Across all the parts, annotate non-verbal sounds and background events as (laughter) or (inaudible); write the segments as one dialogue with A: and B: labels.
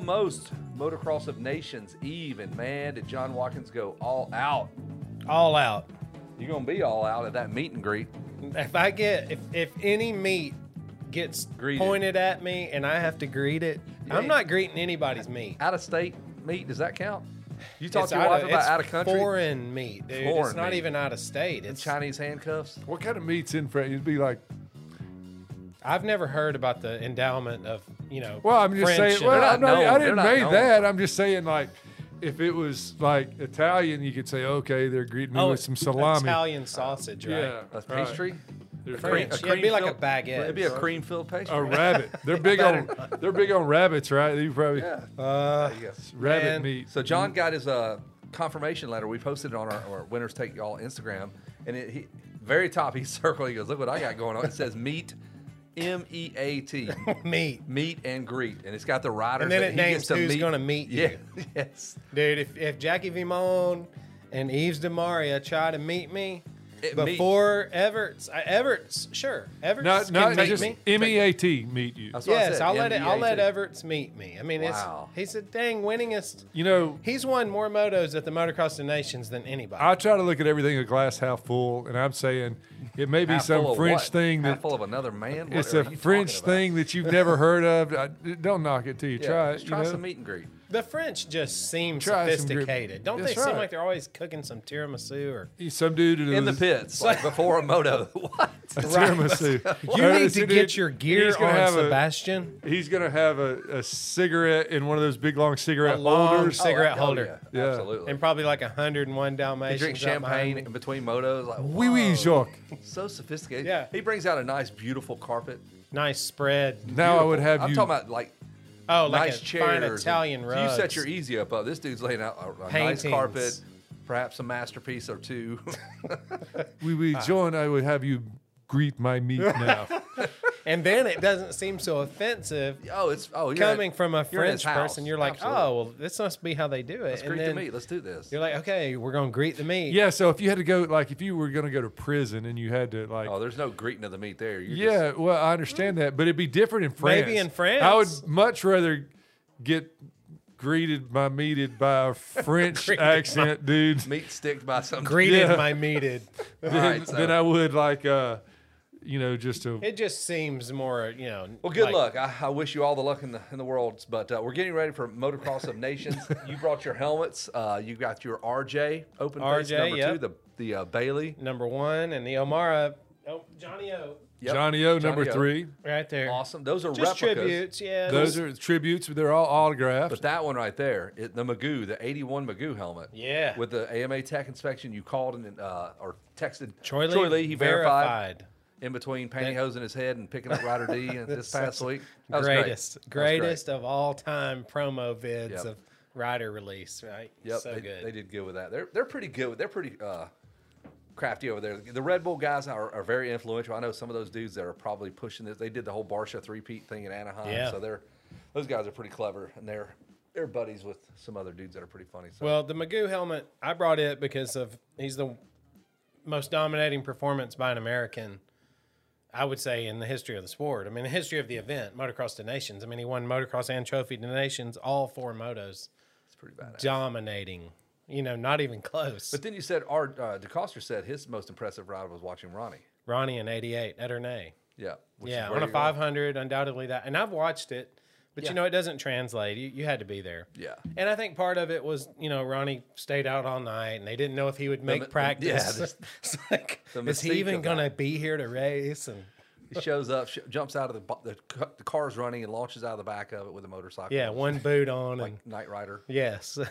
A: most motocross of nations, even man, did John Watkins go all out?
B: All out.
A: You're gonna be all out at that meet and greet.
B: If I get if if any meat gets
A: Greet it.
B: pointed at me and I have to greet it,
A: Yeah.
B: I'm not greeting anybody's meat.
A: Out of state meet, does that count? You talk
B: It's
A: to your
B: out
A: wife
B: of-
A: about
B: it's
A: out of country
B: Foreign meat, dude.
A: Foreign
B: it's not
A: meat.
B: even out of state.
A: and
B: It's
A: Chinese handcuffs.
C: What kind of meat's in France? You'd be like,
B: I've never heard about the endowment of you know.
C: well, I'm just
B: French
C: saying.
B: and-
C: Well,
A: They're
C: I'm
A: not
C: not,
A: known.
C: I
A: They're
C: didn't
A: not
C: make
A: known.
C: that. I'm just saying, like, if it was like Italian, you could say, okay, they're greeting
A: Oh,
C: me with
B: it's
C: some salami.
B: Oh, Italian sausage, right?
C: Yeah,
A: A
C: right.
A: pastry,
C: They're
B: French.
C: French.
B: Yeah, it'd be like a
A: cream-filled-
B: baguette.
A: It'd be a cream filled pastry.
C: A rabbit. They're big on. They're big on rabbits, right? You probably
A: Yeah.
B: Uh,
A: There you go.
C: rabbit
B: Man.
C: meat.
A: So John got his uh, confirmation letter. We posted it on our, our Winners Take Y'all Instagram, and it, he very top he (laughs) circled. He goes, "Look what I got going on." It says meet, M E A T,
B: meat.
A: meet and greet, and it's got the riders.
B: And then
A: that
B: it
A: he
B: names
A: gets to
B: who's
A: meet.
B: gonna meet you.
A: (laughs) Yeah, yes.
B: Dude, if, if Jackie Vimon and Eves DeMaria try to meet me
A: It meet-
B: before Everts, I, Everts, sure, Everts
C: Not,
B: can
C: not
B: meet
C: just
B: me.
C: M E A T meet you.
A: That's what I
B: Yes,
A: said,
B: I'll let it. I'll let
A: M-E-A-T.
B: Everts meet me. I mean,
A: Wow.
B: it's he's a dang winningest.
C: You know,
B: He's won more motos at the Motocross of Nations than anybody.
C: I try to look at everything a glass half full, and I'm saying it may be
A: Half full
C: some
A: of
C: French
A: what?
C: thing
A: Half
C: that
A: full of another man. What
C: it's
A: are
C: a
A: you
C: French
A: talking about?
C: thing that you've never heard of. I, don't knock it till you
A: Yeah,
C: try it.
A: let's
C: you
A: try
C: know?
A: some meet and greet.
B: the French just seem
C: Try some group-
B: sophisticated. Don't they
C: That's
B: seem
C: right.
B: like they're always cooking some tiramisu or?
C: Some dude
A: In the
C: (laughs) pit.
A: pits, like before a moto. (laughs) what?
C: (laughs) (laughs) Tiramisu.
B: You need
C: Notice
B: to
C: it
B: get
C: did-
B: your gear
C: he's gonna
B: on,
C: have a-
B: Sebastian.
C: He's gonna have a, a cigarette in one of those big long
B: A
C: cigarette
B: long (laughs)
C: holders.
B: cigarette
A: Oh,
B: holder.
A: Yeah,
C: Yeah.
A: Absolutely.
B: And probably like 101
A: He
B: Dalmatians.
A: drinks
B: out behind
A: champagne
B: me.
A: in between motos. Like,
C: Wee wee,
A: whoa.
C: Jacques.
A: So sophisticated.
B: Yeah.
A: He brings out a nice, beautiful carpet.
B: Nice spread.
C: Now I would
A: Beautiful.
C: have
A: I'm
C: you.
A: talking about like
B: Oh, like
A: nice
B: a
A: chairs.
B: fine
A: and-
B: Italian
A: so
B: rug.
A: you set your e easy up up. This dude's laying out a, a nice
B: Paintings.
A: carpet, perhaps a masterpiece or two. (laughs)
C: we we
B: Ah.
C: John, I would have you greet my
B: (laughs)
C: meat now.
B: and then it doesn't seem so offensive
A: oh, it's oh, you're at-
B: coming from a
A: you're in his
B: French
A: house.
B: person. You're like,
A: Absolutely.
B: oh, well, this must be how they do it.
A: let's
B: and
A: greet the
B: then
A: meat. Let's do this.
B: You're like, okay, we're gonna greet the meat.
C: yeah. So if you had to go, like, if you were gonna go to prison and you had to, like,
A: Oh, there's no greeting of the meat there. You're just-
C: yeah. Well, I understand that, but it'd be different in France.
B: Maybe in France.
C: I would much rather get greeted by
B: (laughs)
C: meated by a French
B: Greeted
C: accent, dude.
A: meat sticked by some
B: Greeted
C: Yeah.
A: (laughs)
B: my meated.
C: than,
A: right, so-
C: than I would like, uh, you know, just a.
B: It just seems more, you know.
A: Well, good
B: like-
A: luck. I, I wish you all the luck in the in the world. But uh, we're getting ready for Motocross of
B: (laughs)
A: Nations. you brought your helmets. Uh, you got your RJ open face
B: RJ,
A: number two,
B: yep.
A: the the uh, Bailey.
B: Number one and the Omara. Oh, Johnny O.
A: Yep.
C: Johnny O, number
A: Johnny O.
C: three.
B: Right there.
A: Awesome. Those are
B: Just
A: replicas.
B: tributes, yeah.
C: Those are tributes. but They're all autographed.
A: But that one right there, it, the Magoo, the 81 Magoo helmet.
B: Yeah.
A: With the AMA tech inspection, you called and uh, or texted
B: Troy Lee,
A: He verified,
B: verified.
A: in between pantyhose in his head and picking up Rider
B: (laughs)
A: D this past week. That was great.
B: Greatest,
A: That was great.
B: greatest of all time promo vids
A: Yep.
B: of rider release. Right.
A: Yep,
B: So
A: they,
B: good.
A: they did good with that. They're they're pretty good. They're pretty uh, crafty over there. The Red Bull guys are, are very influential. I know some of those dudes that are probably pushing this. They did the whole Barsha three peat thing in Anaheim.
B: Yeah.
A: So they're those guys are pretty clever and they're they're buddies with some other dudes that are pretty funny. So
B: Well, the Magoo helmet, I brought it because of he's the most dominating performance by an American, I would say, in the history of the sport. I mean, the history of the event, motocross to nations. I mean, he won motocross and trophy to nations, all four motos,
A: it's pretty badass.
B: dominating. You know, not even close.
A: But then you said our uh, DeCoster said his most impressive ride was watching Ronnie.
B: Ronnie in '88 at Ernay.
A: Yeah. which is
B: Yeah,
A: where
B: on a
A: you're going.
B: 500, undoubtedly that. And I've watched it, but
A: Yeah.
B: you know, it doesn't translate. You, you had to be there.
A: Yeah.
B: And I think part of it was, you know, Ronnie stayed out all night and they didn't know if he would make
A: mi- the-
B: (laughs) practice.
A: yeah, this-
B: it's like,
A: the
B: is
A: mystique
B: he even
A: of
B: going to
A: that.
B: be here to race? And
A: He shows up, sh- jumps out of the, bo- the ca- the car's running and launches out of the back of it with a motorcycle.
B: yeah, one boot on. and
A: Night Rider.
B: yes, (laughs)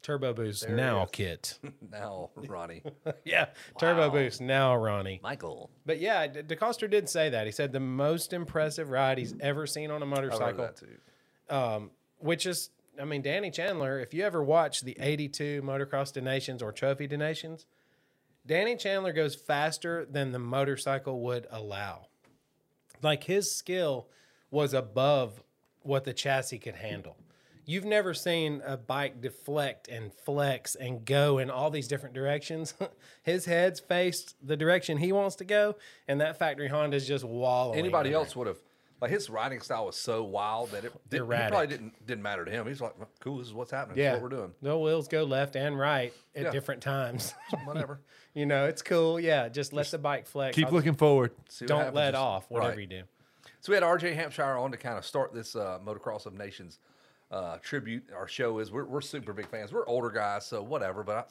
B: Turbo Boost
A: it
B: now,
A: is. (laughs)
B: kit. (laughs)
A: Now Ronnie.
B: yeah, Turbo
A: Wow.
B: Boost now, Ronnie.
A: Michael.
B: But yeah, De- DeCoster did say that. He said the most impressive ride he's ever seen on a
A: I heard
B: motorcycle.
A: that too.
B: which is I mean Danny Chandler. If you ever watch the '82 Motocross Donations or Trophy Donations, Danny Chandler goes faster than the motorcycle would allow. Like his skill was above what the chassis could handle. You've never seen a bike deflect and flex and go in all these different directions. (laughs) his head's faced the direction he wants to go, and that factory Honda's just wallowing.
A: anybody
B: over
A: else would have Like his riding style was so wild that it, did, it
B: Erratic.
A: probably didn't didn't matter to him. He's like, "Well, cool, this is what's happening.
B: Yeah.
A: This is what we're doing.
B: The wheels go left and right at
A: Yeah.
B: different times. (laughs)
A: Whatever.
B: you know, it's cool. Yeah. Just let the bike flex.
C: Keep
B: I'll-
C: looking forward.
A: See what
B: Don't
A: happens.
B: let
A: Just-
B: off, whatever
A: right.
B: you do.
A: So we had RJ Hampshire on to kind of start this uh, Motocross of Nations uh, tribute. Our show is we're, we're super big fans. We're older guys, so whatever. But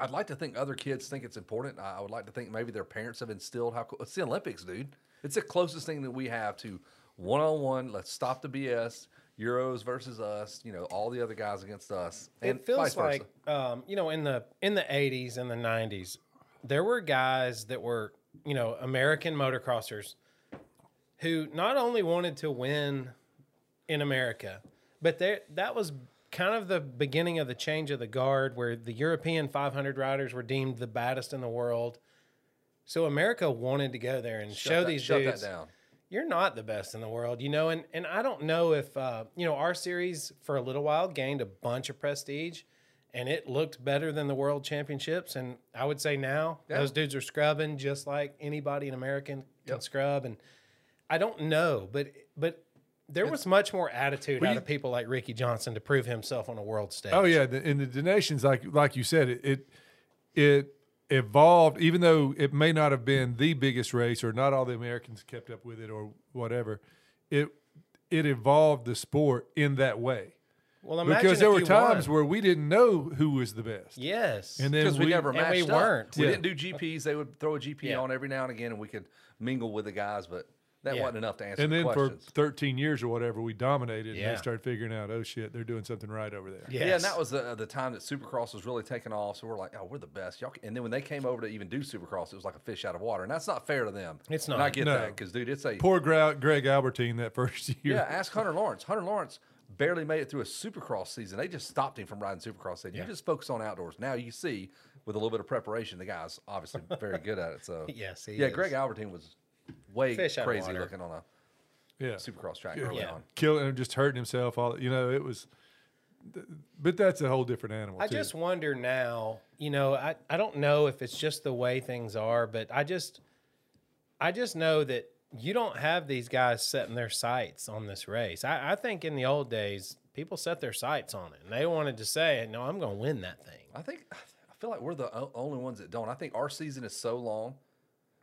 A: I, I'd like to think other kids think it's important. I, I would like to think maybe their parents have instilled how cool it's the Olympics, dude. It's the closest thing that we have to one on one. Let's stop the BS. Euros versus us. You know, all the other guys against us. And
B: it feels
A: vice versa.
B: like um, you know in the in the 80s and the 90s there were guys that were you know american motocrossers who not only wanted to win in america but there that was kind of the beginning of the change of the guard where the european 500 riders were deemed the baddest in the world so america wanted to go there and
A: Shut
B: show
A: that-
B: these
A: shut
B: dudes
A: that down.
B: you're not the best in the world, you know. And and I don't know if uh, you know our series for a little while gained a bunch of prestige, and it looked better than the world championships. And I would say now
A: Yeah.
B: those dudes are scrubbing just like anybody in America can scrub. And I don't know, but but there was much more attitude out
C: you-
B: of people like Ricky Johnson to prove himself on a world stage.
C: Oh yeah, the, and the donations, like like you said, it, it it evolved. Even though it may not have been the biggest race, or not all the Americans kept up with it, or whatever, it it evolved the sport in that way.
B: well, imagine
C: Because there
B: if
C: were
B: you
C: times
B: won.
C: where we didn't know who was the best,
B: yes,
C: and then
A: Because we, never
B: and
A: matched
B: we
A: up.
B: weren't.
A: We
C: Yeah.
A: didn't do GPs. They would throw a GP
B: Yeah.
A: on every now and again, and we could mingle with the guys, but that
B: Yeah.
A: wasn't enough to answer
C: and
A: the
C: then for
A: questions.
C: 13 years or whatever, we dominated,
B: Yeah.
C: and they started figuring out, oh shit, they're doing something right over there.
A: Yeah, and that was the the time that Supercross was really taking off. So we're like, oh, we're the best, y'all. can-" And then when they came over to even do Supercross, it was like a fish out of water, and that's not fair to them.
B: It's
A: And I
B: not.
A: get
C: No.
A: that because, dude, it's a
C: Poor Gra- Greg Albertine that (laughs) first year.
A: yeah. Ask Hunter Lawrence. Hunter Lawrence barely made it through a Supercross season. They just stopped him from riding Supercross. Said, you just focus on outdoors. Now you see, with a little bit of preparation, the guy's obviously very good at it. So
B: Yes, he
A: yeah.
B: is.
A: Greg Albertine was way
B: Fish out of
A: crazy
B: water.
A: looking on a
C: yeah.
A: Supercross track early
B: Yeah.
A: on.
C: killing him, just hurting himself. All you know, it was. But that's a whole different animal.
B: I
C: too.
B: just wonder now, you know, I, I don't know if it's just the way things are, but I just I just know that you don't have these guys setting their sights on this race. I, I think in the old days, people set their sights on it and they wanted to say, No, I'm gonna win that thing.
A: I think I feel like we're the o- only ones that don't. I think our season is so long,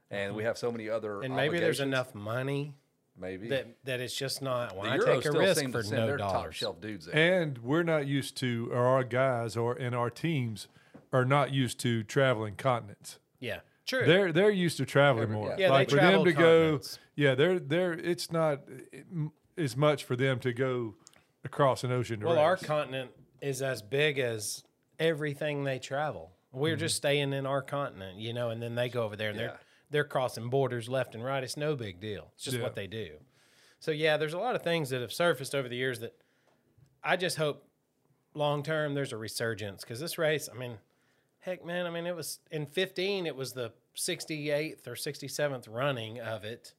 A: and we have so many other.
B: Mm-hmm. And maybe there's
A: obligations,
B: enough money
A: Maybe
B: that that it's just not
A: the
B: why
A: Euros
B: take a
A: still
B: risk
A: seem
B: for
A: to send
B: no
A: their top
B: dollars.
A: shelf dudes. There.
C: and we're not used to, or our guys, or and our teams are not used to traveling continents.
B: Yeah. True.
C: They're they're used to traveling more.
B: Yeah, they
C: like for them
B: travel
C: to
B: continents.
C: go. Yeah, they're they're. It's not as much for them to go across an ocean. To
B: Well, our
C: race.
B: continent is as big as everything they travel. We're just staying in our continent, you know, and then they go over there and
A: Yeah.
B: they're they're crossing borders left and right. It's no big deal. It's just
C: Yeah.
B: what they do. So yeah, there's a lot of things that have surfaced over the years that I just hope long term there's a resurgence because this race, I mean, heck, man, I mean it was in 15, it was the 68th or 67th running of it.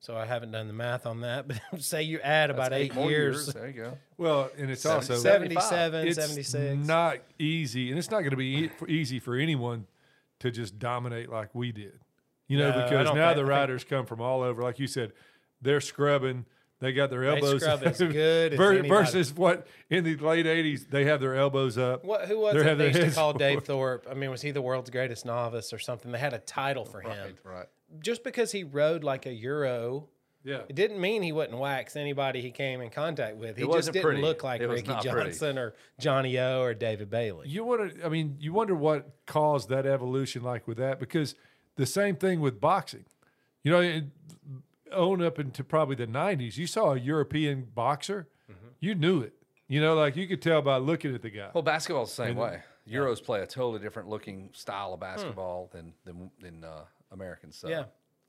B: So I haven't done the math on that, (laughs) but say you add about
A: That's
B: eight
A: more
B: years.
A: There you go.
C: well, and it's also
B: 77,
C: it's
B: 76.
C: not easy, and it's not going to be e- for- easy for anyone to just dominate like we did. You know,
B: No, I
C: because
B: don't
C: now
B: think-
C: the
B: I think-
C: riders come from all over. Like you said, they're scrubbing. They got their elbows
B: scrub as good as anybody.
C: versus what in the late '80s they have their elbows up.
B: What, who was
C: They
B: it
C: have
B: they
C: their
B: used to
A: (laughs)
C: heads
B: call Dave Thorpe? I mean, was he the world's greatest novice or something? They had a title for him.
A: Right.
B: Just because he rode like a Euro,
C: Yeah,
B: it didn't mean he wouldn't wax anybody he came in contact with. He just
A: wasn't
B: didn't
A: pretty.
B: look like
A: It was
B: Ricky
A: not pretty.
B: Johnson or Johnny O or David Bailey.
C: you wonder. I mean, you wonder what caused that evolution, like with that, because the same thing with boxing. You know, it, on up into probably the '90s, you saw a European boxer, you knew it. You know, like you could tell by looking at the guy.
A: Well, basketball's the same way. Euros play a totally different looking style of basketball than than than uh, Americans. So
B: Hmm. Yeah.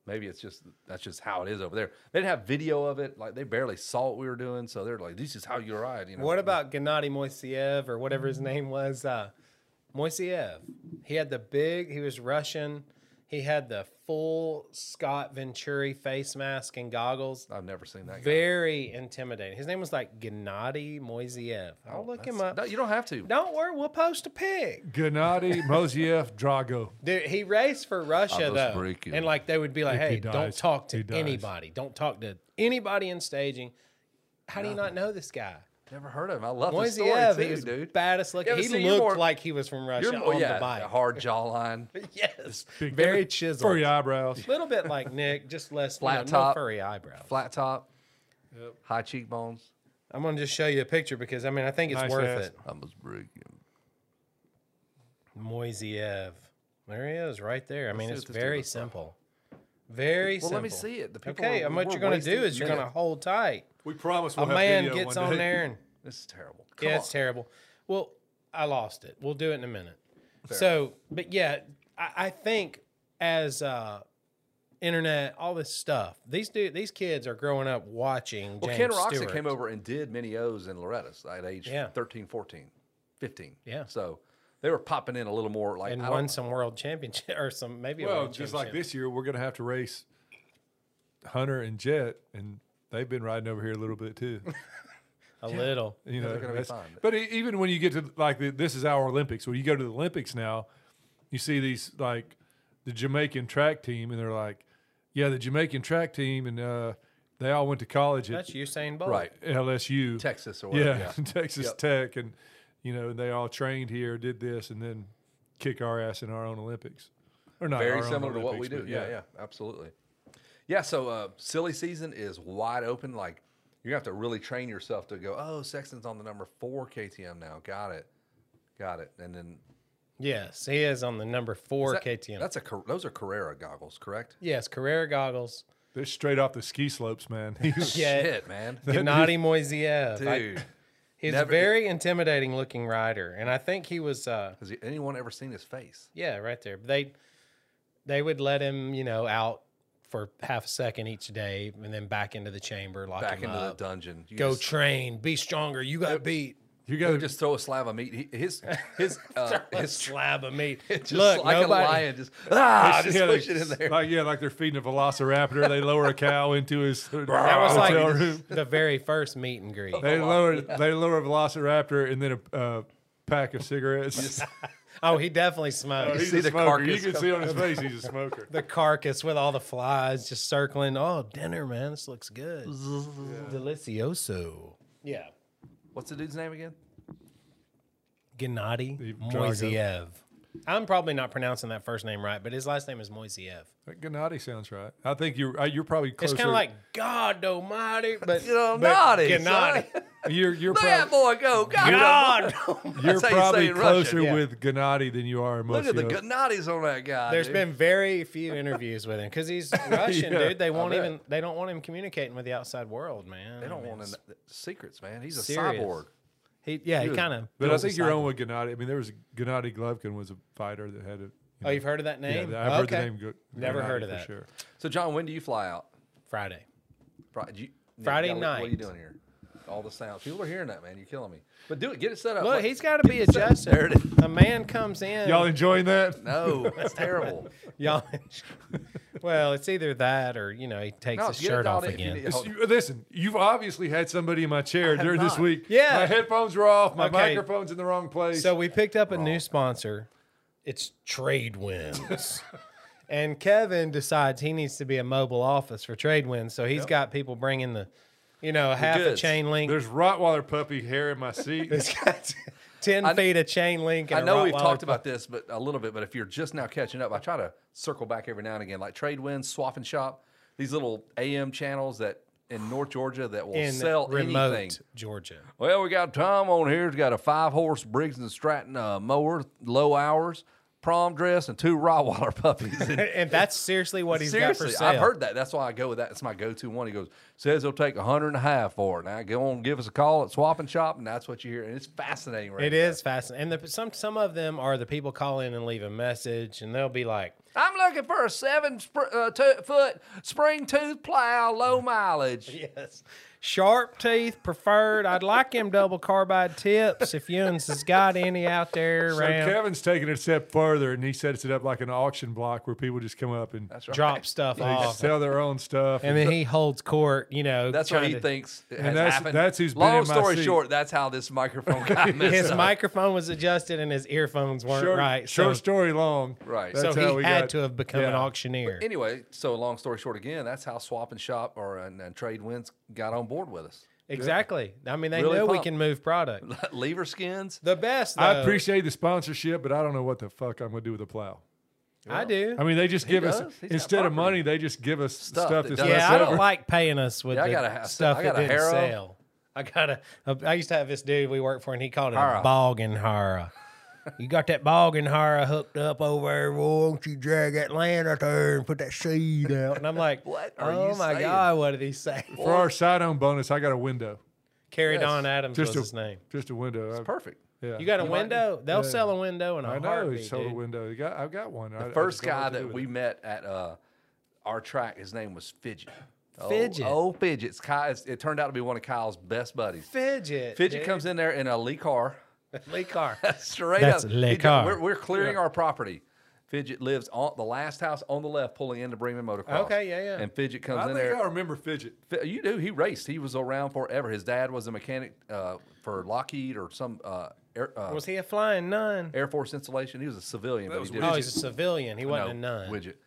A: maybe it's just that's just how it is over there. They didn't have video of it. Like they barely saw what we were doing. So they're like, this is how you ride. You know.
B: What about Gennady Moiseyev or whatever his name was? Uh, Moiseyev. He had the big, he was Russian. He had the full Scott Venturi face mask and goggles.
A: I've never seen that. guy.
B: Very intimidating. His name was like Gennady Moiseyev. I'll
C: Oh,
B: look him
A: That's-
B: up.
A: No, you don't have to.
B: Don't worry, we'll post a pic.
C: Gennady (laughs) Moziev Drago.
B: Dude, he raced for Russia
A: must
B: though,
A: break you.
B: and like they would be like,
C: If he
B: "Hey, don't
C: dies,
B: talk to
C: he dies."
B: anybody. Don't talk to anybody in staging." How do you not know this guy?
A: Never heard of him. I love this story
B: Moiseyev,
A: too,
B: he was
A: dude.
B: baddest looking.
A: Yeah, but
B: he
A: see, you're
B: looked
A: more-
B: like he was from Russia
A: You're
B: on
A: yeah,
B: the bike.
A: a hard jawline.
B: (laughs) yes,
C: Big-
B: very chiseled,
C: Furry eyebrows.
B: a little bit like
C: (laughs)
B: Nick, just less you know,
A: Flat
B: no
A: top.
B: furry eyebrows.
A: flat top, high cheekbones.
B: I'm gonna just show you a picture because I mean I think it's
C: Nice
B: worth
C: ass.
B: it.
A: I must break him.
B: Moiseyev, there he is, right there. I mean
A: see
B: it's
A: what this dude
B: very
A: looks like.
B: simple, very
A: Well,
B: simple.
A: let me see it. The people
B: Okay,
A: are-
B: and what
A: we're
B: you're gonna
A: wasting
B: do is you're gonna
A: minutes.
B: hold tight.
C: We promise we'll
B: a man gets on there and
A: This is terrible. (laughs) Come
B: yeah, it's
A: on.
B: terrible. Well, I lost it. We'll do it in a minute. So, but yeah, I, I think as uh, internet, all this stuff, these dude, these kids are growing up watching.
A: Well,
B: James
A: Ken Roxon
B: Stewart.
A: came over and did many O's and Loretta's at age
B: Yeah.
A: 13, 14, 15.
B: Yeah.
A: So they were popping in a little more like
B: and
A: I
B: won
A: don't-
B: some world championship (laughs) or some maybe. a
C: (laughs) Well,
B: world
C: just like
B: championship.
C: this year, we're going to have to race Hunter and Jet, and they've been riding over here a little bit too.
B: a little.
C: You know,
A: they're gonna be
C: that's-
A: fine.
C: but e- even when you get to like the, this is our Olympics. When you go to the Olympics now, you see these like the Jamaican track team, and they're like, yeah, the Jamaican track team, and uh, they all went to college at
B: That's Usain Bolt.
A: right
C: LSU,
A: Texas or whatever.
C: (laughs) yeah, Texas
A: Yep.
C: Tech, and you know they all trained here, did this, and then kick our ass in our own Olympics. Or not
A: Very
C: our own
A: similar to what we
C: Olympics,
A: do.
C: but
A: Yeah, yeah, absolutely. Yeah, so uh, silly season is wide open. Like you have to really train yourself to go. Oh, Sexton's on the number four KTM now. Got it, got it. And then
B: Yes, he is on the number four
A: that-
B: KTM.
A: That's a Car- those are Carrera goggles, correct?
B: yes, Carrera goggles.
C: They're straight off the ski slopes, man. (laughs) He's-
A: (laughs)
B: Yeah.
A: Shit,
B: (laughs)
A: man,
B: Gennady Moiseyev. I-
A: dude.
B: He's a
A: Never-
B: very intimidating looking rider, and I think he was. Uh,
A: Has anyone ever seen his face?
B: yeah, right there. They they would let him, you know, out for half a second each day, and then back into the chamber, lock
A: Back
B: him
A: into
B: up.
A: the dungeon. You
B: go
A: just,
B: train, be stronger. You
A: (laughs)
B: got beat.
C: you
A: you
C: got
A: just throw a slab of meat. He, his
B: (laughs)
A: his uh,
B: A
A: his (laughs)
B: slab of meat.
A: just
B: Look,
A: like
B: nobody.
A: a lion, just
B: (laughs)
A: ah, just
C: yeah,
A: push
C: they-
A: it in there.
C: Like, yeah, like they're feeding a velociraptor. They lower a cow into
A: (laughs)
C: his that
B: That was
C: hotel
B: like
C: room.
B: the very first meet and greet.
C: They lower they lower a velociraptor and then a, a pack of cigarettes.
B: (laughs)
C: (laughs)
B: Oh, he definitely smoked
C: He's
A: see
C: a
A: the
C: smoker. You
A: carcass
C: can
A: come-
C: see on his face he's a
A: (laughs)
C: smoker.
B: the carcass with all the flies just circling. Oh, dinner, man, this looks good, delicioso. Yeah,
A: What's the dude's name again?
B: Gennady
C: Drago.
B: Moiseyev. I'm probably not pronouncing that first name right, but his last name is Moiseyev.
C: Gennady sounds right. I think you're uh, you're probably
B: It's
C: closer.
B: kind of like God Almighty,
A: (laughs)
B: but
A: You know,
B: but
A: naughty,
B: Gennady.
A: (laughs) son.
C: you're you're
A: Let that
C: probably,
A: boy go. God,
B: God.
C: you're
A: That's how you say it
C: probably
A: in
C: closer
A: Russian.
B: Yeah.
C: with Gennady than you are.
A: Look at the
C: Mosiev.
A: Gennadis on that guy.
B: There's
A: dude.
B: been very few interviews with him because he's
C: (laughs)
B: Russian,
C: Yeah,
B: dude. They won't
A: bet.
B: even they don't want him communicating with the outside world, man.
A: They don't
B: I mean,
A: want to kn- secrets, man. He's a
B: serious.
A: cyborg.
B: He yeah, he kind of.
C: But I think you're on with Gennady. I mean, there was Gennady Glovkin was a fighter that had a. you
B: Oh,
C: know,
B: you've heard of that
C: yeah,
B: name?
C: I've heard the
B: Okay.
C: name. Go-
B: Never
C: Gennady
B: heard of
C: for
B: that.
C: Sure.
A: So, John, when do you fly out?
B: Friday.
A: Fri- do you- yeah,
B: Friday
A: yeah, what- What are you
B: night.
A: doing here? All the sounds. People are hearing that, man. You're killing me. But do it. Get it set up.
B: Look,
A: Like-
B: he's got to be adjusted.
A: There it is.
B: (laughs) A man comes in.
C: Y'all enjoying
A: (laughs)
B: (laughs)
C: that?
A: No, it's terrible.
B: y'all- (laughs) well, it's either that or you know he takes
A: No,
B: his
A: get it
B: shirt off
A: all in if you
B: again.
A: need- (laughs)
C: This-
A: Hold-
C: you- listen, you've obviously had somebody in my chair during this
A: not.
C: week.
B: Yeah.
C: My headphones were off. My
B: Okay.
C: microphone's in the wrong place.
B: So we picked up a new sponsor. It's Tradewinds. (laughs) and Kevin decides he needs to be a mobile office for Tradewinds. So he's got people bringing the, you know, half a
A: goods.
B: chain link.
C: There's Rottweiler puppy hair in my
B: (laughs)
C: seat.
B: It's
A: (laughs)
B: got 10 feet of chain link. And
A: I
B: a
A: know we've
B: Rottweiler
A: talked
B: pu-
A: about this, but a little bit. But if you're just now catching up, I try to circle back every now and again, like Trade Winds, Swap and Shop, these little AM channels that in North Georgia that will
B: in
A: sell
B: remote
A: anything.
B: Georgia.
A: Well, we got Tom on here. He's got a five horse Briggs and Stratton uh, mower, low hours, prom dress, and two (laughs) Rottweiler puppies. And
B: And that's seriously what (laughs) he's
A: seriously,
B: got for sale.
A: I've heard that. That's why I go with that. It's my go to one. He goes, says he'll take a hundred and a half for it. Now go on, give us a call at Swap and Shop, and that's what you hear. And it's fascinating, right?
B: It is fascinating. And the, some, some of them are the people call in and leave a message and they'll be like,
A: I'm looking for a
B: (laughs)
A: seven sp- uh, two- foot spring tooth plow, low mileage.
B: Yes. Sharp teeth preferred. I'd like him double carbide tips if Yuns has got any out there
C: (laughs) So
B: around.
C: Kevin's taking it a step further, and he sets it up like an auction block where people just come up and
A: That's right.
B: drop stuff
C: they
B: off.
C: sell their own stuff.
B: and then he holds court, you know.
A: That's what he
B: trying to-
A: thinks has
C: that's-
A: happened.
C: that's who's been
A: Long
C: in my
A: story
C: seat.
A: short, that's how this
B: (laughs)
A: microphone got messed
B: His
A: up.
B: microphone was adjusted and his earphones weren't
C: short,
B: right. So,
C: short story long.
A: Right.
B: so
C: That's how
B: he
C: we
B: had
C: got-
B: to have become an
C: yeah.
B: auctioneer.
A: anyway, so long story short, again, that's how swap and shop or and, and trade wins got on board with us. (laughs)
B: exactly. I mean, they
A: Really
B: know we
A: pumped.
B: can move product.
A: Lever skins.
B: The best.
C: I
B: though-
C: appreciate the sponsorship, but I don't know what the fuck I'm gonna do with the plow.
B: I do.
C: I mean, they just give us
A: does. He's got
C: instead of
A: property.
C: money, they just give us stuff,
A: that
C: that's
A: does
C: left
B: yeah, I don't
A: Sell.
C: over.
B: like paying us with
A: Yeah, I
B: the
A: got a ha-
B: stuff
A: I
B: that
A: got a
B: didn't
A: harrow.
B: sell. I got a. I used to have this dude we worked for, and he called it a
A: Harrow. (laughs)
B: boggin hara. you got that boggin hara hooked up over there. Boy, won't you drag that land out there and put that seed out? And I'm
A: (laughs)
B: like,
A: What are
B: Oh
A: you
B: my
A: saying?
B: god, what did
A: (laughs)
B: he say?
C: For our side own bonus, I got a window,
B: Carrie
A: Yes.
B: Don Adams
C: Just
B: was
C: a-
B: his name.
C: just a window. I-
A: Perfect.
C: yeah.
B: You got a
A: You might-
B: window? They'll sell a window in a
C: I know
B: heartbeat.
C: he sold a
B: dude.
C: window. You got, I've got one. The
A: First guy that we met at uh, our track, his name was
B: (gasps)
A: Fidget. Oh,
B: Fidget.
A: Oh, Fidget. It's Ky- it's- it turned out to be one of Kyle's best buddies.
B: Fidget.
A: Fidget comes in there in a Lee car.
B: (laughs)
A: (laughs)
B: Lee Carr.
A: Straight
B: That's
A: up.
B: Le
A: He ju-
B: Car.
A: We're, we're clearing our property. Fidget lives on the last house on the left, pulling into Bremen Motocross.
B: Okay, yeah, yeah.
A: And Fidget comes
C: I
A: in
C: think
A: there.
C: I remember Fidget.
A: Fi- You do. He raced. He was around forever. His dad was a mechanic uh, for Lockheed or some uh, air, uh,
B: Was he a flying nun?
A: Air Force installation. He was a civilian, but
C: was
A: he did.
B: Oh, he's a civilian. He wasn't a nun.
A: Widget.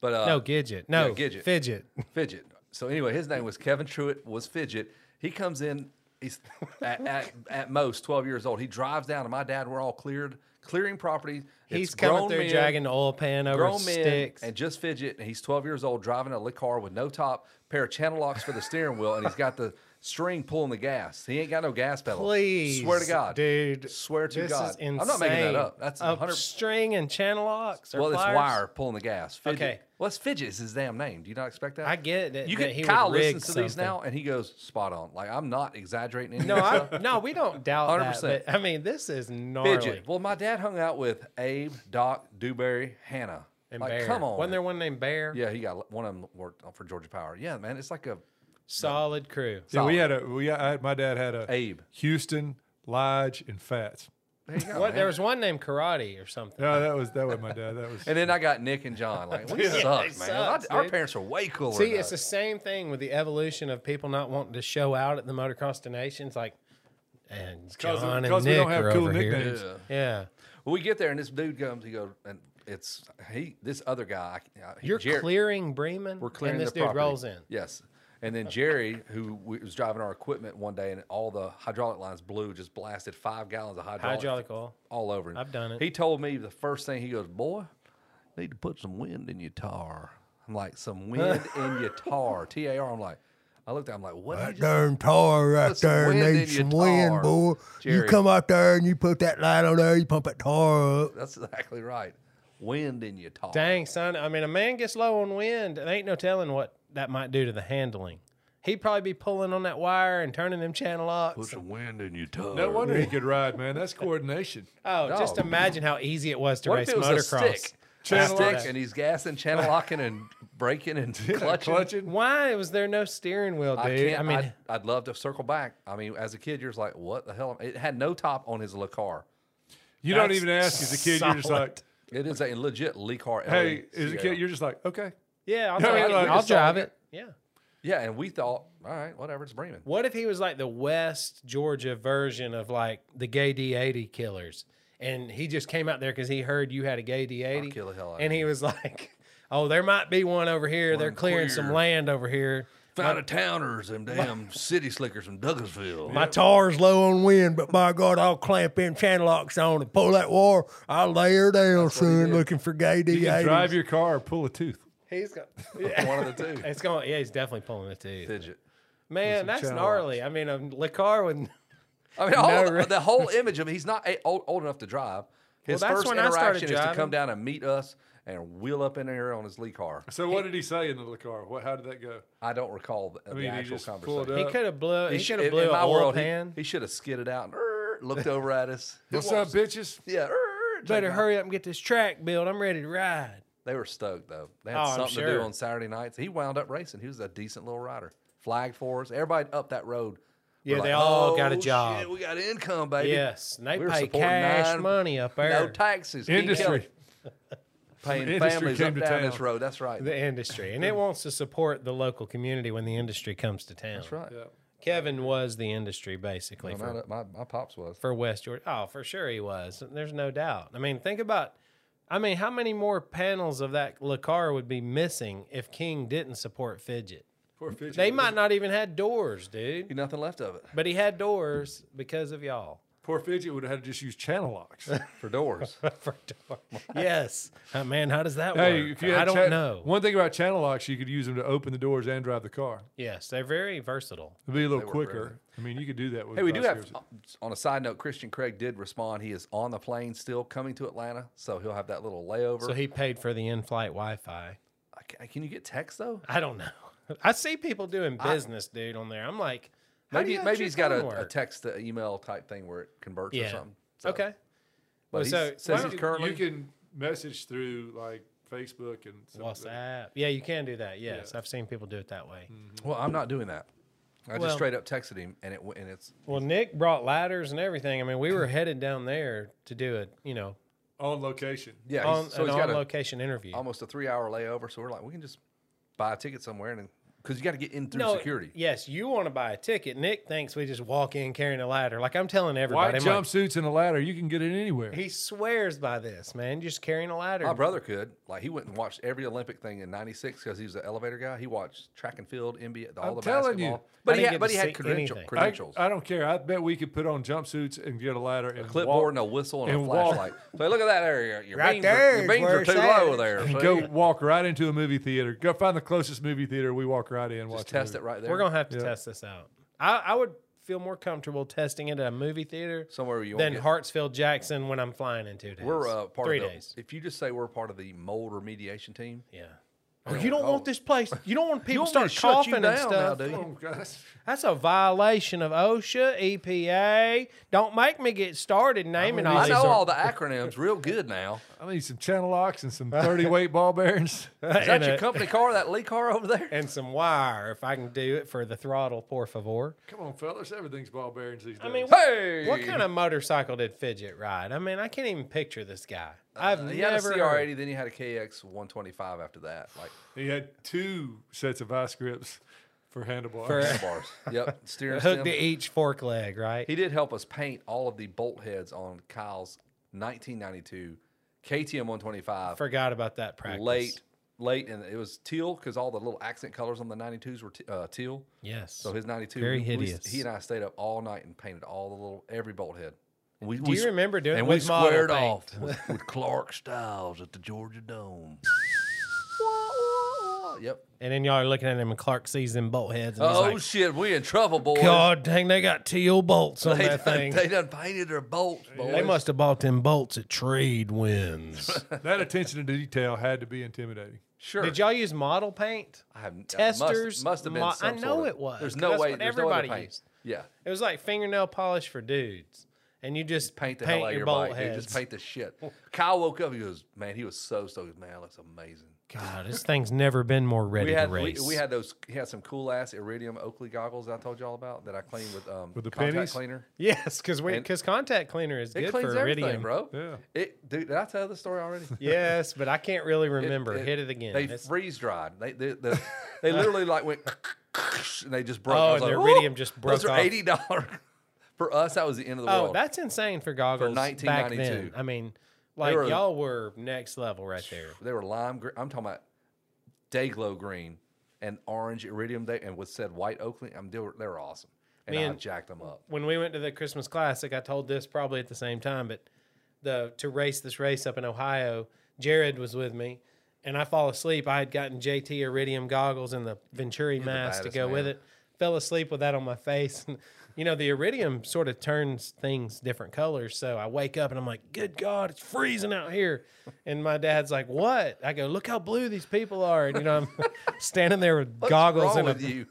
A: But uh,
B: No, Gidget. No,
A: Yeah, Gidget.
B: Fidget.
A: Fidget. So anyway, his name was Kevin Truitt. Was Fidget. He comes in. He's (laughs) at, at, at most twelve years old. He drives down to my dad. We're all cleared, clearing property.
B: He's
A: It's
B: coming
A: grown
B: through,
A: men,
B: dragging the oil pan over
A: grown men,
B: sticks.
A: and just Fidget. And he's twelve years old, driving a lit car with no top, pair of channel locks for the steering wheel, and he's got the string pulling the gas. He ain't got no gas pedal.
B: Please,
A: swear to God,
B: dude.
A: Swear to
B: this
A: God,
B: is insane.
A: I'm not making that up. That's
B: a
A: 100.
B: string and channel locks. Or
A: Well, it's
B: pliers?
A: wire pulling the gas. Fidget.
B: Okay.
A: Well, it's fidget is his damn name. Do you not expect that?
B: I get that-
A: You
B: that
A: can.
B: he would
A: Kyle
B: rig
A: listens to these
B: something.
A: now, and he goes spot on. Like I'm not exaggerating. Any
B: No,
A: of this (laughs)
B: I, no, we don't doubt
A: 100%.
B: that. But, I mean, this is gnarly.
A: stuff. fidget. Well, my dad hung out with Abe, Doc, Dewberry, Hannah.
B: And
A: like,
B: Bear.
A: come on.
B: Wasn't there one named Bear?
A: yeah, he got one of them worked for Georgia Power. Yeah, man, it's like a
B: Solid crew.
C: Yeah,
A: Solid.
C: we had a we. I, my dad had a
A: Abe.
C: Houston, Lodge, and Fats.
A: There you go,
B: What,
A: man.
B: there was one named Karate or something.
C: No, that was that was my dad. That
A: (laughs)
C: was
A: And then I got Nick and John. Like we
B: (laughs) Yeah, they
A: suck, man.
B: sucks,
A: our, our
B: dude.
A: parents are way cooler.
B: See,
A: than
B: it's the
A: us.
B: same thing with the evolution of people not wanting to show out at the motocross donations, like and
C: because
B: John and
C: because we
B: Nick
C: don't have
B: are
C: cool
B: over here.
C: nicknames.
A: Yeah.
B: Yeah,
A: Well, we get there, and this dude comes. He goes, and it's he. This other guy. I- uh,
B: you're
A: Jared-
B: clearing Bremen.
A: We're clearing
B: and this
A: their
B: dude
A: property.
B: rolls in.
A: Yes. And then Jerry, who w- was driving our equipment one day, and all the hydraulic lines blew, just blasted five gallons of hydraulic,
B: Hydraulic oil.
A: all over him.
B: I've done it.
A: He told me the first thing he goes, "Boy, need to put some wind in your tar." I'm like, "Some
B: (laughs)
A: wind in your tar, T A R." I'm like, I looked at, him, I'm like, "What?" did
D: That
A: you just-
D: darn tar right
A: some
D: there
A: wind
D: needs
A: in
D: some
A: your tar,
D: wind, boy. You
A: Jerry.
D: come out there and you put that light on there, you pump that tar up.
A: (laughs) That's exactly right. Wind in your tar.
B: Dang son, I mean, a man gets low on wind, and ain't no telling what that might do to the handling. He'd probably be pulling on that wire and turning them channel
A: Put
B: locks.
A: some wind in your tar.
C: No wonder he could ride, man. That's coordination.
B: Oh, just
A: Dog.
B: imagine how easy it was to
A: What
B: race
A: if it was a
B: motocross.
A: stick?
C: Channel
A: stick,
C: locks.
A: and he's gassing,
B: (laughs)
A: channel locking, and braking and clutching.
C: Clutching.
B: Why was there no steering wheel, dude?
A: I
B: I,
A: can't. I
B: mean,
A: would I'd love to circle back. I mean, as a kid, you're just like, what the hell? It had no top on his Le car.
C: You don't
B: That's
C: even ask as a kid. You're just
B: solid.
C: like,
A: It is a legit Le car. E
C: hey,
A: LE.
C: as a kid, you're just like, okay.
B: yeah,
A: (laughs)
B: I'll,
C: I mean,
B: take it.
C: like-
B: I'll drive it. Yeah.
A: yeah, and we thought, all right, whatever, it's Bremen.
B: What if he was like the West Georgia version of like the gay D80 killers? And he just came out there because he heard you had a gay D80.
A: I'll kill the hell out of
B: and he was (laughs) like, oh, there might be one over here. They're
A: One
B: clearing some
A: clear.
B: land over here.
A: Found a towners, them (laughs) damn city slickers from Douglasville.
D: My tar's low on wind, but by God, I'll clamp them channel locks on and pull that wire. I'll lay her down soon looking for gay
C: You can drive
D: D80.
C: your car or pull a tooth.
B: He's got.
A: (laughs) One of the two.
B: It's going, yeah, he's definitely pulling the teeth.
A: Fidget.
B: Man, that's
C: channel
B: gnarly. I mean, a Licar with.
A: I mean, all
B: No,
A: the,
B: right.
A: the whole image of he's not a- old, old enough to drive. His
B: that's
A: first
B: when I started
A: interaction is to
B: driving.
A: come down and meet us and wheel up in here on his Lee car.
C: So what did he say in the car? What? How did that go?
A: I don't recall the, the
C: mean, he
A: actual
C: just pulled
A: conversation.
C: up.
B: He
C: Uh,
B: could have blew. He,
A: sh-
B: should have
A: in-
B: blew
A: in
B: a
A: my
B: oil
A: world, he-
B: pan.
A: He, should have skidded out and "Er," (laughs) looked over at us.
C: What's up, bitches?
A: Yeah. "Er,"
B: Better hurry up and get this track built. I'm ready to ride.
A: They were stoked though. They
B: Oh,
A: had
B: I'm
A: something to
B: sure.
A: do on Saturday nights. He wound up racing. He was a decent little rider. flagged for us. Everybody up that road.
B: Yeah,
A: were
B: they all got a
A: "Oh,
B: job."
A: Shit, we got income, baby.
B: Yes, and they
A: were
B: pay
A: supporting
B: cash money up
A: No
B: there.
A: taxes. Keith
C: Industry.
A: Kelly paying
C: Industry
A: families
C: came
A: up
C: to
A: down this
C: town.
A: road. That's right.
B: the industry, and it wants to support the local community when the industry comes to town.
A: That's right.
B: Kevin was the industry basically for,
A: My, my, my pops was.
B: for West Georgia. Oh, for sure he was. There's no doubt. I mean, think about. I mean, how many more panels of that LaCar would be missing if King didn't support Fidget?
C: Poor Fidget.
B: They might not even had doors,
A: You
B: dude.
A: nothing left of it (laughs)
B: But he had doors because of y'all. (laughs)
C: Poor Fidget would have had to just use channel (laughs) locks.
A: for doors.
B: For door. Yes, Uh, man. How does that
C: hey,
B: work?
C: if you had
B: I don't
C: cha-
B: know.
C: One thing about channel locks, you could use them to open the doors and drive the car.
B: Yes, they're very versatile.
C: It'd be a little
A: work
C: quicker. I mean, you could do that with
A: Hey, we do
C: vice
A: have.
C: versa.
A: On a side note, Christian Craig did respond. He is on the plane still, coming to Atlanta, so he'll have that little layover.
B: So he paid for the in-flight Wi-Fi.
A: I ca- can you get text though?
B: I don't know. (laughs) I see people doing business, dude, on there. I'm like, how do
A: Maybe
B: y'all
A: maybe
B: check
A: he's got
B: on
A: a, a
B: work?
A: text to email type thing where it converts or
B: Yeah.
A: something. So-
B: okay.
A: but
B: Well,
A: he
B: so-
A: says
B: why
A: he's
C: You-
A: currently.
C: You can message through like Facebook and some of the-
B: WhatsApp. Yeah, you can do that. Yes, I've seen people do it that way.
A: well, I'm not doing that. I
B: Well-
A: just straight up texted him, and it w- and it's
B: Well, Nick brought ladders and everything. I
A: (clears throat)
B: mean, we were headed down there to do it. You know,
C: on location.
A: yeah. he's-
B: on
A: so
B: an
A: he's got a,
B: on-location interview.
A: almost a three hour layover. So we're like, we can just buy a ticket somewhere, and because you got to get in through security.
B: Yes, you want to buy a ticket. Nick thinks we just walk in carrying a ladder. Like I'm telling everybody,
C: White
B: I'm like,
C: jumpsuits and a ladder, you can get it anywhere.
B: he swears by this man, just carrying a ladder.
A: My brother could. Like he went and watched every Olympic thing in '96 because he was an elevator guy. He watched track and field, NBA, the- all
C: I'm
A: the
C: telling
A: basketball.
C: you.
A: but
B: I
A: he
B: didn't
A: had,
B: get
A: but
B: to
A: he
B: see
A: had credential,
B: anything. I-
C: I,
A: credentials.
C: I don't care. I bet we could put on jumpsuits and get a ladder and walk-
A: clipboard and a whistle and,
C: and
A: a
C: walk-
A: flashlight. Say, look at that area. Your
D: Right
A: beams,
D: there
A: are,
D: is
A: your beams
D: where
A: are
D: it's
A: too
D: at.
A: low there.
C: and
A: see?
C: go walk right into a movie theater. Go find the closest movie theater. We walk right in. watch
A: Just
C: a
A: test it
C: movie.
A: right there.
B: We're gonna have to
C: Yeah.
B: test this out. I, I would feel more comfortable testing it at a movie theater
A: somewhere where you won't
B: than
A: get-
B: Hartsfield Jackson when I'm flying in two days.
A: We're uh, part
B: three
A: of the,
B: days.
A: If you just say we're part of the mold remediation team,
B: Yeah. Oh, you don't want this place. You don't want people
A: don't want me to shut (laughs)
B: start
A: you
B: coughing and
A: down now,
B: stuff.
A: do you?
C: Oh, guys.
B: That's a violation of OSHA, EPA. Don't make me get started naming all
A: I
B: these.
A: know
B: (laughs)
A: all the acronyms real good now.
C: I need some channel locks and some 30 weight ball bearings. (laughs)
A: Is that
B: and,
A: your
B: a-
A: company car, that Lee car over there?
B: and some wire, if I can do it for the throttle, por favor.
C: Come on, fellas. Everything's ball bearings these days.
B: I mean, what,
A: Hey,
B: what kind of motorcycle did Fidget ride? I mean, I can't even picture this guy. I've
A: Uh, He had a
B: never.
A: CR80, then he had a KX 125 after that,
B: (laughs)
A: like
C: he had two sets of ice grips for handlebars.
B: For-
A: bars. Yep, steering
B: Hooked to
A: stem.
B: each fork leg, right?
A: He did help us paint all of the bolt heads on Kyle's 1992 KTM 125
B: Forgot about that practice.
A: late, late, and it was teal because all the little accent colors on the 92s were t- uh, teal.
B: Yes.
A: So his 92,
B: Very
A: we- we-
B: hideous.
A: he and I stayed up all night and painted all the little every bolt head. We,
B: Do you remember doing
A: And
B: it
A: we
B: with model
A: squared
B: paint?
A: off
B: (laughs)
A: with, with Clark Styles at the Georgia Dome. yep.
B: And then y'all are looking at him, and Clark sees them bolt heads. And
A: Oh
B: he's like,
A: shit, we in trouble, boys.
B: God dang, they got teal bolts on
A: (laughs) they,
B: that
A: done,
B: thing.
A: they done painted their bolts, boys.
B: They must have bought them bolts at Trade Winds.
C: (laughs) that attention to detail had to be intimidating.
A: (laughs) sure.
B: Did y'all use model paint?
A: I have, Must,
B: Testers,
A: must have been.
B: mo- I
A: some sort
B: know
A: of-
B: it was,
A: There's
B: 'cause
A: no
B: that's
A: way.
B: what
A: There's no other
B: everybody
A: paint.
B: used.
A: Yeah.
B: It was like fingernail polish for dudes, and you just
A: Paint the hell out of
B: your,
A: your
B: bolt
A: bike, dude.
B: heads.
A: Just paint the shit. Kyle woke up. He goes, "Man, he was so stoked. Man, that looks amazing."
B: God, this thing's never been more
A: We
B: ready
A: had
B: to
A: we,
B: race.
A: we had those. He had some cool ass iridium Oakley goggles that I told y'all about that I cleaned with um
C: With the
A: contact
C: pennies?
A: cleaner.
B: (laughs) yes, because
A: And-
B: because contact cleaner is
A: It
B: good
A: cleans
B: for
A: everything,
B: iridium,
A: bro.
C: Yeah.
A: It dude. Did I tell the story already?
B: Yes, but I
A: (laughs)
B: can't really (laughs) remember. Hit it again.
A: They
B: It's-
A: freeze dried. They they, they,
B: (laughs)
A: they literally like went (laughs) and they just broke.
B: Oh,
A: I was
B: and
A: like,
B: the
A: "Woo!"
B: iridium just broke
A: Those are
B: off.
A: eighty dollars. (laughs) For us, that was the end of the
B: oh,
A: world.
B: that's insane for goggles. Back
A: 1992.
B: then, I mean, like
A: were-
B: y'all were next level right there.
A: They were lime. Green. I'm talking about day glow green and orange iridium. They and what said white Oakley. I'm they were, they were awesome. And I
B: Man.
A: jacked them up.
B: when we went to the Christmas classic, I told this probably at the same time, but the to race this race up in Ohio, Jared was with me, and I fall asleep. I had gotten JT Iridium goggles and the Venturi mask to
A: baddest
B: go with
A: man.
B: it. Fell asleep with that on my face, (laughs) and you know the iridium sort of turns things different colors. So I wake up and I'm like, "Good God, it's freezing out here!" And my dad's like, "What?" I go, "Look how blue these people are," and you know I'm (laughs) standing there with goggles
A: What's wrong
B: and
A: with
B: a,
A: you?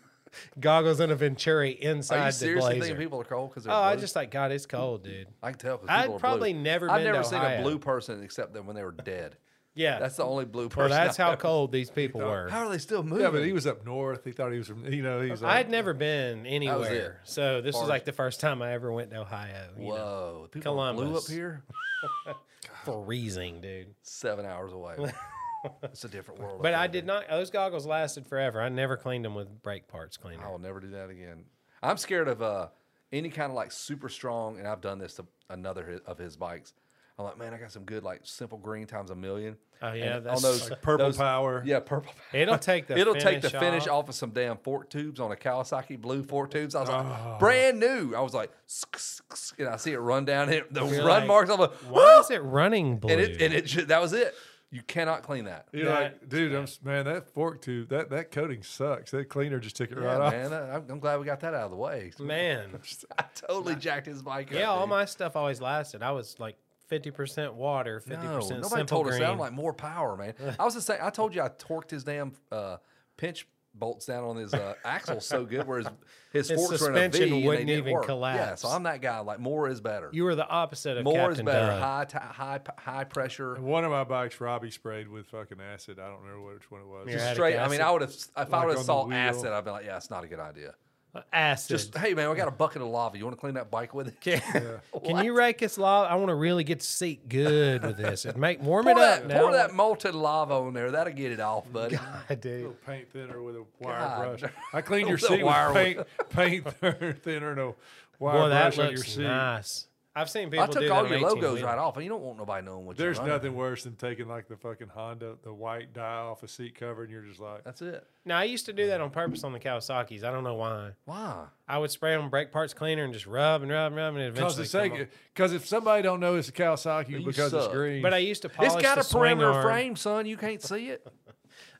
B: goggles and a Venturi
A: Are you
B: inside the
A: seriously
B: blazer.
A: thinking people are cold? Because
B: Oh, I just like God, it's cold, dude.
A: I can tell. 'cause
B: I'd
A: people are
B: probably
A: blue.
B: never
A: I've
B: been to
A: never seen a
B: Ohio.
A: blue person except them when they were dead.
B: Yeah.
A: That's the only blue
B: well,
A: person.
B: that's
A: I
B: how
A: know.
B: cold these people were.
A: How are they still moving?
C: Yeah, but he was up north. He thought he was from, you know, he's
B: I
C: like,
B: had never been anywhere, so this was
A: Far-
B: like the first time I ever went to Ohio. You know,
A: Whoa, people are blue up
B: Columbus.
A: here.
B: freezing, dude.
A: Seven hours
B: (laughs)
A: away. it's a different world. up
B: But
A: there,
B: I
A: man.
B: did not. Those goggles lasted forever. I never cleaned them with brake parts cleaner.
A: I will never do that again. I'm scared of uh, any kind of like super strong, and I've done this to another hi- of his bikes. I'm like, man, I got some good like simple green times a million.
B: Oh, yeah,
A: and
B: that's-
A: on those
C: Like purple
A: those-
C: power.
A: Yeah, purple. power.
B: It'll take the
A: It'll take the
B: finish
A: finish
B: off.
A: off of some damn fork tubes on a Kawasaki blue fork tubes. I was
B: Oh.
A: like, brand new. I was like, and I see it run down it. The
B: You're
A: run
B: like,
A: marks. I'm like,
B: Why
A: "Whoa!"
B: is it running blue?
A: and it and it ju- that was it. You cannot clean that.
C: You're
B: That-
C: like, dude, I'm s- man, that fork tube, that that coating sucks. That cleaner just took it
A: Yeah,
C: right off.
A: man, I- I'm, I'm glad we got that out of the way.
B: (laughs) Man,
A: (laughs) I totally jacked his bike.
B: yeah,
A: up,
B: all
A: dude.
B: my stuff always lasted. I was like fifty percent water, fifty
A: No,
B: percent
A: nobody
B: simple
A: told
B: green.
A: us that. I'm like more power,
B: (laughs)
A: man. I was just saying. I told you I torqued his damn uh, pinch bolts down on his uh, axle so good, where his his,
B: His
A: forks were in a V
B: suspension
A: and they
B: wouldn't
A: didn't
B: even
A: work. Yeah,
B: collapse.
A: so I'm that guy. Like more is better.
B: you were the opposite of
A: more
B: Captain
A: is better.
B: Doug.
A: High ti- high p- high pressure.
C: One of my bikes, Robbie sprayed with fucking acid. I don't remember which one it was.
B: Yeah. Erratic
A: Straight. I mean,
B: acid.
A: I would have if I
C: Like
A: would
C: on the
A: have saw
C: wheel.
A: acid. I'd be like, yeah, it's not a good idea.
B: Acid.
A: Just hey, man, we got a bucket of lava. You want to clean that bike
B: (laughs)
A: with it? (laughs)
B: can, can you rake this lava? I want to really get to seat good with this. And make warm
A: Pour
B: it up.
A: that,
B: now.
A: pour
B: (laughs)
A: that (laughs) molten lava on there. That'll get it off, buddy.
C: (laughs)
B: I do.
C: Little paint thinner with a wire
A: God.
B: (laughs)
C: brush. I cleaned your
A: With a
C: seat
A: wire
C: with paint, (laughs) paint thinner, thinner and a wire
B: Boy, that
C: brush on your
B: looks
C: seat.
B: nice. I've seen people
A: I took
B: do
A: all
B: that on
A: your logos
B: 18-wheeler.
A: right off, and you don't want nobody knowing what
C: There's
A: you're running.
C: nothing worse than taking like the fucking Honda, the white dye off a seat cover, and you're just like,
A: That's it.
B: Now I used to do that on purpose on the Kawasaki's. I don't know why.
A: Wow.
B: I would spray on brake parts cleaner and just rub and rub and rub and it
C: because
B: eventually.
C: it's
B: come off.
C: because if somebody don't know it's a Kawasaki
A: you
C: because it's
A: suck.
C: green,
B: But I used to polish
A: It's got
B: the
A: a perimeter
B: swing arm.
A: frame, son. You can't see it.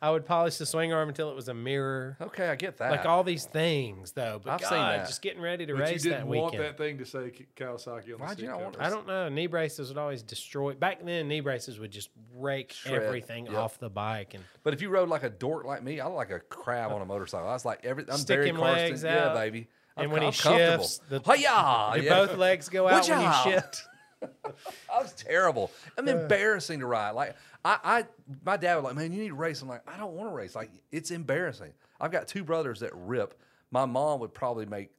B: I would polish the swing arm until it was a mirror.
A: Okay, I get that.
B: Like all these things, though. But
A: I've
B: God,
A: seen that.
B: just getting ready to
C: but you
B: race
C: didn't
B: that
C: want
B: weekend.
C: that thing to say K- Kawasaki on the
A: Why'd
C: seat
A: you not
C: cover.
A: want
B: I don't know. Knee braces would always destroy. Back then, knee braces would just rake
A: Shred.
B: everything
A: Yep.
B: off the bike and
A: but if you rode like a dork like me, I look like a crab on a motorcycle. I was like every. I'm
B: Stick
A: very
B: him
A: Carson.
B: legs
A: yeah,
B: out,
A: baby. I'm,
B: and when he
A: I'm comfortable.
B: shifts, the-
A: Hi-yah!
B: your
A: Oh, yeah.
B: both legs go out
A: Watch
B: when you
A: out.
B: shift.
A: (laughs) I was terrible. I'm embarrassing to ride. Like I, I, my dad was like, "Man, you need to race." I'm like, "I don't want to race. Like it's embarrassing." I've got two brothers that rip. My mom would probably make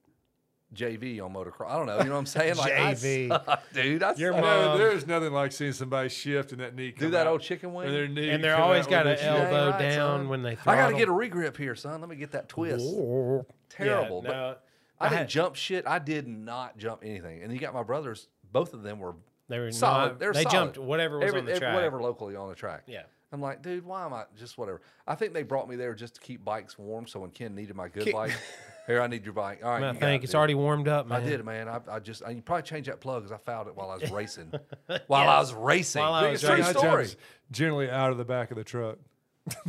A: JV on motocross. I don't know. You
B: (laughs)
A: know what I'm saying? Like I
B: JV.
A: suck, (laughs) dude. I
B: Your
A: suck.
B: mom-
C: No,
B: Um,
C: there's nothing like seeing somebody shift and that knee
A: do
C: come
A: that
C: out,
A: old chicken wing.
C: or their knee
B: And they're
C: come
B: always
C: out
B: got
C: with
B: an
C: the-
A: ain't
B: elbow
A: right,
B: down
A: son.
B: when they.
A: I got to
B: throttle.
A: get a regrip here, son. Let me get that twist. Terrible.
B: Yeah, no,
A: But I, didn't
B: had-
A: jump shit. I did not jump anything. And you got my brothers. Both of them were
B: they were
A: solid.
B: not-
A: They're
B: they
A: solid.
B: jumped whatever was
A: Every-
B: on the
A: every-
B: track.
A: Whatever locally on the track.
B: Yeah.
A: I'm like, dude, why am I just whatever? I think they brought me there just to keep bikes warm. So when Ken needed my good (laughs) bike, here I need your bike. All right,
B: I
A: you got it,
B: think it's
A: dude."
B: already warmed up, man.
A: I did, man. I, I just I, you probably change that plug because I fouled it while I
B: (laughs)
A: was racing. While I was racing,
B: While I
A: it's
B: was
A: a true
B: racing.
A: story.
C: Jumps generally out of the back of the truck.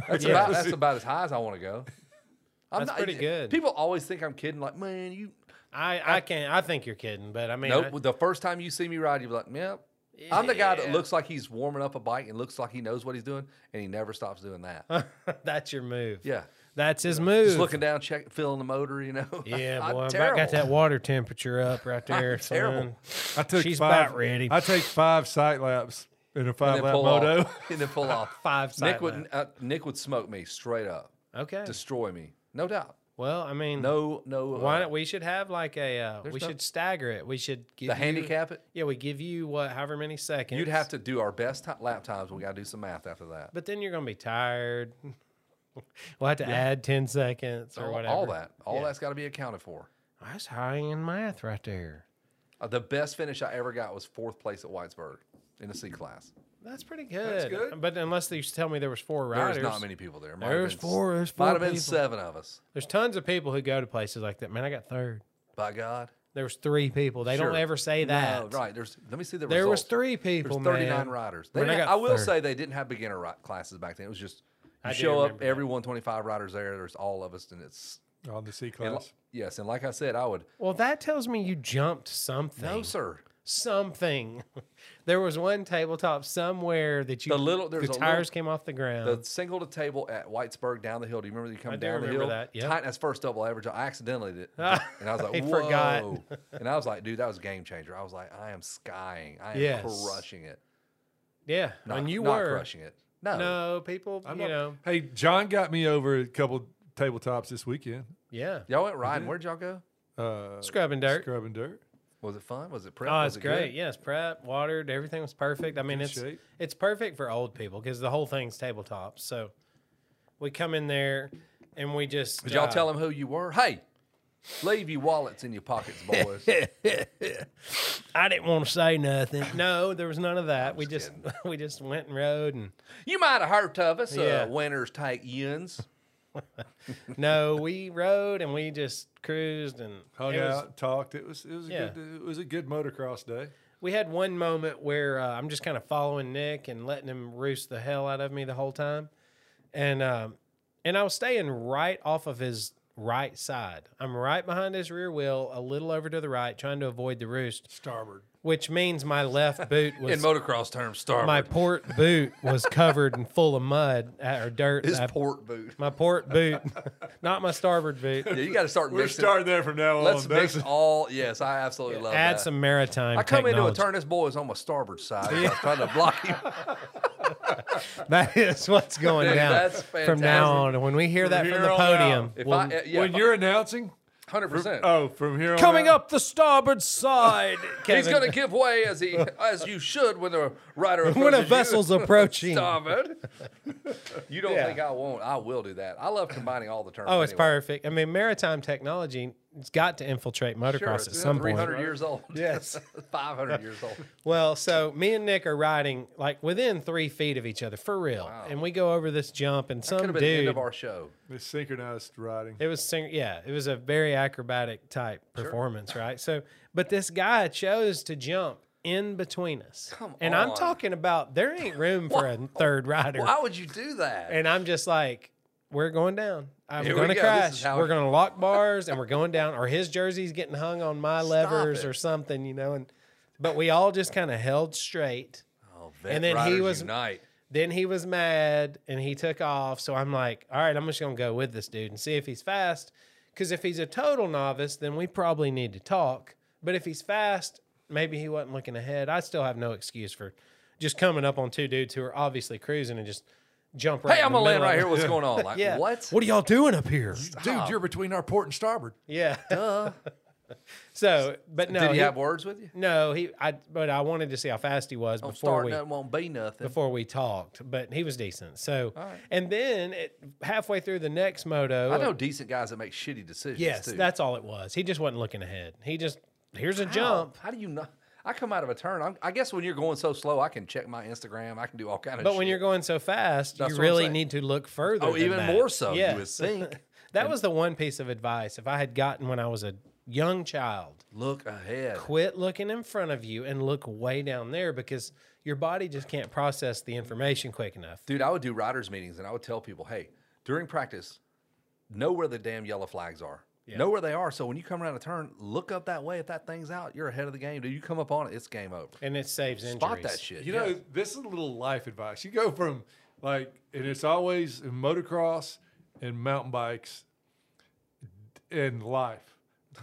A: That's
B: Yeah.
A: about that's about as high as I want to go. I'm
B: That's pretty good.
A: People always think I'm kidding. Like, man, you
B: I, I can't. I think you're kidding, but I mean,
A: nope.
B: I-
A: the first time you see me ride, you're like, yep. I'm the guy that
B: Yeah.
A: looks like he's warming up a bike and looks like he knows what he's doing, and he never stops doing
B: (laughs)
A: that.
B: that's your move.
A: yeah,
B: that's his move.
A: just looking down, check, feeling the motor. You know. (laughs)
B: Yeah,
A: I'm
B: boy, I
A: terrible.
B: got that water temperature
A: (laughs)
B: up right there. son.
A: terrible.
C: I took
B: She's
C: five,
B: about ready.
C: I take five sight laps in a
A: And
C: five
A: then
C: lap
A: pull
B: (laughs)
C: moto.
A: off. And then pull off.
B: Five
A: Nick
B: side
A: would
B: lap.
A: uh, Nick would smoke me straight up,
B: Okay.
A: destroy me, no doubt.
B: well, I mean,
A: No, no. uh,
B: why not? We should have like a. Uh, we
A: no-
B: should stagger it. We should give
A: the
B: you-
A: handicap it?
B: Yeah, we give you what, however many seconds.
A: You'd have to do our best ti- lap times. We got to do some math after that.
B: but then you're gonna be tired. (laughs) we'll have to add ten seconds or
A: all,
B: whatever.
A: all that, all
B: Yeah.
A: that's got to be accounted for.
B: That's high in math right there.
A: Uh, the best finish I ever got was fourth place at Whitesburg in the C class.
B: That's pretty good.
C: good.
B: But unless they used to tell me there was four riders,
A: There's not many people there. Might have
B: There's
A: been s-
B: four. There's
A: Might
B: four.
A: have been
B: people.
A: seven of us.
B: There's tons of people who go to places like that. Man, I got third.
A: By God.
B: There was three people. They
A: Sure.
B: don't ever say that.
A: No, right. There's. Let me see the.
B: There was
A: results.
B: three
A: There's
B: people,
A: 39
B: man.
A: riders. They
B: When I
A: didn't- I,
B: got
A: will
B: third.
A: say they didn't have beginner ri- classes back then. It was just you
B: I do
A: show up,
B: remember that.
A: every 125 riders there. There's all of us, and it's
C: on the C
A: and li-
C: class.
A: yes. And like I said, I would
B: Well, that tells me you jumped something.
A: no sir.
B: Something. (laughs) there was one tabletop somewhere that you
A: The little-
B: the
A: there's a little-
B: tires came off the ground.
A: The single to table at Whitesburg down the hill. Do you remember you come
B: do
A: down the
B: remember
A: hill?
B: that, yep.
A: Titan- that's first double average. I accidentally
B: (laughs)
A: did, it. and I was like,
B: He
A: whoa.
B: forgot.
A: and I was like, dude, that was a game changer. I was like, I am skying. I am
B: Yes.
A: crushing it.
B: yeah,
A: Not,
B: and you
A: not
B: were
A: crushing it. No.
B: No, people,
C: I'm
B: you
C: not-
B: know,
C: Hey, John got me over a couple tabletops this weekend.
B: yeah.
A: Y'all went riding. Where'd y'all go?
C: Uh,
B: Scrubbing dirt.
C: Scrubbing dirt.
A: Was it fun? Was it prep?
B: Oh,
A: was
B: it's
A: it good?
B: great. Yes, prep, watered, everything was perfect. I mean,
C: Good
B: it's
C: shape.
B: it's perfect for old people because the whole thing's tabletop. So we come in there and we just
A: Did y'all
B: uh,
A: tell them who you were? Hey, leave your wallets in your pockets, (laughs) boys.
B: I didn't want to say nothing. No, there was none of that. We just (laughs) we just went and rode and
A: you might have heard of us.
B: Yeah.
A: Uh, winners take yins.
B: no, we rode and we just cruised and
C: Hung
B: it was-
C: out, talked. It was it was a
B: Yeah.
C: good it was a good motocross day.
B: we had one moment where uh, I'm just kind of following Nick and letting him roost the hell out of me the whole time, and um, and I was staying right off of his right side. I'm right behind his rear wheel, a little over to the right, trying to avoid the roost,
C: Starboard.
B: which means
A: (laughs)
B: my left boot
A: In
B: was
A: motocross terms, starboard.
B: my port boot was covered and full of mud uh, or dirt.
A: His
B: I-
A: port boot.
B: my port boot, not my starboard boot.
A: Yeah, you got to
B: (laughs)
A: start
C: We're
A: mixing.
C: starting there from now on.
A: Let's
C: That's-
A: mix all. Yes, I absolutely love
B: Add
A: that.
B: some maritime.
A: I come into a
B: technology.
A: turn. This boy is on my starboard side. I was trying to block him.
B: (laughs) That is what's going
A: Dude,
B: down
A: that's
B: from now
A: fantastic.
B: on. When we hear that from
C: here
B: the
C: on
B: podium,
C: out.
A: If
B: we'll-
A: I, uh, yeah,
C: when you're announcing,
A: hundred percent.
C: oh, from here on
B: coming
C: out,
B: up the starboard side,
A: (laughs) He's
B: Kevin,
A: going to give way as he as you should when the rider
B: (laughs) when a
A: approaches you. (laughs)
B: vessel's approaching.
A: starboard. You don't
B: Yeah.
A: think I won't? I will do that. I love combining all the terms.
B: Oh, it's
A: anyway.
B: perfect. I mean, maritime technology has got to infiltrate motocross
A: Sure,
B: at some
A: three
B: point.
A: hundred years (laughs) old.
B: Yes.
A: five hundred years old.
B: Well, so me and Nick are riding like within three feet of each other for real, and we go over this jump, and
A: Could
B: some
A: have been the end
B: dude.
A: of our show.
C: It's synchronized riding.
B: It was sing- yeah, it was a very acrobatic type performance,
A: (laughs)
B: right? So, but this guy chose to jump in between us.
A: Come
B: and I'm
A: on.
B: talking about there ain't room for a third rider.
A: Why would you do that?
B: And I'm just like, we're going down. I'm
A: Here we
B: going to
A: go. This
B: crash.
A: is how
B: we're
A: it-
B: going to lock bars and we're going down or his jersey's getting hung on my levers
A: it.
B: or something, you know, and but we all just kind of held straight.
A: oh, vet
B: and then he
A: riders
B: was-
A: unite.
B: Then he was mad and he took off. So I'm like, all right, I'm just gonna go with this dude and see if he's fast. Because if he's a total novice, then we probably need to talk. But if he's fast, maybe he wasn't looking ahead. I still have no excuse for just coming up on two dudes who are obviously cruising and just jump right.
A: Hey,
B: in
A: I'm
B: the
A: gonna land
B: middle
A: right
B: of
A: here. What's going
B: (laughs)
A: on? Like
B: Yeah.
A: what?
B: What are y'all doing up here?
C: Dude, you're between our port and starboard.
B: Yeah. (laughs) So, but no,
A: Did
B: he-
A: he have words with you?
B: no, he. I but I wanted to see how fast he was
A: Don't
B: before
A: Oh, start
B: we
A: nothing, won't be nothing.
B: before we talked. But he was decent. So, and then it, halfway through the next moto,
A: I know decent guys that make shitty decisions.
B: yes,
A: too.
B: that's all it was. He just wasn't looking ahead. He just here's a
A: How?
B: jump.
A: How do you not? I come out of a turn. I'm, I guess when you're going so slow, I can check my Instagram. I can do all kind of.
B: But when
A: shit.
B: you're going so fast,
A: That's
B: you
A: what I'm
B: really
A: saying.
B: need to look further.
A: oh,
B: than
A: even
B: that.
A: more so, you would
B: Yes.
A: think.
B: (laughs) That was the one piece of advice if I had gotten when I was a young child.
A: Look ahead.
B: quit looking in front of you and look way down there because your body just can't process the information quick enough.
A: Dude, I would do riders meetings and I would tell people, hey, during practice, know where the damn yellow flags are. Know where they are. So when you come around a turn, look up that way. If that thing's out, you're ahead of the game. Dude, you come up on it, it's game over.
B: And it saves injuries.
A: Spot that shit.
C: You
A: yeah.
C: know, this is a little life advice. You go from like, and it's always in motocross and mountain bikes and life.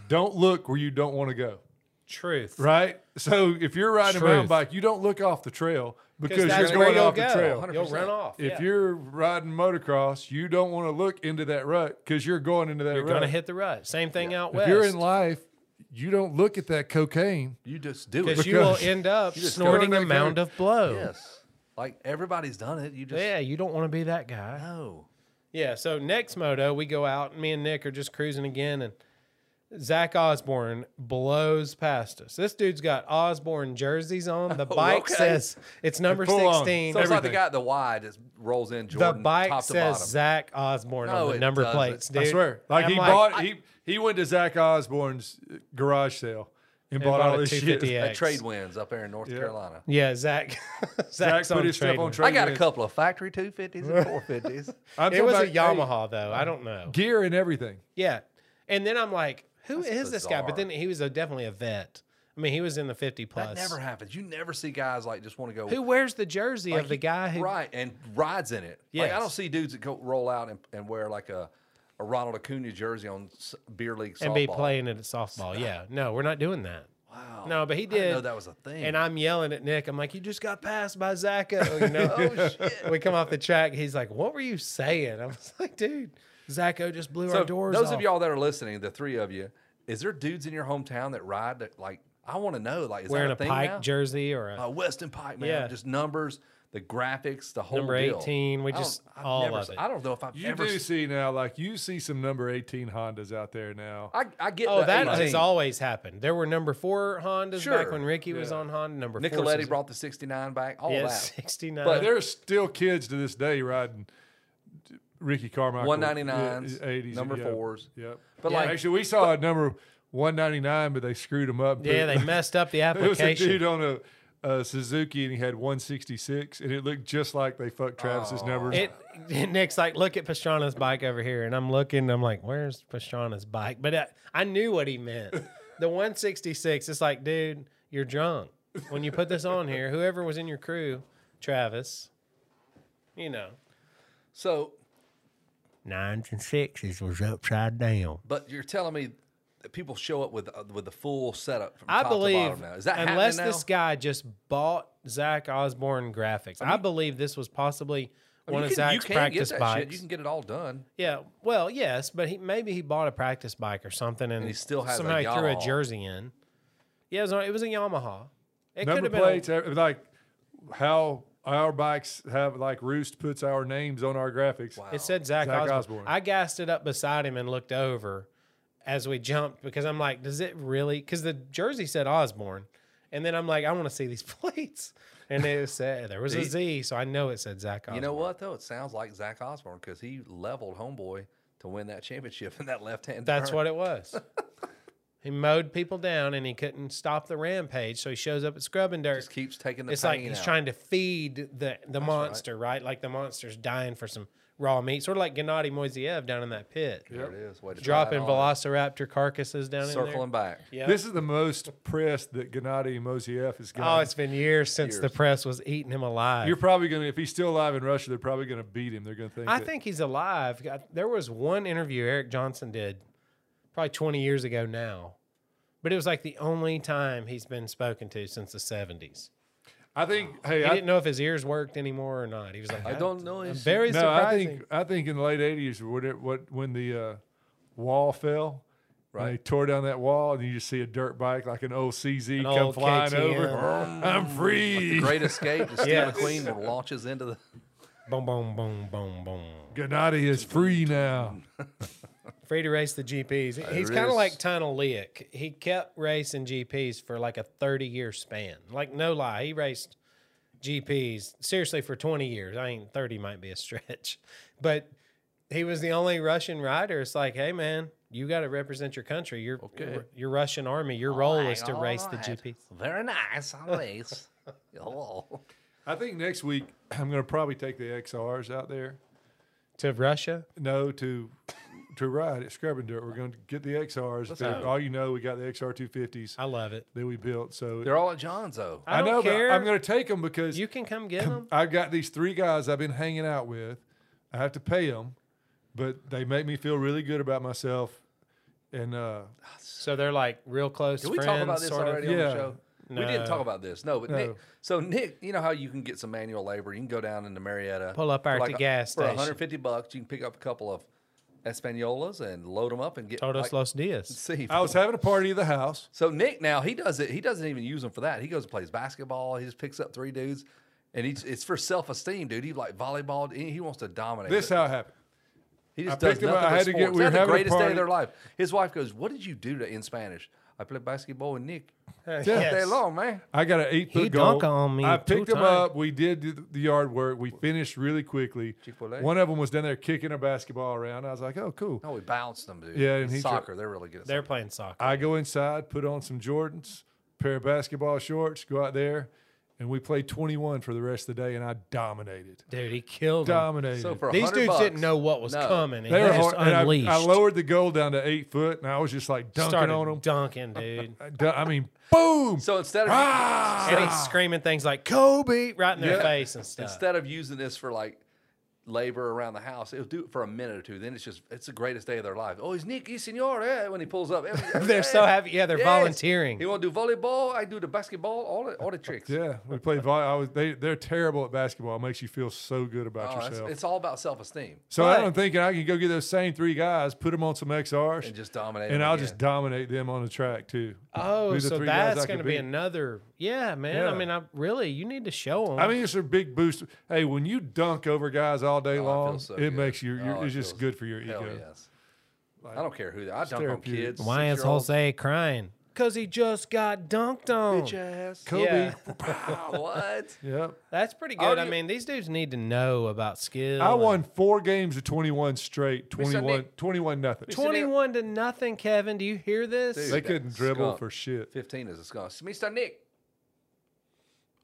C: Don't look where you don't want to go.
B: Truth.
C: Right. So if you're riding a mountain
B: Truth.
C: bike, you don't look off the trail
B: Because
C: because you're
B: that's where
C: going
B: you'll
C: off the
B: go.
C: trail.
B: you will
A: 100%.
B: run off.
C: If
B: yeah.
C: you're riding motocross, you don't want to look into that rut because you're going into that
B: You're
C: rut.
B: gonna hit the rut. Same thing out
C: if
B: west.
C: you're in life, you don't look at that cocaine.
A: you just do it.
B: because you will
C: because-
B: end up
A: just
B: snorting
C: go
B: a
C: in that
B: mound
C: car.
B: of blow.
A: yes. Like everybody's done it. You just
B: Yeah, you don't want to be that guy.
A: no.
B: Yeah. So next moto, we go out, and me and Nick are just cruising again, and Zach Osborne blows past us. This dude's got Osborne jerseys on. The bike
A: okay.
B: says it's number
C: Full on.
B: sixteen.
A: So it's like the
C: Everything.
A: guy at the Y that rolls in
B: the
A: Jordan
B: bike
A: top to
B: says
A: bottom.
B: Zach Osborne
A: No,
B: on the
A: it
B: number
A: doesn't.
B: plates, dude.
C: I swear. Like
B: I'm
C: he bought he he went to Zach Osborne's garage sale and, bought,
B: bought
C: all
B: a
C: this shit.
B: 250X.
A: At Trade Winds up there in North Carolina.
B: Yeah, Zach. (laughs)
C: Zach
B: Zach's
C: put
B: on
C: his stuff
B: trade.
C: on
B: one.
C: trade.
A: I got a
C: Winds.
A: couple of factory 250s and
B: (laughs)
A: 450s.
C: I'm
B: It
C: talking
B: was a
C: about, hey,
B: Yamaha though. I don't know.
C: gear and everything.
B: Yeah, and then I'm like, who is this guy? But
A: bizarre.
B: then he was a, definitely a vet. I mean, he was in the fifty
A: that
B: plus.
A: never happens. You never see guys like just want to go
B: who wears the jersey of the guy who?
A: right and rides in it. Like I
B: Yes.
A: don't see dudes that go roll out and, and wear like a, a Ronald Acuna jersey on s- beer league softball.
B: and be playing it at softball. Yeah, no, we're not doing that.
A: Wow.
B: No, but he
A: I didn't know
B: did.
A: that was a thing.
B: And I'm yelling at Nick. I'm like, you just got passed by
A: (laughs)
B: Zacho. You know? oh, shit. We come off the track. He's like, what were you saying? I was (laughs) like, dude, Zacho just blew
A: so
B: our doors
A: those
B: off."
A: of y'all that are listening, the three of you, is there dudes in your hometown that ride that like I want to know like is
B: wearing
A: that a,
B: a
A: thing
B: Pike
A: now?
B: jersey or a
A: Uh, Weston Pike, man,
B: Yeah.
A: just numbers, the graphics, the whole
B: Number
A: deal.
B: 18, we
A: I don't-
B: just-
A: I've
B: all
A: never
B: of
A: se-
B: it.
A: I don't know if I've
C: You
A: ever.
C: do
A: se-
C: see now, like you see some number eighteen Hondas out there now.
A: I, I get.
B: Oh,
A: the
B: that
A: 18.
B: has always happened. There were number four Hondas back
A: Sure.
B: when Ricky was on Honda. Number four.
A: Nicoletti
B: Suzuki.
A: brought the '69 back. All
B: yeah,
A: that.
B: 69.
A: But
C: There's still kids to this day riding Ricky Carmichael
A: 199s,
C: eighties
A: number
C: yeah,
A: fours.
C: Yep.
A: But
B: Yeah.
A: like,
C: Actually, we saw a number one ninety nine, but they screwed him up.
B: yeah, they messed
A: (laughs)
B: up the
C: There was a dude
B: application.
C: on a, a Suzuki and he had 166, and it looked just like they fucked Travis's numbers.
B: It, (laughs) Nick's like, look at Pastrana's bike over here, and I'm looking. I'm like, where's Pastrana's bike? But I, I knew what he meant. The 166. It's like, dude, you're drunk. When you put this on here, whoever was in your crew, Travis, you know,
A: so,
D: Nines and sixes was upside down.
A: but you're telling me that people show up with uh, with the full setup from
B: I
A: top to
B: believe
A: bottom now. Is that happening
B: unless
A: now?
B: this guy just bought Zach Osborne graphics, I, believe this was possibly
A: I mean,
B: one
A: you can- you
B: of Zach's
A: can get
B: practice
A: that
B: bikes.
A: Shit. You can get it all done.
B: Yeah, well, yes, but he maybe he bought a practice bike or something, and,
A: he still has a
B: somehow he threw a
A: Yamaha.
B: jersey in. Yeah, it was, on- it was a Yamaha. It could
C: Number
B: have been. a-
C: plates, ev- like how our bikes have, like Roost puts our names on our graphics.
B: it said Zach,
C: Zach
B: Osborne.
C: Osborne.
B: I gassed it up beside him and looked over as we jumped because I'm like, does it really? Because the jersey said Osborne, and then I'm like, I want to see these (laughs) plates, and it said there was a Z, so I know it said Zach Osborne.
A: You know what though? It sounds like Zach Osborne because he leveled homeboy to win that championship in that left hand.
B: That's what it was.
A: (laughs)
B: he mowed people down and he couldn't stop the rampage, so he shows up at Scrub and Dirt.
A: just keeps taking the
B: it's like
A: pain
B: he's
A: out.
B: trying to feed the the monster, right. Like the monster's dying for some raw meat, sort of like Gennady Moiseyev down in that pit,
A: There it is. Way to try it
B: dropping
A: on.
B: Velociraptor carcasses down in
A: circling back.
B: there. Yeah.
C: This is the most press that Gennady Mosiev has
B: oh,
C: gotten.
B: it's been years since the
A: Years.
B: press was eating him alive.
C: You're probably going to, if he's still alive in Russia, they're probably going to beat him. They're going to think.
B: I
C: that-
B: think he's alive. I- There was one interview Eric Johnson did probably 20 years ago now, but it was like the only time he's been spoken to since the 70s.
C: I think. Hey,
B: He
C: I,
B: didn't know if his ears worked anymore or not. He was like,
A: I don't know.
B: I'm
A: his-
B: very
C: no, I
B: surprising.
C: think I think in the late '80s, when it, what when the uh, wall fell, right? they tore down that wall, and you just see a dirt bike like an old CZ
B: An
C: come
B: old
C: flying
B: KTM.
C: over. I'm free.
A: Great
B: (laughs)
A: escape. Just
B: Yeah.
A: Steve McQueen launches into the.
B: boom, boom, boom, boom, boom.
C: Gennady is free now.
B: Free to race the GPs. He- He's kind of
A: is.
B: like Tunnel Leak. He kept racing GPs for like a 30 year span. Like, no lie. He raced GPs seriously for 20 years. I mean, 30 might be a (laughs) stretch, but he was the only Russian rider. It's like, hey, man, you got to represent your country. Your, your, your Russian army, your role is to race the GPs.
A: Very nice. I'll
B: (laughs)
A: race. Oh.
C: I think next week (clears throat) I'm going to probably take the XRs out there.
B: To Russia?
C: No, to to ride at Scrub and Dirt. We're going to get the XRs. They're- All you know, we got the XR 250s
B: I love it.
C: that we built. So
A: They're all at John's though.
B: I don't
C: know,
B: care.
C: but I'm going to take them because
B: You can come get them.
C: I've got these three guys I've been hanging out with. I have to pay them, but they make me feel really good about myself. And uh,
B: So they're like real close
A: Did we
B: friends.
A: talk about this
B: sort of.
A: already on
C: Yeah.
A: the show? We didn't talk about this. No, but Nick.
C: No.
A: So Nick, you know how you can get some manual labor. You can go down into Marietta,
B: Pull up
A: for
B: at
A: like
B: the
A: a-
B: gas
A: for
B: station.
A: 150 bucks. You can pick up a couple of Espanolas and load them up and get.
B: Todos
A: like,
B: Los
A: (laughs)
B: Dias.
A: see.
C: I was having a party at the house.
A: So Nick now he does it. He doesn't even use them for that. He goes and plays basketball. He just picks up three dudes, and he's it's for self esteem, dude. He like volleyball. He he wants to dominate.
C: This
A: it.
C: how it happened.
A: he just
C: I
A: does
C: picked him
A: nothing.
C: up. I
A: but
C: had to get-
A: sports. They
C: we were
A: had the
C: having a
A: greatest day of
C: party.
A: their life. His wife goes, "What did you do to, in Spanish?" I played basketball with
C: (laughs)
A: Nick.
B: Yes.
A: Day long, man.
C: I got an eight foot
B: He
C: goal.
B: dunk on me
C: I
B: two
C: picked him
B: times.
C: up. We did the- the yard work. We finished really quickly.
A: Chick-fil-A.
C: One of them was down there kicking a basketball around. I was like, oh, cool.
A: No, we bounced them, dude.
C: Yeah, and he
A: soccer. they're really good. At
B: They're playing soccer.
C: I go inside, put on some Jordans, pair of basketball shorts, go out there, and we played 21 for the rest of the day, and I dominated.
B: Dude, he killed them.
C: Dominated.
A: soccer. so for
B: These
A: 100
B: dudes
A: bucks-
B: didn't know what was
A: No.
B: coming. And
C: They were
B: he just
C: hard, and I-
B: unleashed.
C: I, lowered the goal down to eight foot, and I was just like dunking
B: started
C: on them.
B: dunking,
C: (laughs)
B: dude.
C: I dun- I mean, boom!
A: So instead of
C: Ah!
B: and he's screaming things like Kobe right in their
C: Yeah.
B: face and stuff.
A: instead of using this for like labor around the house. It'll do it for a minute or two. Then it's just it's the greatest day of their life. Oh, he's Nicky Senor. eh, when he pulls up, Every-
C: (laughs)
A: every
B: (laughs) They're so
A: day.
B: happy. Yeah, they're
A: Yes.
B: volunteering.
A: He want to do volleyball. I do the basketball. All the all the tricks.
C: Yeah, we played volley. I was, they, they're terrible at basketball. It makes you feel so good about
A: Oh, it's,
C: yourself.
A: it's all about self esteem
C: so
B: But-
C: I am thinking I can go get those same three guys, put them on some XRs,
A: and
C: and,
A: just dominate.
C: I'll just dominate them on the track too.
B: Oh,
C: Be the
B: so
C: three guys
B: that's
C: I
B: going to
C: could
B: be
C: beat.
B: another. Yeah, man. I
C: Yeah.
B: mean, I really you need to show them.
C: I mean, it's a big boost. Hey, when you dunk over guys all day
A: Oh,
C: long,
A: feels so
C: it
A: good.
C: makes you. You're,
A: Oh, it
C: it's just
A: feels-
C: good for your
A: Hell
C: ego.
A: yes. I don't care who they. I dunk on
C: therapeutic.
A: kids.
B: why is
A: six-year-olds,
B: Jose crying? Cause he just got dunked on.
A: bitch ass?
C: Kobe.
B: Yeah.
C: (laughs)
A: Wow, (laughs) what?
C: Yep.
B: That's pretty good. I
A: you-
B: mean, these dudes need to know about skill.
C: I
B: and-
C: won four games of 21 straight,
A: said
C: 21,
A: Nick-
C: 21 nothing.
A: said-
B: twenty-one to nothing. Kevin, do you hear this?
A: Dude,
C: They
A: that
C: couldn't dribble
A: skunk.
C: for shit.
A: Fifteen is a score. Mister Nick.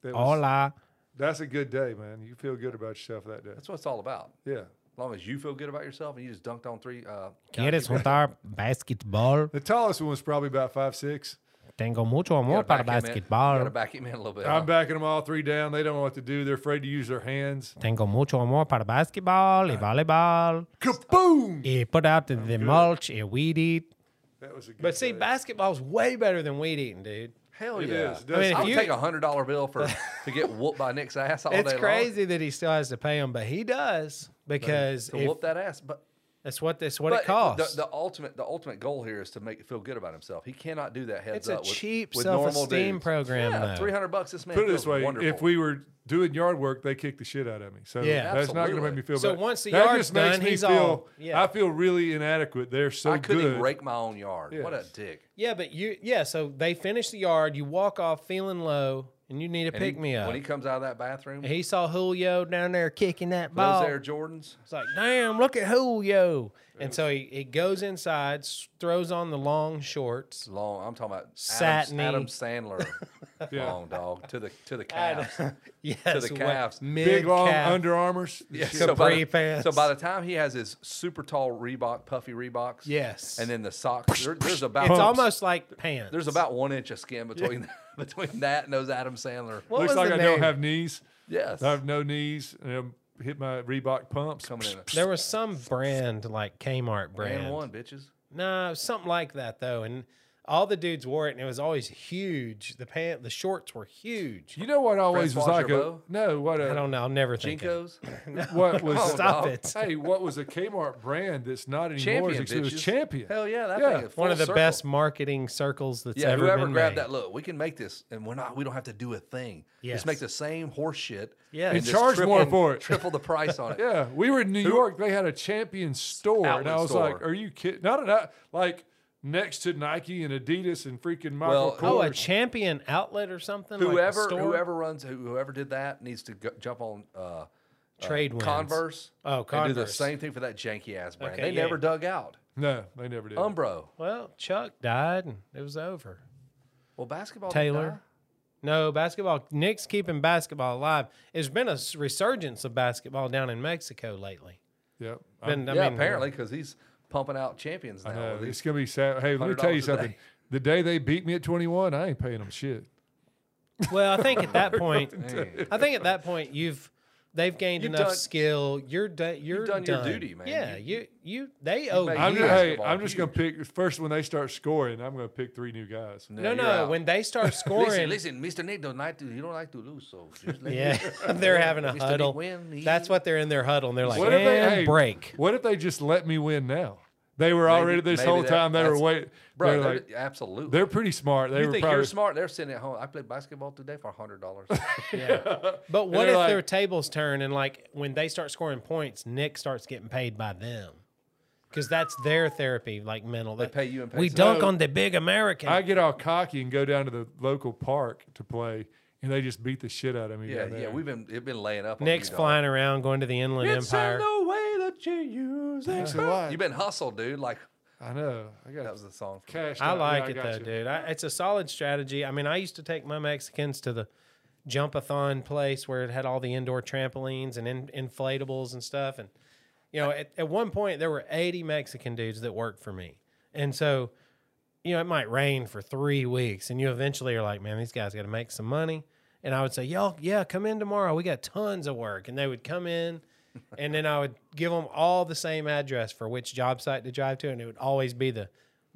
C: That was-
B: Hola.
C: That's a good day, man. You feel good about yourself that day.
A: That's what it's all about.
C: Yeah.
A: As long as you feel good about yourself and you just dunked on three. Uh,
B: ¿Quieres jugar basketball?
C: The tallest one was probably about five six.
B: Tengo mucho
A: you
B: amor
A: gotta
B: para
A: back him in. You gotta
B: basketball.
A: back him in a little bit. huh?
C: I'm backing them all three down. They don't know what to do. They're afraid to use their hands.
B: Tengo mucho amor para basketball y voleibol.
C: Kaboom!
B: Y put out the, the mulch y weed eat.
C: That was a good.
B: But see,
C: day.
B: basketball's way better than weed eating, dude.
A: Hell
C: It
A: Oh, yeah!
C: is. It
A: I
C: does
B: mean, if
A: would
B: you-
A: take a hundred dollar bill for to get whooped by Nick's ass all
B: it's
A: day
B: crazy that he still has to pay him, but he does because
A: long to
B: if-
A: whoop that ass. But
B: that's what that's what
A: but
B: it costs.
A: The, the ultimate the ultimate goal here is to make it feel good about himself. He cannot do that heads
B: it's
A: up.
B: a
A: with-
B: cheap
A: with, normal
B: self-esteem
A: dudes.
B: program,
A: Yeah,
B: though.
A: three hundred bucks. This man
C: Put it
A: feels
C: this way:
A: wonderful.
C: if we were doing yard work, they kicked the shit out of me. So
B: Yeah.
C: that's not going to make
A: Absolutely.
C: me feel
B: So
C: bad.
B: once the
C: that
B: yard's
C: just makes
B: done,
C: me
B: he's
C: feel.
B: all- yeah.
C: I feel really inadequate. They're so
A: I couldn't
C: good.
A: even rake my own yard. What a
C: Yes.
A: dick!
B: Yeah, but you yeah, so they finish the yard, you walk off feeling low, and you need to
A: And he-
B: pick me up.
A: when he comes out of that bathroom.
B: And he saw Julio down there kicking that
A: those
B: ball.
A: Air Jordans.
B: It's like, damn, look at Julio. And so he, he goes inside, s- throws on the long shorts.
A: Long. I'm talking about Adam,
B: Satiny.
A: Adam Sandler.
C: (laughs) Yeah.
A: Long dog to the to the calves.
B: (laughs) Yes,
A: the
B: wet-
A: calves.
B: mid
C: Big long
B: calf.
C: Under Armours.
A: (laughs) Yeah,
C: Shit.
A: so, by
B: capri
A: the,
B: pants.
A: so by the time he has his super tall Reebok, puffy Reeboks,
B: Yes.
A: and then the socks, there- there's about
B: it's almost like pants.
A: there's about one inch of skin between (laughs) between that and those Adam Sandler.
B: What
C: Looks
B: was
C: like
B: the
C: I
B: name?
C: don't have knees.
A: Yes,
B: uh,
C: I have no knees. And I'm- hit my Reebok pumps.
A: coming in
B: There was some brand like Kmart brand.
A: and one bitches.
B: No, something like that though. And all the dudes wore it, and it was always huge. The pant, the shorts were huge.
C: You know what always was
A: Francois
C: like a
A: Gerbeau?
C: no. What
B: I
C: a
B: don't know. I'll never think. of it. (laughs)
A: Jinkos,
C: what was
A: (laughs)
C: Oh,
B: Stop
A: dog.
B: it.
C: hey, what was a Kmart brand that's not anymore?
A: champion
C: Is it
A: bitches,
C: was champion.
A: Hell yeah, that thing
C: Yeah.
A: is
B: One
A: full
B: of the
A: circle.
B: best marketing circles that's
A: Yeah,
B: ever
A: whoever
B: been
A: grabbed
B: made.
A: that, look, we can make this, and we're not. We don't have to do a thing.
B: Yes.
A: Just make the same horse shit.
B: Yeah.
A: and
B: And
A: just
C: charge more
A: triple-
C: for it.
A: Triple the price
B: (laughs)
A: on it.
C: Yeah, we were in New York. They had a champion store, and
A: Outlet
C: I was like,
A: store.
C: "Are you kidding? Not an out- like next to Nike and Adidas and freaking Michael
A: Well, um,
B: Oh, a
C: Kors."
B: champion outlet or something. like a
A: Whoever
B: store?
A: whoever runs who- whoever did that needs to go, jump on uh,
B: trade wins.
A: Converse. And
B: Oh,
A: do the
B: Converse.
A: same thing for that janky ass brand.
B: Okay,
A: they
B: yeah.
A: never dug out.
C: no, they never did.
A: Umbro.
B: Well, Chuck died and it was over.
A: Well, basketball. didn't
B: Taylor. No, basketball. Nick's keeping basketball alive. There's been a s- resurgence of basketball down in Mexico lately.
C: yep. I-
B: Been,
A: die?
B: I
A: Uh, yeah,
B: mean,
A: apparently because he's pumping out champions now.
C: I know,
A: with
C: it's
A: these-
C: gonna be sad. Hey, let me
A: $100
C: tell you
A: a
C: something.
A: day.
C: The day they beat me at 21, I ain't paying them shit.
B: (laughs) Well, I think
A: (laughs)
B: at that point, I think at that point you've they've gained
A: You've
B: enough
A: done-
B: skill. You're done. You're
A: done your
B: done.
A: duty, man.
B: Yeah, you you they owe
A: made-
B: you.
C: I'm
A: Yeah.
C: just, hey,
A: Basketball,
C: I'm just gonna pick first when they start scoring. I'm gonna pick three new guys.
B: no,
A: you're
B: no.
A: out.
B: When they start
A: (laughs)
B: scoring,
A: Listen, listen, Mr. Nick don't like to. You don't like to lose,
B: (laughs)
A: so just let
B: yeah,
A: me-
B: they're having a
A: Mr. Nick
B: huddle.
A: win, he-
B: That's what they're in their huddle, and they're like,
C: What if they
B: and
C: hey,
B: break.
C: What if they just let me win now? They were already this
A: maybe
C: whole
A: that-
C: time. They were
A: that's-
C: waiting.
A: bro.
C: they're
A: they're-
C: like,
A: absolutely.
C: they're pretty smart. They
A: you
C: were
A: think
C: probably,
A: you're smart? They're sitting at home. I played basketball today for hundred
B: (laughs)
A: dollars.
B: But what
C: they're
B: if
C: like-
B: their tables turn and like when they start scoring points, Nick starts getting paid by them. Because that's their therapy, like mental. They
A: pay you in
B: We
A: pesos.
B: dunk on the big American.
C: I get all cocky and go down to the local park to play, and they just beat the shit out of me.
A: yeah,
C: down there.
A: yeah. We've been it's been laying up. on
B: Nick's
A: you, dog.
B: flying around, going to the Inland
A: It's
B: Empire.
A: the way that you use it.
C: Thanks
A: (laughs)
C: a lot.
A: You've been hustled, dude. Like
C: I know. I got
A: that was the song. For
C: cash.
B: I
C: out. Yeah,
B: like it
C: got
B: though,
C: you.
B: dude. I, it's a solid strategy. I mean, I used to take my Mexicans to the jump-a-thon place where it had all the indoor trampolines and in, inflatables and stuff. And you know, at, at one point there were eighty Mexican dudes that worked for me, and so you know it might rain for three weeks, and you eventually are like, man, these guys got
A: (laughs)
B: to make some money. And I would say, y'all, yeah, come in tomorrow. We got tons of work, and they would come in. and then I would give them all the same address for which job site to drive to, and it would always be the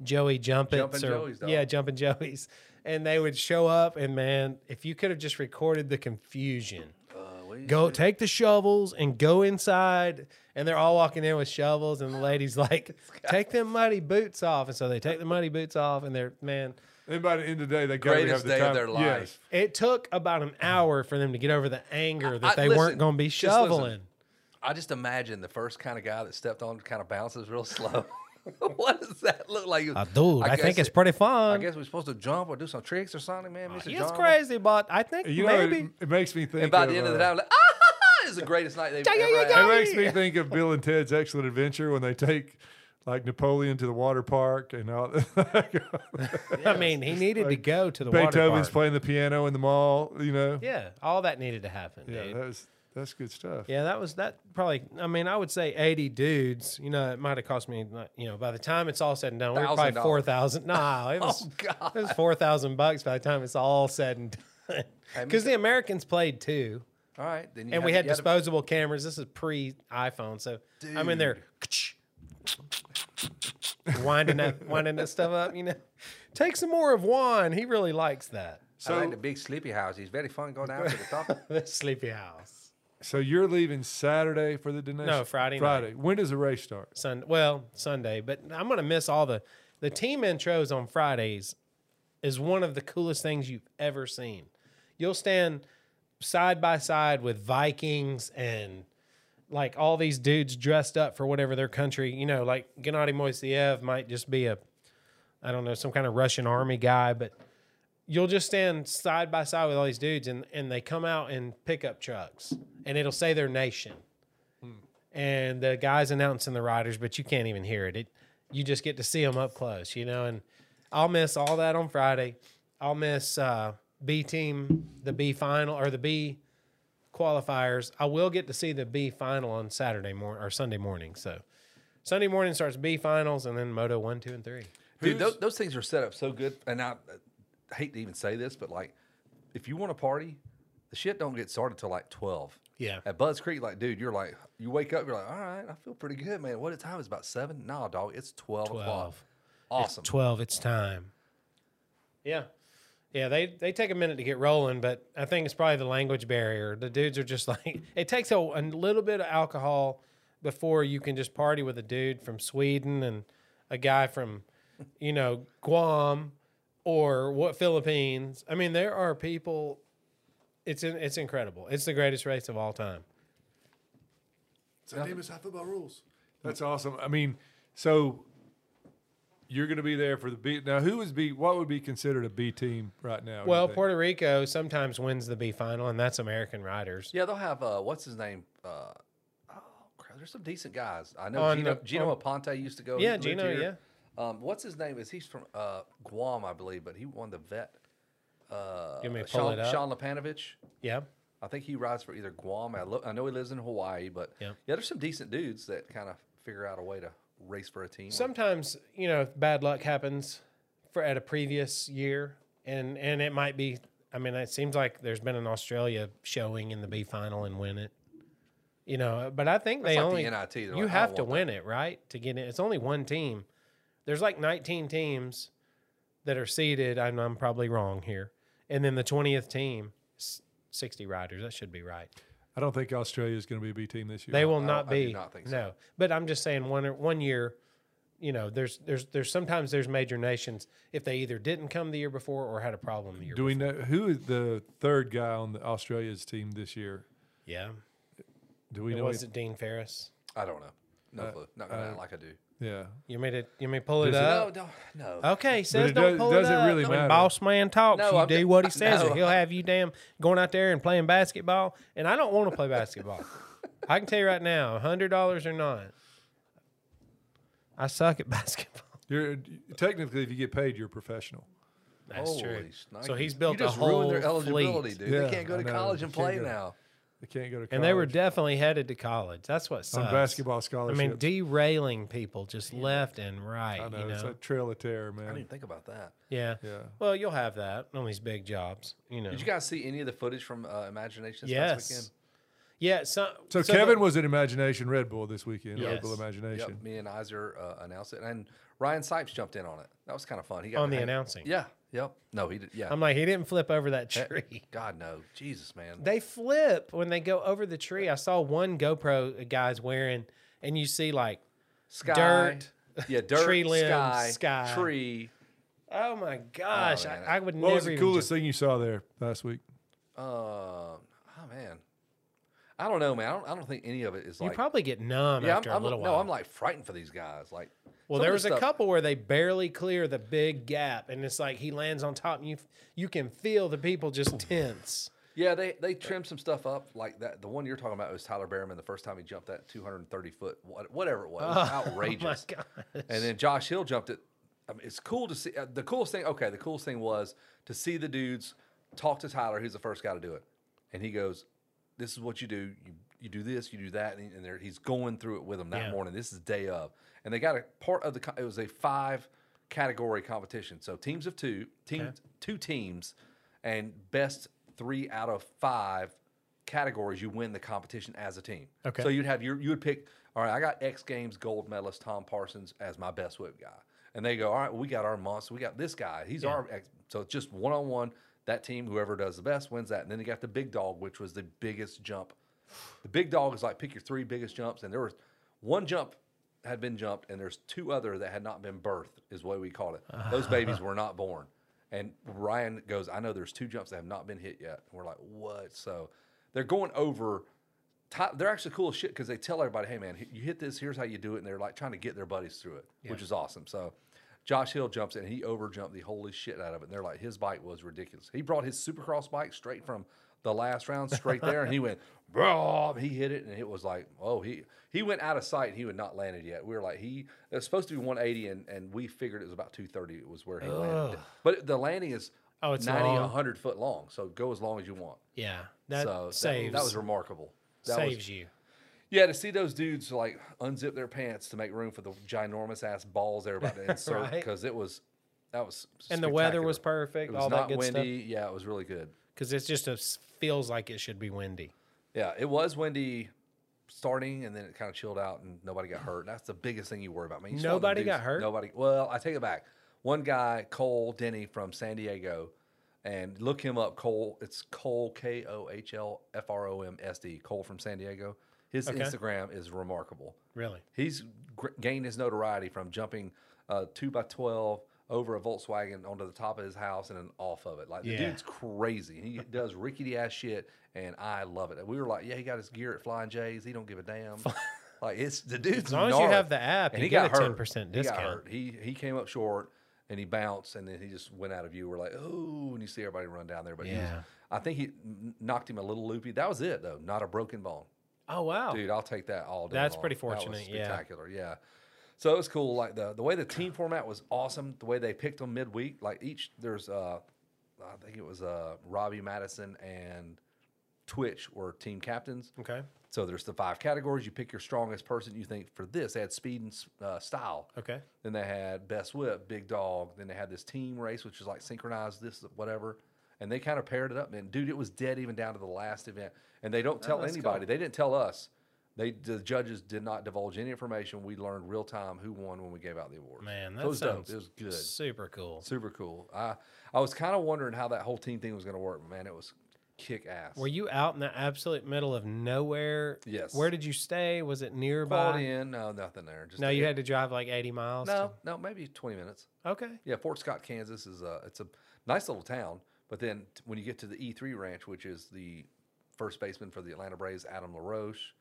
B: Joey Jumpins
A: Jumpin'
B: or
A: Joey's, dog.
B: yeah, Jumpin' Joey's, and they would show up, and man, if you could have just recorded the confusion. Go take the shovels and go inside, and they're all walking in with shovels, and
A: (laughs)
B: the lady's like, "Take them muddy boots off," and so they take the muddy boots off, and they're man,
C: And by the end of the day, they got to have
A: Greatest
C: the
A: day of
C: time.
A: their
C: Yes.
A: life.
B: It took about an hour for them to get over the anger that
A: I-
B: they
A: listen,
B: weren't going to be
A: just listen.
B: shoveling.
A: I just imagine the first kind of guy that stepped on kind of bounces real slow. (laughs) what does that look like?
B: Uh, dude, I, think
A: guess
B: it's
A: it-
B: pretty
A: I
B: fun.
A: guess we're supposed to jump or do some tricks or something, man. Mr.
B: It's
A: John.
B: crazy, but I think
C: You know,
B: maybe.
C: it, it makes me think.
A: And by the end of the day,
C: uh,
A: I'm like, ah, it's the greatest night they've
B: yeah,
A: ever
B: yeah,
A: had.
B: Oh, yeah.
C: it makes me think of Bill and Ted's Excellent Adventure when they take like Napoleon to the water park and all. (laughs)
B: I mean, he needed to go to the
C: Beethoven's
B: water park.
C: playing the piano in the mall. You know.
B: Yeah, all that needed to happen,
C: Yeah,
B: dude.
C: that's that's good stuff.
B: yeah, that was that probably. I mean, I would say eighty dudes. You know, it might have cost me. like, You know, by the time it's all said and done, we were probably
A: $1,000.
B: four thousand. Nah, it was
A: God.
B: it was four thousand bucks by the time it's all said and done. Because the Americans played too.
A: All right. Then you
B: and we
A: to-
B: had
A: you to-
B: disposable cameras. This is pre iPhone, so I'm in there winding that winding that stuff up. You know, take some more of Juan. He really likes that. (laughs)
A: I
C: So
A: like the big sleepy house. He's very fun going down to the top.
B: The sleepy house.
C: so you're leaving Saturday for the donation?
B: No, Friday night.
C: Friday. When does the race start?
B: Sun well Sunday, but I'm gonna miss all the the team intros on Fridays. Is one of the coolest things you've ever seen. You'll stand side by side with Vikings and like all these dudes dressed up for whatever their country, you know, like Gennady Moiseyev might just be a, I don't know, some kind of Russian army guy, but you'll just stand side by side with all these dudes and, and they come out in pickup trucks and it'll say their nation. And the guy's announcing the riders, but you can't even hear it. it. You just get to see them up close, you know, and I'll miss all that on Friday. I'll miss uh, B team, the B final or the B qualifiers. I will get to see the B final on Saturday morning or Sunday morning. So Sunday morning starts B finals and then Moto one, two, and three.
A: Dude, those, those things are set up so good. And I uh, hate to even say this, but like, if you want to party, the shit don't get started till like 12.
B: Yeah.
A: At Buzz Creek, like, dude, you're like, you wake up, you're like, all right, I feel pretty good, man. What time is about seven? Nah, dog, it's 12, o'clock.
B: 12.
A: Awesome.
B: 12 it's time yeah yeah they they take a minute to get rolling but i think it's probably the language barrier the dudes are just (laughs) like it takes a, a little bit of alcohol before you can just party with a dude from sweden and a guy from you know guam or what philippines i mean there are people it's in, it's incredible it's the greatest race of all time
C: San Dimas High Football Rules. That's awesome. I mean, so you're going to be there for the B. Now, who is B? What would be considered a B team right now? do you
B: well
C: think?
B: puerto rico sometimes wins the b final and that's american riders
A: Yeah, they'll have, uh, what's his name? Uh, oh, crap, there's some decent guys. I know
B: On
A: Gino,
B: the-
A: Gino Aponte used to go. he
B: Oh, Yeah,
A: lived
B: Gino,
A: here. Um, what's his name? Is he's from uh, Guam, I believe, but he won the vet. Uh,
B: You want me to pull
A: Sean,
B: it up?
A: Sean Lepanovich.
B: yeah
A: I think he rides for either Guam. I, lo- I know he lives in Hawaii, but
B: Yeah.
A: yeah, there's some decent dudes that kind of figure out a way to race for a team.
B: sometimes you know if bad luck happens for at a previous year and and it might be i mean it seems like there's been an australia showing in the b final and win it you know but i think
A: That's
B: they
A: like the
B: only
A: NIT. They're
B: you
A: like, I
B: have
A: don't
B: to
A: want
B: win it right to get in it's only one team there's like 19 teams that are seeded and i'm probably wrong here and then the 20th team s- 60 riders that should be right
C: I don't think Australia is going to be a B team this year.
B: they will
A: I
B: not
A: don't- I
B: be.
A: do not think so.
B: No, but I'm just saying one one year, you know, there's there's there's sometimes there's major nations if they either didn't come the year before or had a problem the year.
C: Do we know who is the third guy on the Australia's team this year?
B: yeah,
C: Do we
B: it
C: know?
B: was
C: it?
B: it Dean Ferris.
A: I don't know. No
B: Uh,
A: clue. Not gonna act like I do.
C: Yeah.
B: You made it. You may pull it
C: Does it-
B: up.
A: no, no, no.
B: Okay, says
C: it
B: don't
C: does-
B: pull
C: doesn't
B: it up.
C: really
B: When
C: matter.
B: boss man talks.
A: No,
B: you
A: I'm
B: do
A: ju-
B: what he
C: (laughs)
B: says, or
A: no.
B: he'll have you damn going out there and playing basketball. And I don't want to play basketball. I can tell you right now, hundred dollars or not, I suck at (laughs) basketball.
C: You're technically, if you get paid, you're a professional.
B: That's true.
A: Holy snike.
B: So he's built
A: you
B: a
A: just ruined
B: whole
A: their eligibility,
B: fleet.
A: dude.
C: Yeah,
A: they can't go
C: I
A: to
C: know.
A: college
C: They
A: and
C: can't
A: play
C: go to
A: now.
C: They can't go to college.
B: And they were definitely headed to college. That's what
C: on
B: sucks.
C: basketball
B: I
C: scholarships.
B: mean, derailing people just left and right.
C: I know,
B: you know?
C: it's a trail of terror,
A: I
C: man.
A: didn't think about that.
B: yeah.
C: Yeah.
B: Well, you'll have that on these big jobs. You know.
A: Did you guys see any of the footage from uh, Imagination this past
B: yes.
A: weekend?
B: Yeah. So,
C: So,
B: so
C: Kevin
B: the-
C: was at Imagination Red Bull this weekend. Red
B: Yes.
C: Bull
B: Yep.
C: Imagination.
A: Yep, me and Iser uh, announced it, and Ryan Sipes jumped in on it. That was kind of fun. He got
B: on
A: to
B: the
A: hang-
B: announcing.
A: Yeah. Yep. No, he did. Yeah.
B: I'm like, he didn't flip over that tree. (laughs)
A: God no, Jesus man.
B: They flip when they go over the tree. I saw one GoPro guy's wearing, and you see like,
A: Sky.
B: dirt, (laughs)
A: Yeah. Dirt.
B: tree limbs,
A: sky,
B: sky.
A: Tree.
B: oh my gosh,
A: man.
B: I, I would
C: What
B: never.
C: was the
B: even
C: coolest thing you saw there last week?
A: Uh, oh man. I don't know, man. I don't, I don't think any of it is
B: You
A: like.
B: probably get numb
A: yeah, I'm,
B: after
A: I'm-
B: a little while.
A: no, I'm like frightened for these guys. Like,
B: well,
A: some
B: there
A: of
B: was
A: the
B: a
A: stuff-
B: couple where they barely clear the big gap, and it's like he lands on top, and you you can feel the people just tense.
A: Yeah, they they trimmed some stuff up like that. The one you're talking about was Tyler Behrman. The first time he jumped that 230 foot, what- whatever it was, It was outrageous.
B: God.
A: And then Josh Hill jumped it. I mean, it's cool to see. uh, The coolest thing, okay, the coolest thing was to see the dudes talk to Tyler, who's the first guy to do it, and he goes, "This is what you do. You you do this, you do that." And, he- and there, he's going through it with them that
B: Yeah.
A: morning. This is day of, and they got a part of the. co- It was a five category competition, so teams of two, team two teams, and best three out of five categories, you win the competition as a team.
B: Okay.
A: So you'd have your you would pick. All right, I got X Games gold medalist Tom Parsons as my best whip guy, and they go, all right, we got our monster, we got this guy, he's our X. So it's just one on one. That team, whoever does the best, wins that. And then you got the big dog, which was the biggest jump. The big dog is like pick your three biggest jumps, and there was one jump had been jumped, and there's two other that had not been birthed, is what we called it. Those babies were not born. And Ryan goes, I know there's two jumps that have not been hit yet. And we're like, what? So they're going over. Ty- they're actually cool as shit because they tell everybody, hey man, you hit this, here's how you do it, and they're like trying to get their buddies through it, which is awesome. So Josh Hill jumps in, and he over jumped the holy shit out of it. And they're like, his bike was ridiculous. He brought his supercross bike straight from the last round straight there, and he went, (laughs) bro, he hit it, and it was like, oh, he he went out of sight, and he would not land it yet. We were like, he it was supposed to be 180, and and we figured it was about 230. It was where he landed, but the landing is
B: Oh, it's
A: 90,
B: long.
A: 100 foot long, so go as long as you want.
B: Yeah, that
A: so that-
B: saves
A: that, was remarkable. That
B: saves
A: was,
B: you.
A: yeah, to see those dudes like unzip their pants to make room for the ginormous ass balls they're about
B: (laughs)
A: to insert
B: Right.
A: because it was that was
B: And the weather was
A: spectacular.
B: perfect.
A: It was
B: all
A: not
B: that good stuff.
A: windy. Yeah, it was really good.
B: because it just a s feels like it should be windy.
A: Yeah, it was windy starting, and then it kind of chilled out, and nobody got hurt. That's the biggest thing you worry about. Man, you saw them
B: Nobody got
A: dudes-
B: hurt?
A: Nobody. Well, I take it back. One guy, Cole Denny from San Diego, and look him up. Cole, it's Cole K O H L F R O M S D. Cole from San Diego. His Instagram is remarkable.
B: Really?
A: He's gr- gained his notoriety from jumping uh, two by twelve over a Volkswagen onto the top of his house and then off of it. Like the
B: Yeah.
A: dude's crazy. He (laughs) does rickety ass shit, and I love it. We were like, yeah, he got his gear at Flying J's. He don't give a
B: (laughs)
A: damn. like it's the dude's.
B: As long as you have the app,
A: and
B: you
A: he
B: get
A: got
B: a
A: hurt.
B: ten percent
A: He got
B: discount.
A: hurt. He he came up short. And he bounced, and then he just went out of view. We're like, oh, and you see everybody run down there. But he was-
B: Yeah.
A: I think he n- knocked him a little loopy. That was it, though. Not a broken bone.
B: Oh wow!
A: Dude, I'll take that all day.
B: That's
A: long.
B: pretty
A: That was
B: fortunate, yeah.
A: spectacular. Yeah. So it was cool. Like the the way the team format was awesome. The way they picked them midweek. Like each there's uh, I think it was uh Robbie Madison and Twitch were team captains.
B: Okay.
A: So there's the five categories. You pick your strongest person. You think for this they had speed and s- uh, style.
B: Okay.
A: Then they had Best Whip, Big Dog. Then they had this team race, which is like synchronized this, whatever. And they kind of paired it up. And dude, it was dead even down to the last event. And they
B: Oh,
A: don't tell anybody. They didn't tell us. They the judges did not divulge any information. We learned real time who won when we gave out the awards.
B: Man,
A: So
B: that
A: it was dope.
B: sounds
A: It was good.
B: Super cool.
A: Super cool. I I was kind of wondering how that whole team thing was going to work. Man, it was kick ass.
B: Were you out in the absolute middle of nowhere?
A: Yes.
B: Where did you stay? Was it
A: called
B: nearby?
A: in? No, nothing there. Just
B: No,
A: a-
B: you had to drive like eighty miles.
A: no, no, maybe twenty minutes.
B: To... Okay.
A: Yeah, Fort Scott, Kansas is a it's a nice little town. But then t- when you get to the E3 Ranch, which is the first baseman for the Atlanta Braves, Adam LaRoche,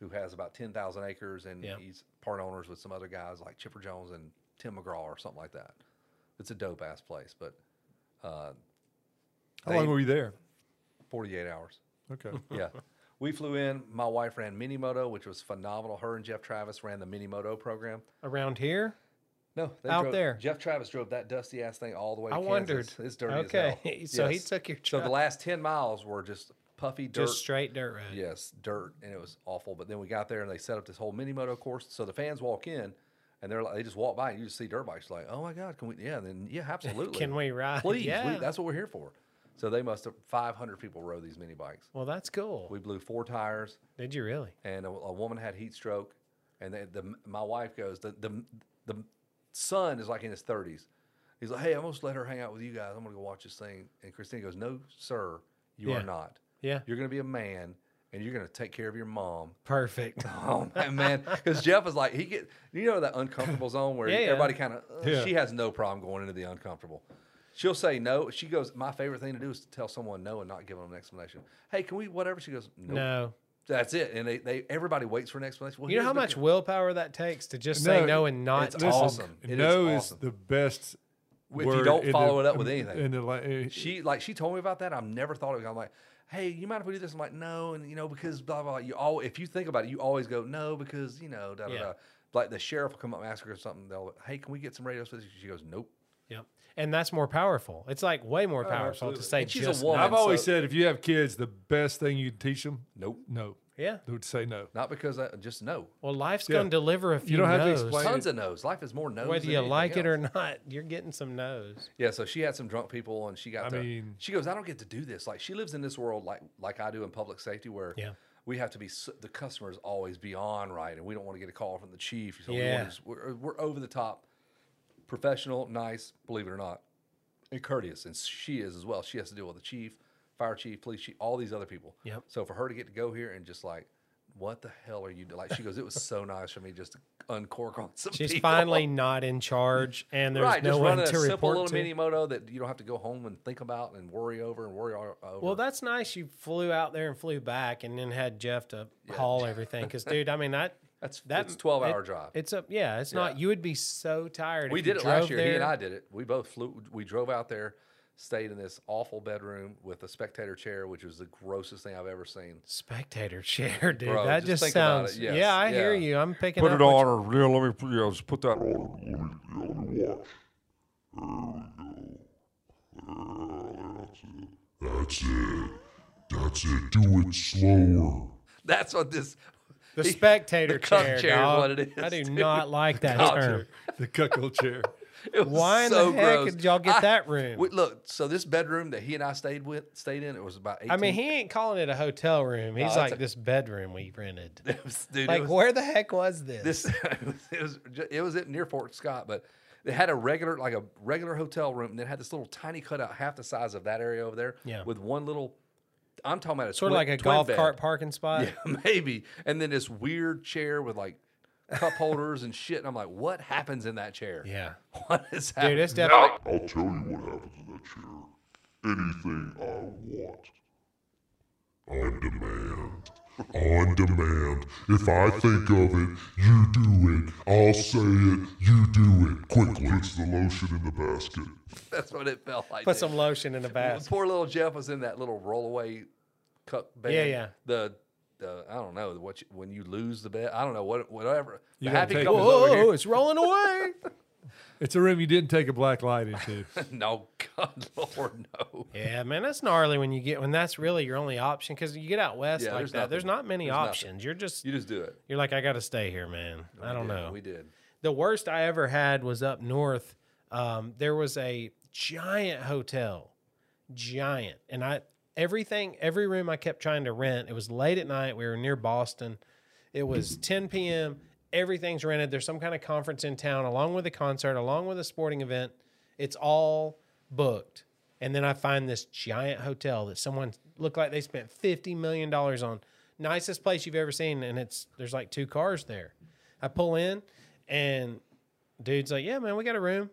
A: who has about ten thousand acres, and
B: Yeah.
A: he's part owners with some other guys like Chipper Jones and Tim McGraw or something like that. It's a dope ass place, but uh,
C: How long were you there?
A: forty eight hours.
C: Okay.
A: Yeah. We flew in. My wife ran mini moto, which was phenomenal. Her and Jeff Travis ran the mini moto program.
B: Around here?
A: No, they
B: Out
A: drove-
B: there.
A: Jeff Travis drove that dusty ass thing all the way. To
B: I
A: Kansas.
B: wondered.
A: It's dirty.
B: Okay,
A: as hell.
B: (laughs) so he took your
A: So the
B: truck.
A: last ten miles were just puffy dirt.
B: Just straight dirt road.
A: Yes, dirt, and it was awful. But then we got there and they set up this whole mini moto course. So the fans walk in, and they're like, they just walk by
B: (laughs)
A: and you just see dirt bikes. Like, oh my god, can we? Yeah, then yeah, absolutely.
B: Can we ride?
A: Please, we-
B: Yeah.
A: that's what we're here for. So they must have 500 people rode these mini bikes.
B: Well, that's cool.
A: We blew four tires,
B: Did you really?
A: and a, a woman had heat stroke. And they, the my wife goes, the the the son is like in his 30s. He's like, hey, I'm gonna just let her hang out with you guys. I'm gonna go watch this thing. And Christine goes, no, sir, you
B: Yeah.
A: are not.
B: Yeah.
A: You're gonna be a man, and you're gonna take care of your mom. (laughs)
B: Perfect.
A: Oh man, man, because Jeff is like he get you know that uncomfortable zone where
B: (laughs) Yeah, yeah.
A: everybody kind of
C: Yeah.
A: she has no problem going into the uncomfortable. She'll say no. She goes. My favorite thing to do is to tell someone no and not give them an explanation. Hey, can we whatever? She goes. Nope.
B: No.
A: That's it. And they, they everybody waits for an explanation. Well,
B: You know
A: here's
B: how
A: the
B: much
A: co-
B: willpower that takes to just say
C: No,
B: no and
A: it's
B: not
A: (laughs)
B: talk.
A: awesome. It is
C: no is,
A: awesome.
C: the best.
A: If you
C: word
A: don't
C: in
A: follow
C: the-
A: it up with
C: in-
A: anything.
C: in the la- eh,
A: She like she told me about that. I've never thought of it. I'm like, hey, you mind if we do this? I'm like, no, and you know because blah blah. blah. You all if you think about it, you always go no because you know da da
B: Yeah.
A: da. Like the sheriff will come up and ask her something. They'll hey, can we get some radio stations? She goes, nope.
B: Yep. And that's more powerful. It's like way more powerful to
C: absolutely.
B: say
A: Oh, And she's a
B: just
A: woman.
B: no.
C: I've always
A: so-
C: said if you have kids, the best thing you can teach them,
A: Nope.
C: no,
B: Yeah.
C: they would say no. (laughs)
A: Not because I just no.
B: Well, life's
C: Yeah.
B: going to deliver a few
C: don't have to
B: no's.
C: explain Right.
A: Tons of no's. Life is more no's.
B: Whether
A: than
B: you
A: anything
B: like it or
A: else.
B: not, you're getting some no's.
A: Yeah, so she had some drunk people and she got
C: I
A: to-
C: mean-
A: she goes, I don't get to do this. Like she lives in this world like like I do in public safety where
B: Yeah.
A: we have to be s- the customers always be on right and we don't want to get a call from the chief. So we
B: Yeah.
A: want to, just- we're, we're over the top professional, nice, believe it or not, and courteous. And she is as well. She has to deal with the chief, fire chief, police chief, all these other people.
B: Yep.
A: So for her to get to go here and just like, what the hell are you doing? Like she goes, it was so (laughs) nice for me just to uncork on some (laughs)
B: She's
A: people."
B: finally not in charge, and there's
A: right,
B: no
A: just
B: one
A: running a
B: to
A: simple little
B: report to.
A: mini moto that you don't have to go home and think about and worry over and worry o- over.
B: well, that's nice. You flew out there and flew back, and then had Jeff to
A: (laughs)
B: haul everything. Because, dude, I mean that
A: that's
B: that
A: that's twelve hour
B: it-
A: drive.
B: It's a yeah. It's not.
A: Yeah.
B: You would be so tired.
A: we
B: if you
A: did it last
B: drove
A: year. He
B: There.
A: and I did it. We both flew. We drove out there, stayed in this awful bedroom with a spectator chair, which was the grossest thing I've ever seen. (laughs)
B: Spectator (laughs) chair, dude.
A: Bro,
B: that
A: just
B: just,
A: think about it.
B: sounds.
A: Yes,
B: Yeah, I hear
A: yeah.
B: you. I'm picking
E: Put
B: up
E: it
B: what
E: on, or yeah, let me, yeah, just put that on. Let me, yeah, let me watch. There we go. There, that's it. That's it. That's it. Do it slower.
A: That's what this.
B: The
A: (laughs)
B: spectator
A: the cup
B: chair.
A: chair is
B: dog.
A: what it is,
B: I do
A: dude. (laughs)
B: not like that
A: Gotcha.
B: term.
C: The cuckold chair.
A: It was
B: Why in the
A: so
B: heck
A: gross.
B: did y'all
A: (laughs)
B: get
A: I-
B: that room?
A: we- look, so this bedroom that he and I stayed with stayed in, it was about. 18,
B: I mean, he ain't calling it a hotel room. He's
A: that's
B: like
A: a-
B: this bedroom we rented.
A: (laughs) it was, dude, it
B: Like,
A: was-
B: where the heck was this?
A: this (laughs) it was ju- it was at near Fort Scott, but they had a regular like a regular hotel room, and then had this little tiny cutout half the size of that area over there.
B: Yeah.
A: with one little. I'm talking about a
B: sort of like a golf cart parking spot.
A: (laughs) Yeah, maybe, and then this weird chair with like cup holders and shit. And I'm like, what happens in that chair?
B: Yeah.
A: (laughs) what is happening?
B: Dude, it's definitely
E: I'll tell you what happens in that chair. Anything I want. On demand. On demand. If I think of it, you do it. I'll say it, you do it. Quickly, it's the lotion in the basket.
A: (laughs) That's what it felt like.
B: put
A: dude. (laughs)
B: some lotion in the
A: Well,
B: bath.
A: Poor little Jeff was in that little rollaway cup bed.
B: Yeah, yeah.
A: The the I don't know what you, when you lose the bet. I don't know what whatever. The
C: gotta
A: happy
C: take
A: couple's
C: it.
A: over here.
B: Oh, it's rolling away.
C: It's a room you didn't take a black light into.
A: (laughs) No, God, Lord, no.
B: (laughs) yeah, man, that's gnarly when you get when that's really your only option because you get out west
A: Yeah,
B: like
A: there's
B: that. There's
A: nothing.
B: not many
A: There's nothing.
B: options. You're just
A: You just do it.
B: you're like, I got to stay here, man. I don't
A: Yeah,
B: know.
A: We did. (laughs)
B: the worst I ever had was up north. Um, there was a giant hotel, giant, and I everything every room I kept trying to rent. It was late at night. We were near Boston. It was 10 p.m. Everything's rented. There's some kind of conference in town, along with a concert, along with a sporting event. It's all booked. And then I find this giant hotel that someone looked like they spent fifty million dollars on. Nicest place you've ever seen, and it's there's like two cars there. I pull in, and dude's like, "Yeah, man, we got a room."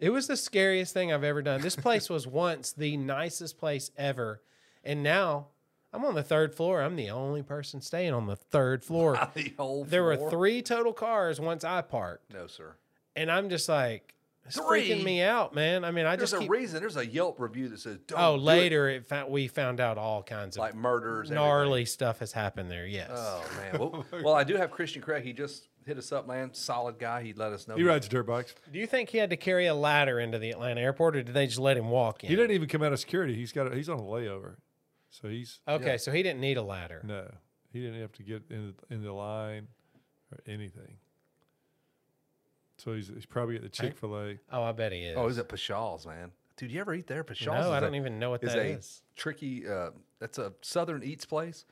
B: It was the scariest thing I've ever done. This place was once the nicest place ever, and now I'm on the third floor. I'm the only person staying on the third floor.
A: The whole
B: There were
A: floor?
B: three total cars once I parked,
A: No, sir.
B: and I'm just like, it's freaking
A: Three?
B: me out, man. I mean, I
A: There's
B: just
A: a
B: keep,
A: reason. There's a Yelp review that says, "Don't."
B: oh
A: do it,"
B: later it found, we found out all kinds of
A: like murders, everything.
B: gnarly stuff has happened there. Yes,
A: Oh man. Well,
B: (laughs)
A: well, I do have Christian Craig. He just hit us up, man. Solid guy. He let us know.
C: He rides dirt bikes.
B: do you think he had to carry a ladder into the Atlanta airport, or did they just let him walk in?
C: He didn't even come out of security. He's got. A, he's on a layover, so he's
B: Okay, so he didn't need a ladder.
C: no. He didn't have to get in the, in the line or anything. So he's, he's probably at the Chick Fil A.
B: Oh, I bet he is.
A: Oh, he's at Pashaw's, man. Dude, you ever eat there? Pashaws is
B: No, I don't
A: a-
B: even know what
A: is
B: that
A: a
B: is.
A: tricky. Uh, that's a Southern Eats place.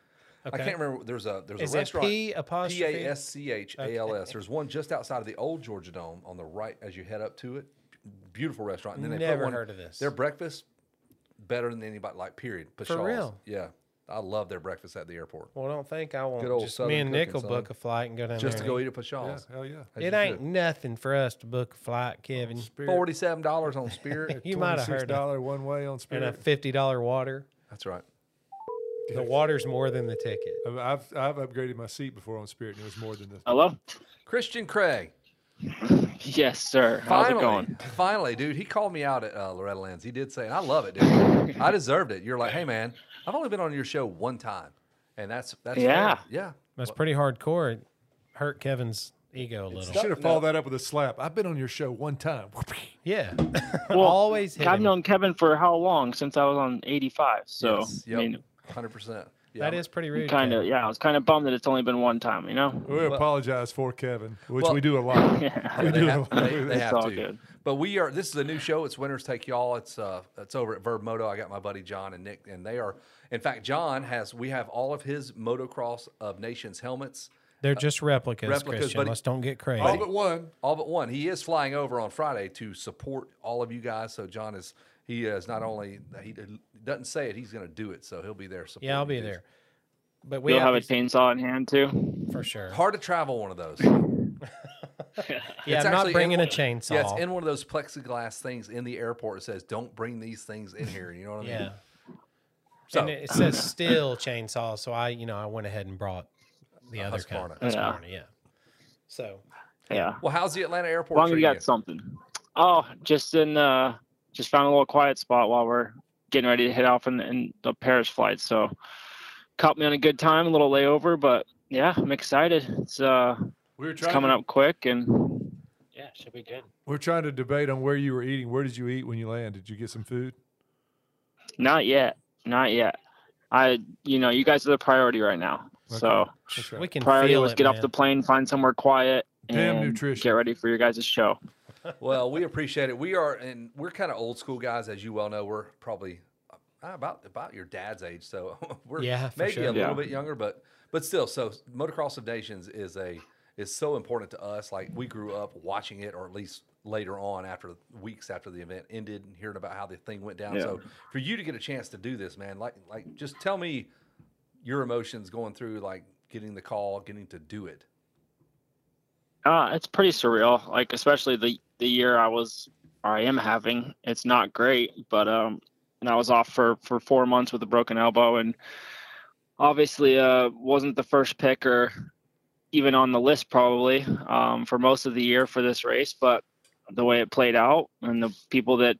A: I
B: Okay.
A: can't remember. There's a there's
B: Is
A: a
B: it
A: restaurant.
B: P apostrophe?
A: P A S C H A L S. There's one just outside of the old Georgia Dome on the right as you head up to it. Beautiful restaurant. And then they
B: Never
A: put one,
B: heard of this.
A: Their breakfast better than anybody. Like period. Pashaws.
B: real?
A: Yeah, I love their breakfast at the airport.
B: Well, don't think I
A: Good old
B: won't. Just
A: Southern
B: me and Nick will
A: cooking, son.
B: book a flight and go down
A: Just to
B: there and
A: go
B: eat.
A: eat at
C: Yeah,
A: Pashaws.
C: hell
A: As
C: yeah.
A: you
B: It
A: should. Oh,
B: ain't nothing for us to book a flight, Kevin,
A: forty seven dollars on
B: (laughs)
A: Spirit.
B: You might have
C: Six
B: heard of
C: dollar one way on
B: and a
C: Spirit.
B: fifty dollar water.
A: That's right.
B: The water's more than the ticket.
C: I've, I've I've upgraded my seat before on Spirit, and it was more than
B: Oh,
C: this.
F: Hello?
A: Christian Craig.
F: Yes, sir. How's
A: Finally,
F: it going?
A: finally, dude, he called me out at uh, Loretta Lynn's. He did say, and I love it, dude. I deserved it. You're like, hey, man, I've only been on your show one time, and that's that's fair."
F: Yeah.
A: yeah.
B: That's pretty hardcore. It hurt Kevin's ego a little.
C: Should have followed that up with a slap. I've been on your show one time.
B: Yeah. (laughs)
F: Well,
B: Always hit
F: I've
B: him.
F: known Kevin for how long? Since I was on 85. So,
A: Yes,
F: I mean,
A: hundred percent. Yeah,
B: That is pretty rude.
F: kind of,
B: Kevin.
F: yeah, I was kind of bummed that it's only been one time, you know? (laughs)
C: We apologize for Kevin, which
A: Well-
C: we do
B: (laughs)
C: a lot.
F: Yeah.
C: We
A: They
C: do a
A: have,
C: lot.
A: they, they
F: It's
A: have
F: all
A: to.
F: good.
A: But we are. This is a new show. It's Winners Take Y'all. It's uh, it's over at Verb Moto. I got my buddy John and Nick, and they are. In fact, John has. We have all of his motocross of nations helmets.
B: They're just replicas,
A: replicas,
B: Christian.
A: buddy.
B: Let's don't get crazy.
C: All but one.
A: All but one. He is flying over on Friday to support all of you guys. So John is he is not only he doesn't say it, he's going to do it. So he'll be there. Supporting
B: yeah, I'll be
A: you dudes.
B: there. But we
F: You'll have
B: have,
F: a chainsaw in
B: (laughs)
F: hand, too. (laughs)
B: for sure.
A: Hard to travel one of those.
B: Yeah,
A: It's
B: I'm not
A: actually in
B: bringing a
A: one-
B: chainsaw.
A: Yeah, it's in one of those plexiglass things in the airport. It says, "Don't bring these things in here." You know what I mean?
B: Yeah.
A: So-
B: and it it says steel chainsaw, so I, you know, I went ahead and brought the
A: A
B: other kind.
A: Husqvarna.
F: Yeah.
B: Husqvarna, yeah. So
F: Yeah.
A: Well, how's the Atlanta
F: As
A: airport?
F: long as you
A: treating
F: got something. Oh, just in, uh, just found a little quiet spot while we're getting ready to head off in, in the Paris flight. So, caught me on a good time, a little layover, but yeah, I'm excited. It's, uh,
C: We were
F: it's
C: trying.
F: coming
C: to,
F: up quick and yeah, should be good.
C: We're trying to debate on where you were eating. Where did you eat when you landed? Did you get some food?
F: Not yet, not yet. I, you know, you guys are the priority right now. So
C: That's right.
B: we can
F: priority
B: feel
F: was
B: it,
F: get off
B: man.
F: the plane, find somewhere quiet,
C: Damn
F: and
C: nutrition.
F: get ready for your guys' show.
A: well, we appreciate it. We are, and we're kind of old school guys, as you well know. We're probably uh, about about your dad's age, so (laughs) we're
B: Yeah, for
A: maybe
B: sure.
A: a little
F: Yeah.
A: bit younger, but but still. So, motocross of nations is a is so important to us. Like we grew up watching it, or at least later on after weeks after the event ended and hearing about how the thing went down.
F: Yeah.
A: So, for you to get a chance to do this, man, like like just tell me your emotions going through like getting the call, getting to do it.
F: Uh, it's pretty surreal. Like especially the the year I was or I am having. It's not great, but um and I was off for for 4 months with a broken elbow and obviously uh wasn't the first pick or even on the list probably um for most of the year for this race, but the way it played out and the people that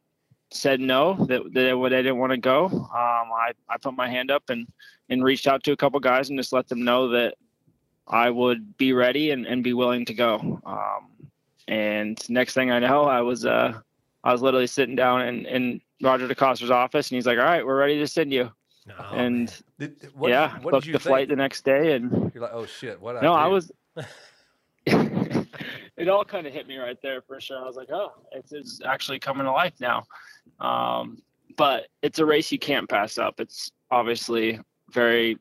F: said no that that they didn't want to go, um I I put my hand up and and reached out to a couple guys and just let them know that I would be ready and, and be willing to go. Um, and next thing I know, I was uh, I was literally sitting down in, in Roger DeCoster's office, and he's like, "All right, we're ready to send you."
B: No,
F: and
A: Did, Oh, what did
F: yeah,
A: you- what
F: booked
A: did you
F: the flight the
A: think?
F: next day, and
A: You're like, oh shit, what?
F: no, I
A: do?
F: was.
A: (laughs)
F: it all kind of hit me right there for sure. I was like, "Oh, it's, it's actually coming to life now." Um, but it's a race you can't pass up. It's obviously very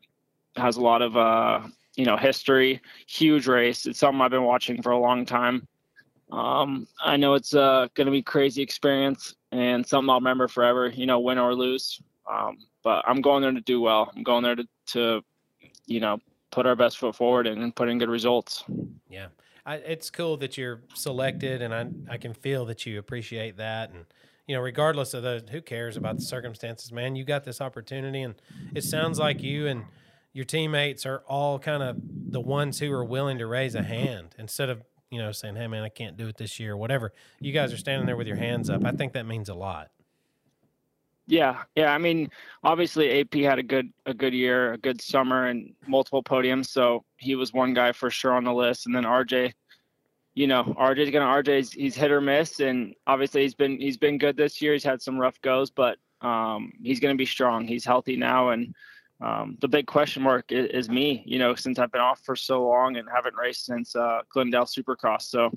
F: has a lot of uh, you know history. Huge race. It's something I've been watching for a long time. Um, I know it's uh, going to be a crazy experience and something I'll remember forever. You know, win or lose. Um, but I'm going there to do well. I'm going there to, to you know, put our best foot forward and, and put in good results.
B: Yeah. I, it's cool that you're selected and I I can feel that you appreciate that and you know regardless of the who cares about the circumstances man you got this opportunity and it sounds like you and your teammates are all kind of the ones who are willing to raise a hand instead of you know saying hey man I can't do it this year whatever you guys are standing there with your hands up I think that means a lot
F: Yeah, yeah. I mean, obviously AP had a good a good year, a good summer, and multiple podiums. So he was one guy for sure on the list. And then RJ, you know, RJ's gonna RJ's he's hit or miss, and obviously he's been he's been good this year. He's had some rough goes, but um, he's gonna be strong. He's healthy now, and um, the big question mark is, is me. You know, since I've been off for so long and haven't raced since uh, Glendale Supercross, so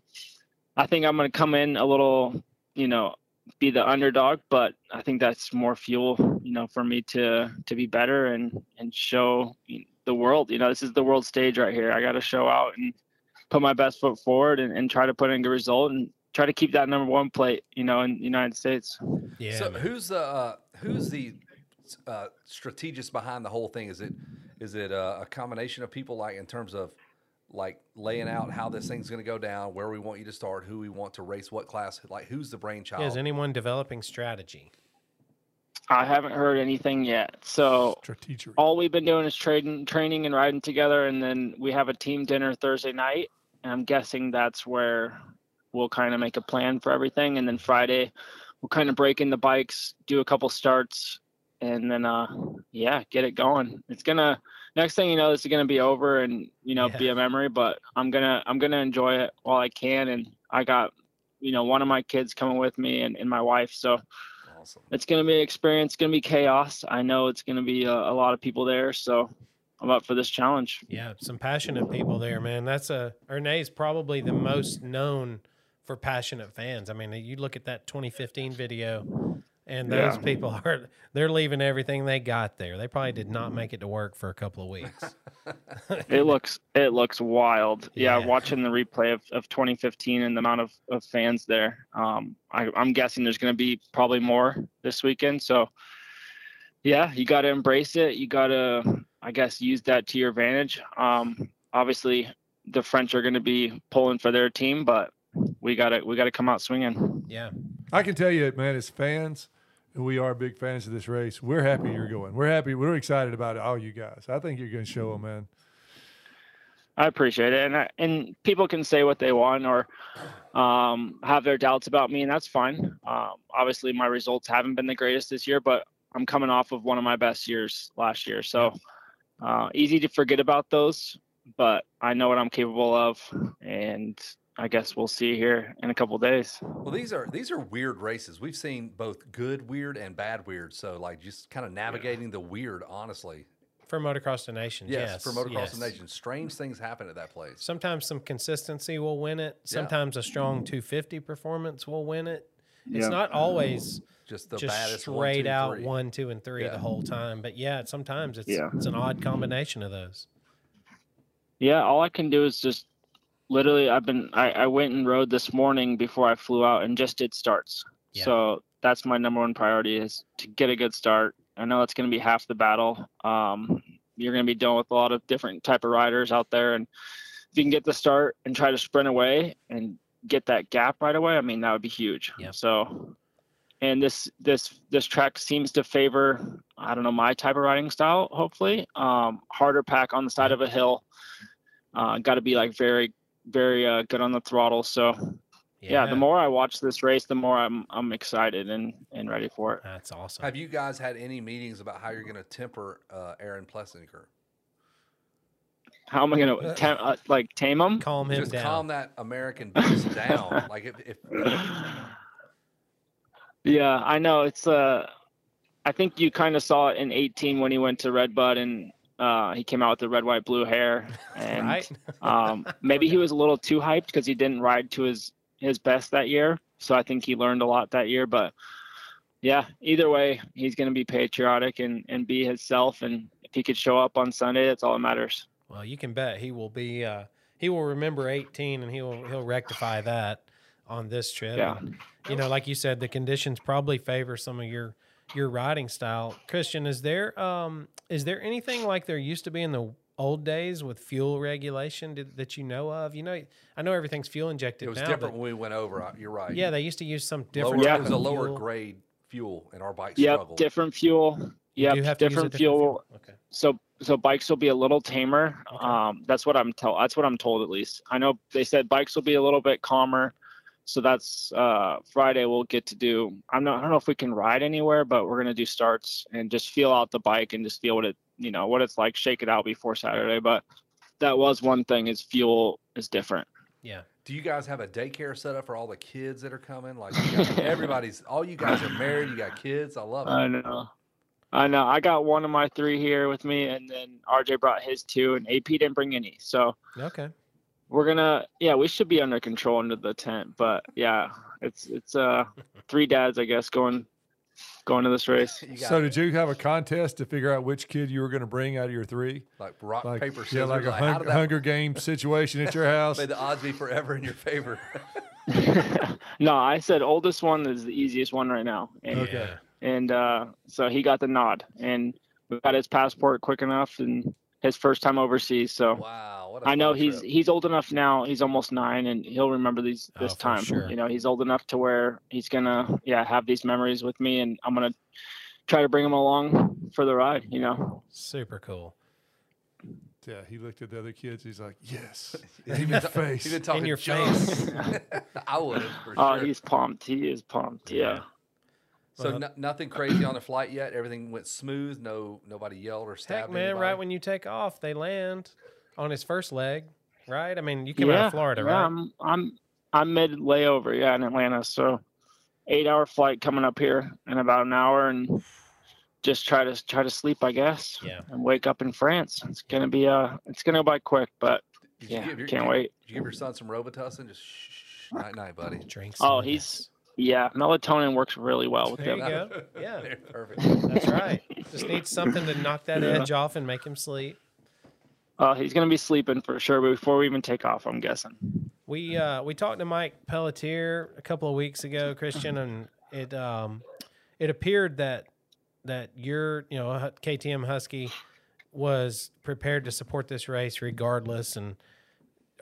F: I think I'm gonna come in a little, you know, be the underdog, but I think that's more fuel, you know, for me to to be better and and show the world. You know, this is the world stage right here. I got to show out and put my best foot forward and, and try to put in a good result and try to keep that number one plate, you know, in the United States.
B: Yeah.
A: so
B: man.
A: who's the uh, who's the uh, strategist behind the whole thing? Is it is it uh, a combination of people like in terms of like laying out how this thing's going to go down, where we want you to start, who we want to race, what class? Like who's the brainchild?
B: Yeah, is anyone developing strategy?
F: I haven't heard anything yet. So
C: Strategery.
F: all we've been doing is trading, training, and riding together, and then we have a team dinner Thursday night. And I'm guessing that's where we'll kind of make a plan for everything, and then Friday we'll kind of break in the bikes, do a couple starts, and then uh, yeah, get it going. It's gonna next thing you know, this is gonna be over, and you know,
B: Yeah.
F: be a memory. But I'm gonna I'm gonna enjoy it while I can, and I got you know one of my kids coming with me and, and my wife, so
A: Awesome.
F: it's going to be an experience. It's going to be chaos. I know it's going to be a, a lot of people there. So I'm up for this challenge.
B: Yeah, some passionate people there, man. That's a Erne's probably the most known for passionate fans. I mean, you look at that 2015 video, and those
F: Yeah.
B: people (laughs) are they're leaving everything they got there. They probably did not make it to work for a couple of weeks.
A: (laughs)
F: It looks, it looks wild. Yeah.
B: Yeah.
F: Watching the replay of, of 2015 and the amount of, of fans there. Um, I, I'm guessing there's going to be probably more this weekend. So yeah, you got to embrace it. You got to, I guess, use that to your advantage. Um, obviously the French are going to be pulling for their team, but we got to, we got to come out swinging.
B: Yeah,
C: I can tell you, man, as fans, and we are big fans of this race. We're happy you're going. We're happy. We're excited about all you guys. I think you're going to show them, man.
F: I appreciate it, and I, and people can say what they want or um, have their doubts about me, and that's fine. Um, obviously, my results haven't been the greatest this year, but I'm coming off of one of my best years last year, so uh, easy to forget about those. But I know what I'm capable of, and I guess we'll see here in a couple days.
A: Well, these are these are weird races. We've seen both good weird and bad weird. So like just kind of navigating the weird, honestly.
B: for motocross to nations.
A: Yes,
B: yes
A: for motocross
B: yes.
A: and nation, strange things happen at that place.
B: Sometimes some consistency will win it. Sometimes a strong 250 performance will win it. It's
F: Yeah.
B: not always
A: Just the
B: just
A: baddest
B: straight
A: one, two,
B: out
A: three.
B: one, two, and three
A: Yeah.
B: the whole time. But yeah, sometimes it's
F: Yeah.
B: it's an odd combination of those.
F: Yeah, all I can do is just literally I've been I, I went and rode this morning before I flew out and just did starts.
B: Yeah.
F: So that's my number one priority is to get a good start. I know that's gonna be half the battle. Um you're gonna be dealing with a lot of different type of riders out there and if you can get the start and try to sprint away and get that gap right away, I mean that would be huge.
B: Yeah.
F: So and this this this track seems to favor I don't know my type of riding style. Hopefully, um, harder pack on the side of a hill. Uh, Got to be like very very uh, good on the throttle. So yeah. the more I watch this race, the more I'm I'm excited and and ready for it.
B: That's awesome.
A: Have you guys had any meetings about how you're going to temper uh, Aaron Plessinger?
F: How am I gonna tam- uh, like tame them?
B: calm him
A: Just
B: down.
A: calm that American
C: (laughs)
A: beast down. Like if, if
F: (sighs) yeah, I know it's uh I think you kind of saw it in 18 when he went to Red Bud and uh, he came out with the red, white, blue (laughs) hair, and
B: right?
F: Um, maybe he was a little too hyped because he didn't ride to his his best that year. So I think he learned a lot that year. But yeah, either way, he's going to be patriotic and and be himself. And if he could show up on Sunday, that's all that matters.
B: (laughs) Well, you can bet he will be. Uh, he will remember 18, and he will he'll rectify that on this trip.
F: Yeah.
B: And, you know, like you said, the conditions probably favor some of your your riding style. Christian, is there um is there anything like there used to be in the old days with fuel regulation did, that you know of? You know, I know everything's fuel injected
A: it was
B: now.
A: different when
B: but
A: we went over, I- you're right.
B: yeah, they used to use some different.
A: Lower,
F: Yeah.
A: It
B: type
A: was a
B: of
A: lower
B: fuel.
A: grade fuel, and our bike
F: Yep,
A: struggled.
F: different fuel.
B: You
F: Yep,
B: do have to use a
F: different, fuel.
B: Okay.
F: So so bikes will be a little tamer. Um, that's what I'm tell. That's what I'm told at least. I know they said bikes will be a little bit calmer. So that's uh, Friday. We'll get to do. I'm not. I don't know if we can ride anywhere, but we're gonna do starts and just feel out the bike and just feel what it. You know what it's like. Shake it out before Saturday. But that was one thing. Is fuel is different.
B: Yeah.
A: Do you guys have a daycare set up for all the kids that are coming? Like you
F: (laughs)
A: got- everybody's, all you guys are married, you got kids. I love it.
F: I know. I know. I got one of my three here with me, and then RJ brought his two, and AP didn't bring any. So
B: Okay.
F: we're gonna yeah we should be under control under the tent but yeah it's it's
B: (laughs)
F: uh three dads, I guess, going going to this race. (laughs)
A: You got
C: So did you have a contest to figure out which kid you were going to bring out of your three?
A: like rock
C: Like
A: paper scissors.
C: yeah, like a
A: like, how
C: hun-
A: did that
C: Hunger Game situation
A: (laughs)
C: at your house.
A: may the odds be forever in your
C: (laughs)
A: favor? (laughs)
F: no, I said oldest one is the easiest one right now, and
B: Yeah.
F: and uh, so he got the nod, and we got his passport quick enough, and his first time overseas. So
A: wow, what a
F: I know
A: fun
F: he's
A: trip.
F: he's old enough now. He's almost nine, and he'll remember these
B: Oh,
F: this
B: for
F: time.
B: sure.
F: You know, he's old enough to where he's gonna yeah have these memories with me, and I'm gonna try to bring him along for the ride. You know,
B: Super cool.
C: yeah, he looked at the other kids. He's like,
A: (laughs)
C: "Yes,
A: He
C: in
A: been
C: your
A: ta-
C: face."
A: (laughs) He
C: (laughs)
A: been talking
B: your
A: junk.
B: face.
A: (laughs) I would have for
F: oh,
A: sure.
F: he's pumped. He is pumped. Yeah.
A: So
B: Well-
A: no, nothing crazy on the flight yet. Everything went smooth. No, nobody yelled or
B: Heck,
A: stabbed
B: man,
A: anybody.
B: right when you take off, they land on his first leg, right? I mean, you came out of Florida,
F: yeah,
B: right?
F: I'm I'm I'm mid layover, yeah, in Atlanta. So eight hour flight coming up here in about an hour and just try to try to sleep, I guess.
B: Yeah.
F: And wake up in France. It's gonna be uh it's gonna go by quick, but
A: Did you
F: yeah,
A: give your,
F: can't
A: did-
F: wait.
A: Did you give your son some Robitussin? Just shh, shh, shh, night, night, buddy.
B: Drinks.
F: Oh, he's- Yeah, melatonin works really well with
B: There
F: him.
B: you go. Yeah.
A: There, perfect.
B: That's right. Just needs something to knock that edge off and make him sleep.
F: Uh, he's gonna be sleeping for sure before we even take off, I'm guessing.
B: We uh, we talked to Mike Pelletier a couple of weeks ago, Christian, and it um, it appeared that that your you know Hu- KTM Husky was prepared to support this race regardless, and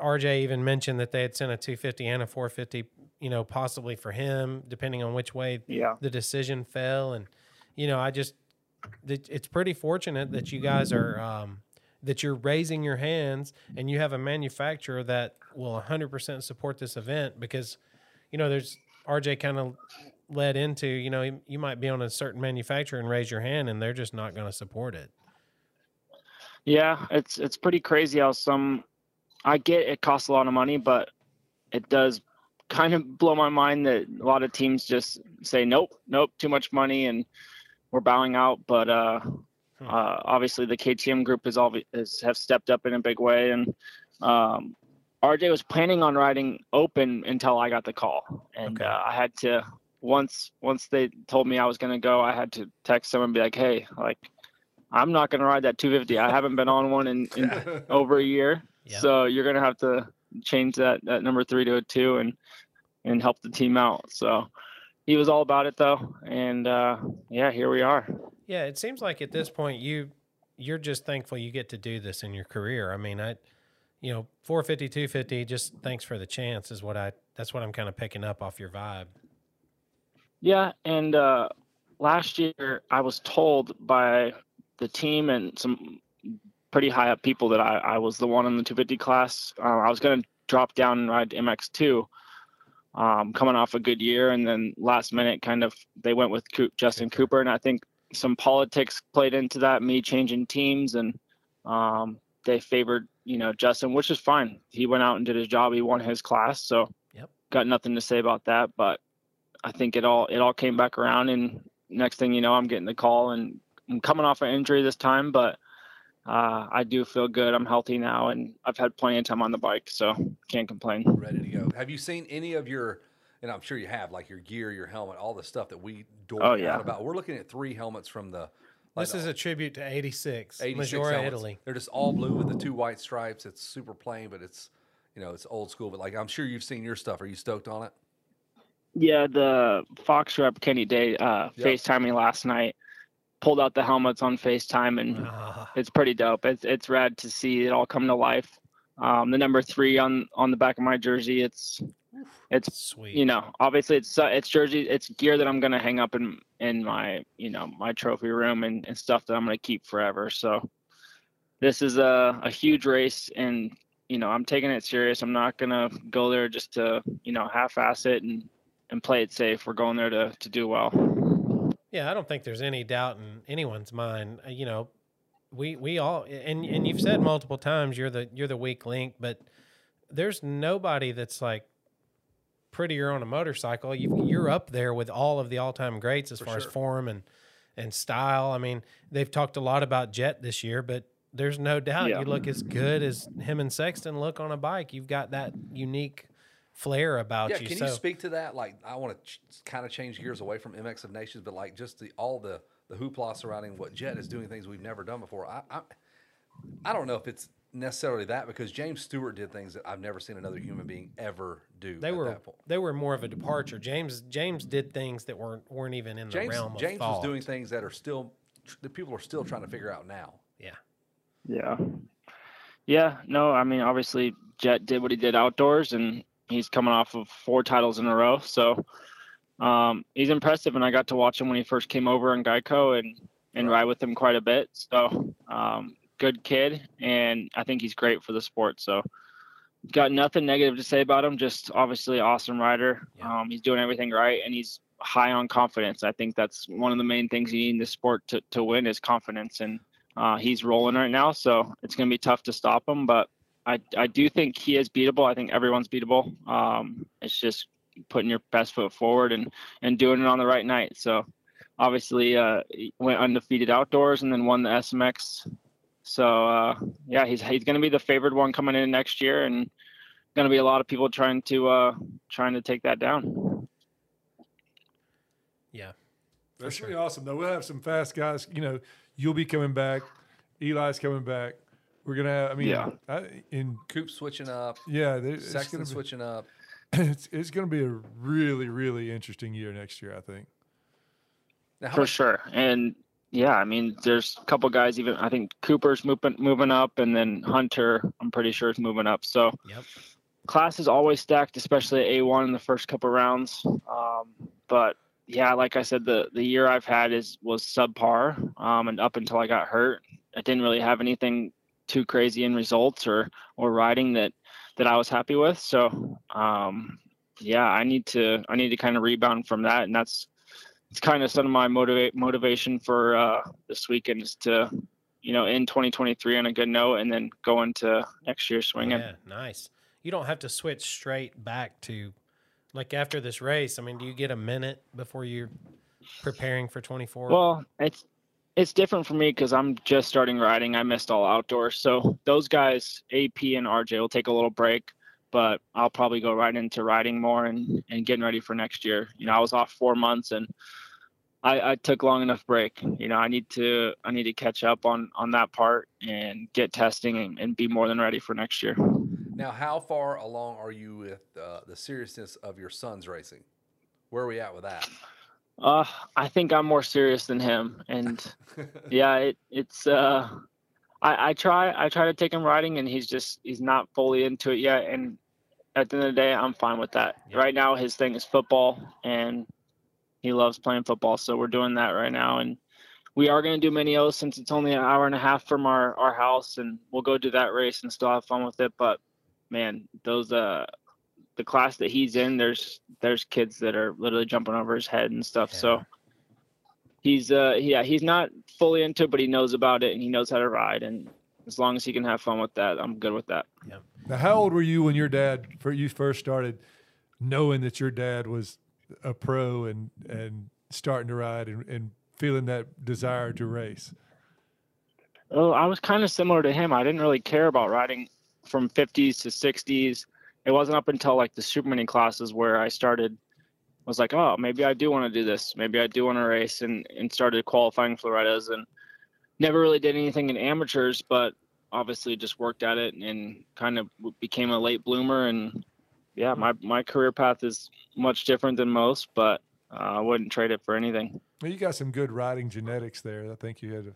B: RJ even mentioned that they had sent a 250 and a 450, you know, possibly for him, depending on which way
F: Yeah.
B: the decision fell and you know i just that it's pretty fortunate that you guys are um, that you're raising your hands and you have a manufacturer that will 100% support this event because you know there's rj kind of led into you know you- you might be on a certain manufacturer and raise your hand and they're just not going to support it
F: Yeah, it's it's pretty crazy how some I get it costs a lot of money, but it does kind of blow my mind that a lot of teams just say nope, nope, too much money and we're bowing out, but uh uh, obviously, the KTM group is all is have stepped up in a big way, and um, RJ was planning on riding open until I got the call, and
B: Okay.
F: uh, I had to once once they told me I was going to go, I had to text someone and be like, "Hey, like I'm not going to ride that 250. I haven't been on one in,
C: (laughs)
F: in
A: (laughs)
F: over a year,
B: Yeah.
F: so you're going to have to change that that number three to a two and and help the team out." So he was all about it though, and uh, yeah, here we are.
B: Yeah, it seems like at this point you you're just thankful you get to do this in your career. I mean, I you know, 450 250 just thanks for the chance is what I that's what I'm kind of picking up off your vibe.
F: Yeah, and uh, last year I was told by the team and some pretty high up people that I, I was the one in the 250 class. Uh, I was going to drop down and ride MX2, um, coming off a good year, and then last minute kind of they went with Coop, Justin Cooper, and I think some politics played into that, me changing teams, and um, they favored you know Justin, which is fine. He went out and did his job. He won his class, so
B: Yep.
F: got nothing to say about that, but. I think it all it all came back around, and next thing you know, I'm getting the call, and I'm coming off an injury this time, but uh, I do feel good. I'm healthy now, and I've had plenty of time on the bike, so can't complain.
A: Ready to go. Have you seen any of your? And I'm sure you have, like your gear, your helmet, all the stuff that we dork
F: Oh, yeah.
A: out about. We're looking at three helmets from the. like
B: This
A: the
B: is a tribute to 86,
A: 86
B: Majora,
A: helmets.
B: Italy.
A: They're just all blue with the two white stripes. It's super plain, but it's you know it's old school. But like I'm sure you've seen your stuff. Are you stoked on it?
F: Yeah, the Fox rep Kenny Day uh,
A: Yeah.
F: FaceTimed me last night, pulled out the helmets on FaceTime, and
B: Ah,
F: it's pretty dope. It's it's rad to see it all come to life. Um, the number three on on the back of my jersey, it's
B: sweet.
F: you know, obviously it's uh, it's jersey, it's gear that I'm gonna hang up in in my you know my trophy room and, and stuff that I'm gonna keep forever. So this is a a huge race, and you know I'm taking it serious. I'm not gonna go there just to you know half-ass it and and play it safe. We're going there to to do well.
B: Yeah, I don't think there's any doubt in anyone's mind. Uh, You know, we we all and and you've said multiple times you're the you're the weak link, but there's nobody that's like prettier on a motorcycle. You you're up there with all of the all time greats as
A: For
B: far as
A: sure.
B: form and and style. I mean, they've talked a lot about Jet this year, but there's no doubt
F: Yeah.
B: you look as good as him and Sexton look on a bike. You've got that unique flair about
A: Yeah,
B: you.
A: can
B: so
A: you speak to that? Like, I want to ch- kind of change gears away from MX of Nations, but like just the all the the hoopla surrounding what Jet is doing, things we've never done before. I I, I don't know if it's necessarily that because James Stewart did things that I've never seen another human being ever do.
B: they
A: at
B: were
A: that point.
B: they were more of a departure. James James did things that weren't weren't even in the
A: James
B: realm of
A: James was
B: thought.
A: doing things that are still that people are still trying to figure out now.
B: yeah.
F: Yeah. Yeah. No, I mean, obviously, Jet did what he did outdoors, and he's coming off of four titles in a row. So um, he's impressive. And I got to watch him when he first came over in Geico and, and ride with him quite a bit. So um, good kid. And I think he's great for the sport. So got nothing negative to say about him. Just obviously, awesome rider.
B: Yeah.
F: Um, he's doing everything right, and he's high on confidence. I think that's one of the main things you need in this sport to, to win is confidence. And uh, he's rolling right now, so it's going to be tough to stop him. But I, I do think he is beatable. I think everyone's beatable. Um, it's just putting your best foot forward and, and doing it on the right night. So obviously, uh, he went undefeated outdoors and then won the SMX. So uh, yeah, he's he's going to be the favored one coming in next year, and going to be a lot of people trying to uh, trying to take that down.
B: Yeah.
C: That's
B: sure.
C: pretty awesome, though. We'll have some fast guys. You know, you'll be coming back. Eli's coming back. We're gonna have. I mean,
F: Yeah.
C: I, in
A: Coop switching up,
C: yeah, there- it's
A: Sexton
C: gonna be-
A: switching up.
C: (clears throat) It's, it's gonna be a really, really interesting year next year. I think.
A: Now, how
F: for
A: much-
F: sure. And yeah, I mean, there's a couple guys. Even I think Cooper's moving moving up, and then Hunter, I'm pretty sure is moving up. So
B: Yep.
F: class is always stacked, especially at A1 in the first couple rounds. Um, but yeah, like I said, the the year I've had is was subpar, um, and up until I got hurt, I didn't really have anything too crazy in results or or riding that that I was happy with. So um, yeah, I need to I need to kind of rebound from that, and that's it's kind of some of my motivate motivation for uh, this weekend is to you know end 2023 on a good note and then go into next year's swinging.
B: Yeah, nice. You don't have to switch straight back to like after this race. I mean, do you get a minute before you're preparing for 24?
F: Well, it's it's different for me because I'm just starting riding. I missed all outdoors, so those guys, AP and RJ, will take a little break, but I'll probably go right into riding more and and getting ready for next year. You know, I was off four months and. I, I took long enough break. You know, I need to I need to catch up on on that part and get testing and, and be more than ready for next year.
A: Now, how far along are you with uh, the seriousness of your son's racing? Where are we at with that?
F: Uh, I think I'm more serious than him, and
A: (laughs)
F: yeah, it, it's uh, I, I try I try to take him riding, and he's just he's not fully into it yet. And at the end of the day, I'm fine with that.
B: Yeah.
F: Right now, his thing is football, and he loves playing football, so we're doing that right now. And we are going to do mini-os since it's only an hour and a half from our our house, and we'll go do that race and still have fun with it. But man, those uh. The class that he's in, there's there's kids that are literally jumping over his head and stuff.
B: Yeah.
F: So he's uh yeah he's not fully into it but he knows about it and he knows how to ride and as long as he can have fun with that i'm good with that
C: Now, how old were you when your dad for you first started knowing that your dad was a pro and and starting to ride and, and feeling that desire to race?
F: oh i was kind of similar to him i didn't really care about riding from 50s to 60s it wasn't up until like the super mini classes where i started was like oh maybe i do want to do this maybe i do want to race and and started qualifying florettas and never really did anything in amateurs but obviously just worked at it and kind of became a late bloomer and yeah my my career path is much different than most but uh, i wouldn't trade it for anything
C: Well, you got some good riding genetics there. that I think you had to,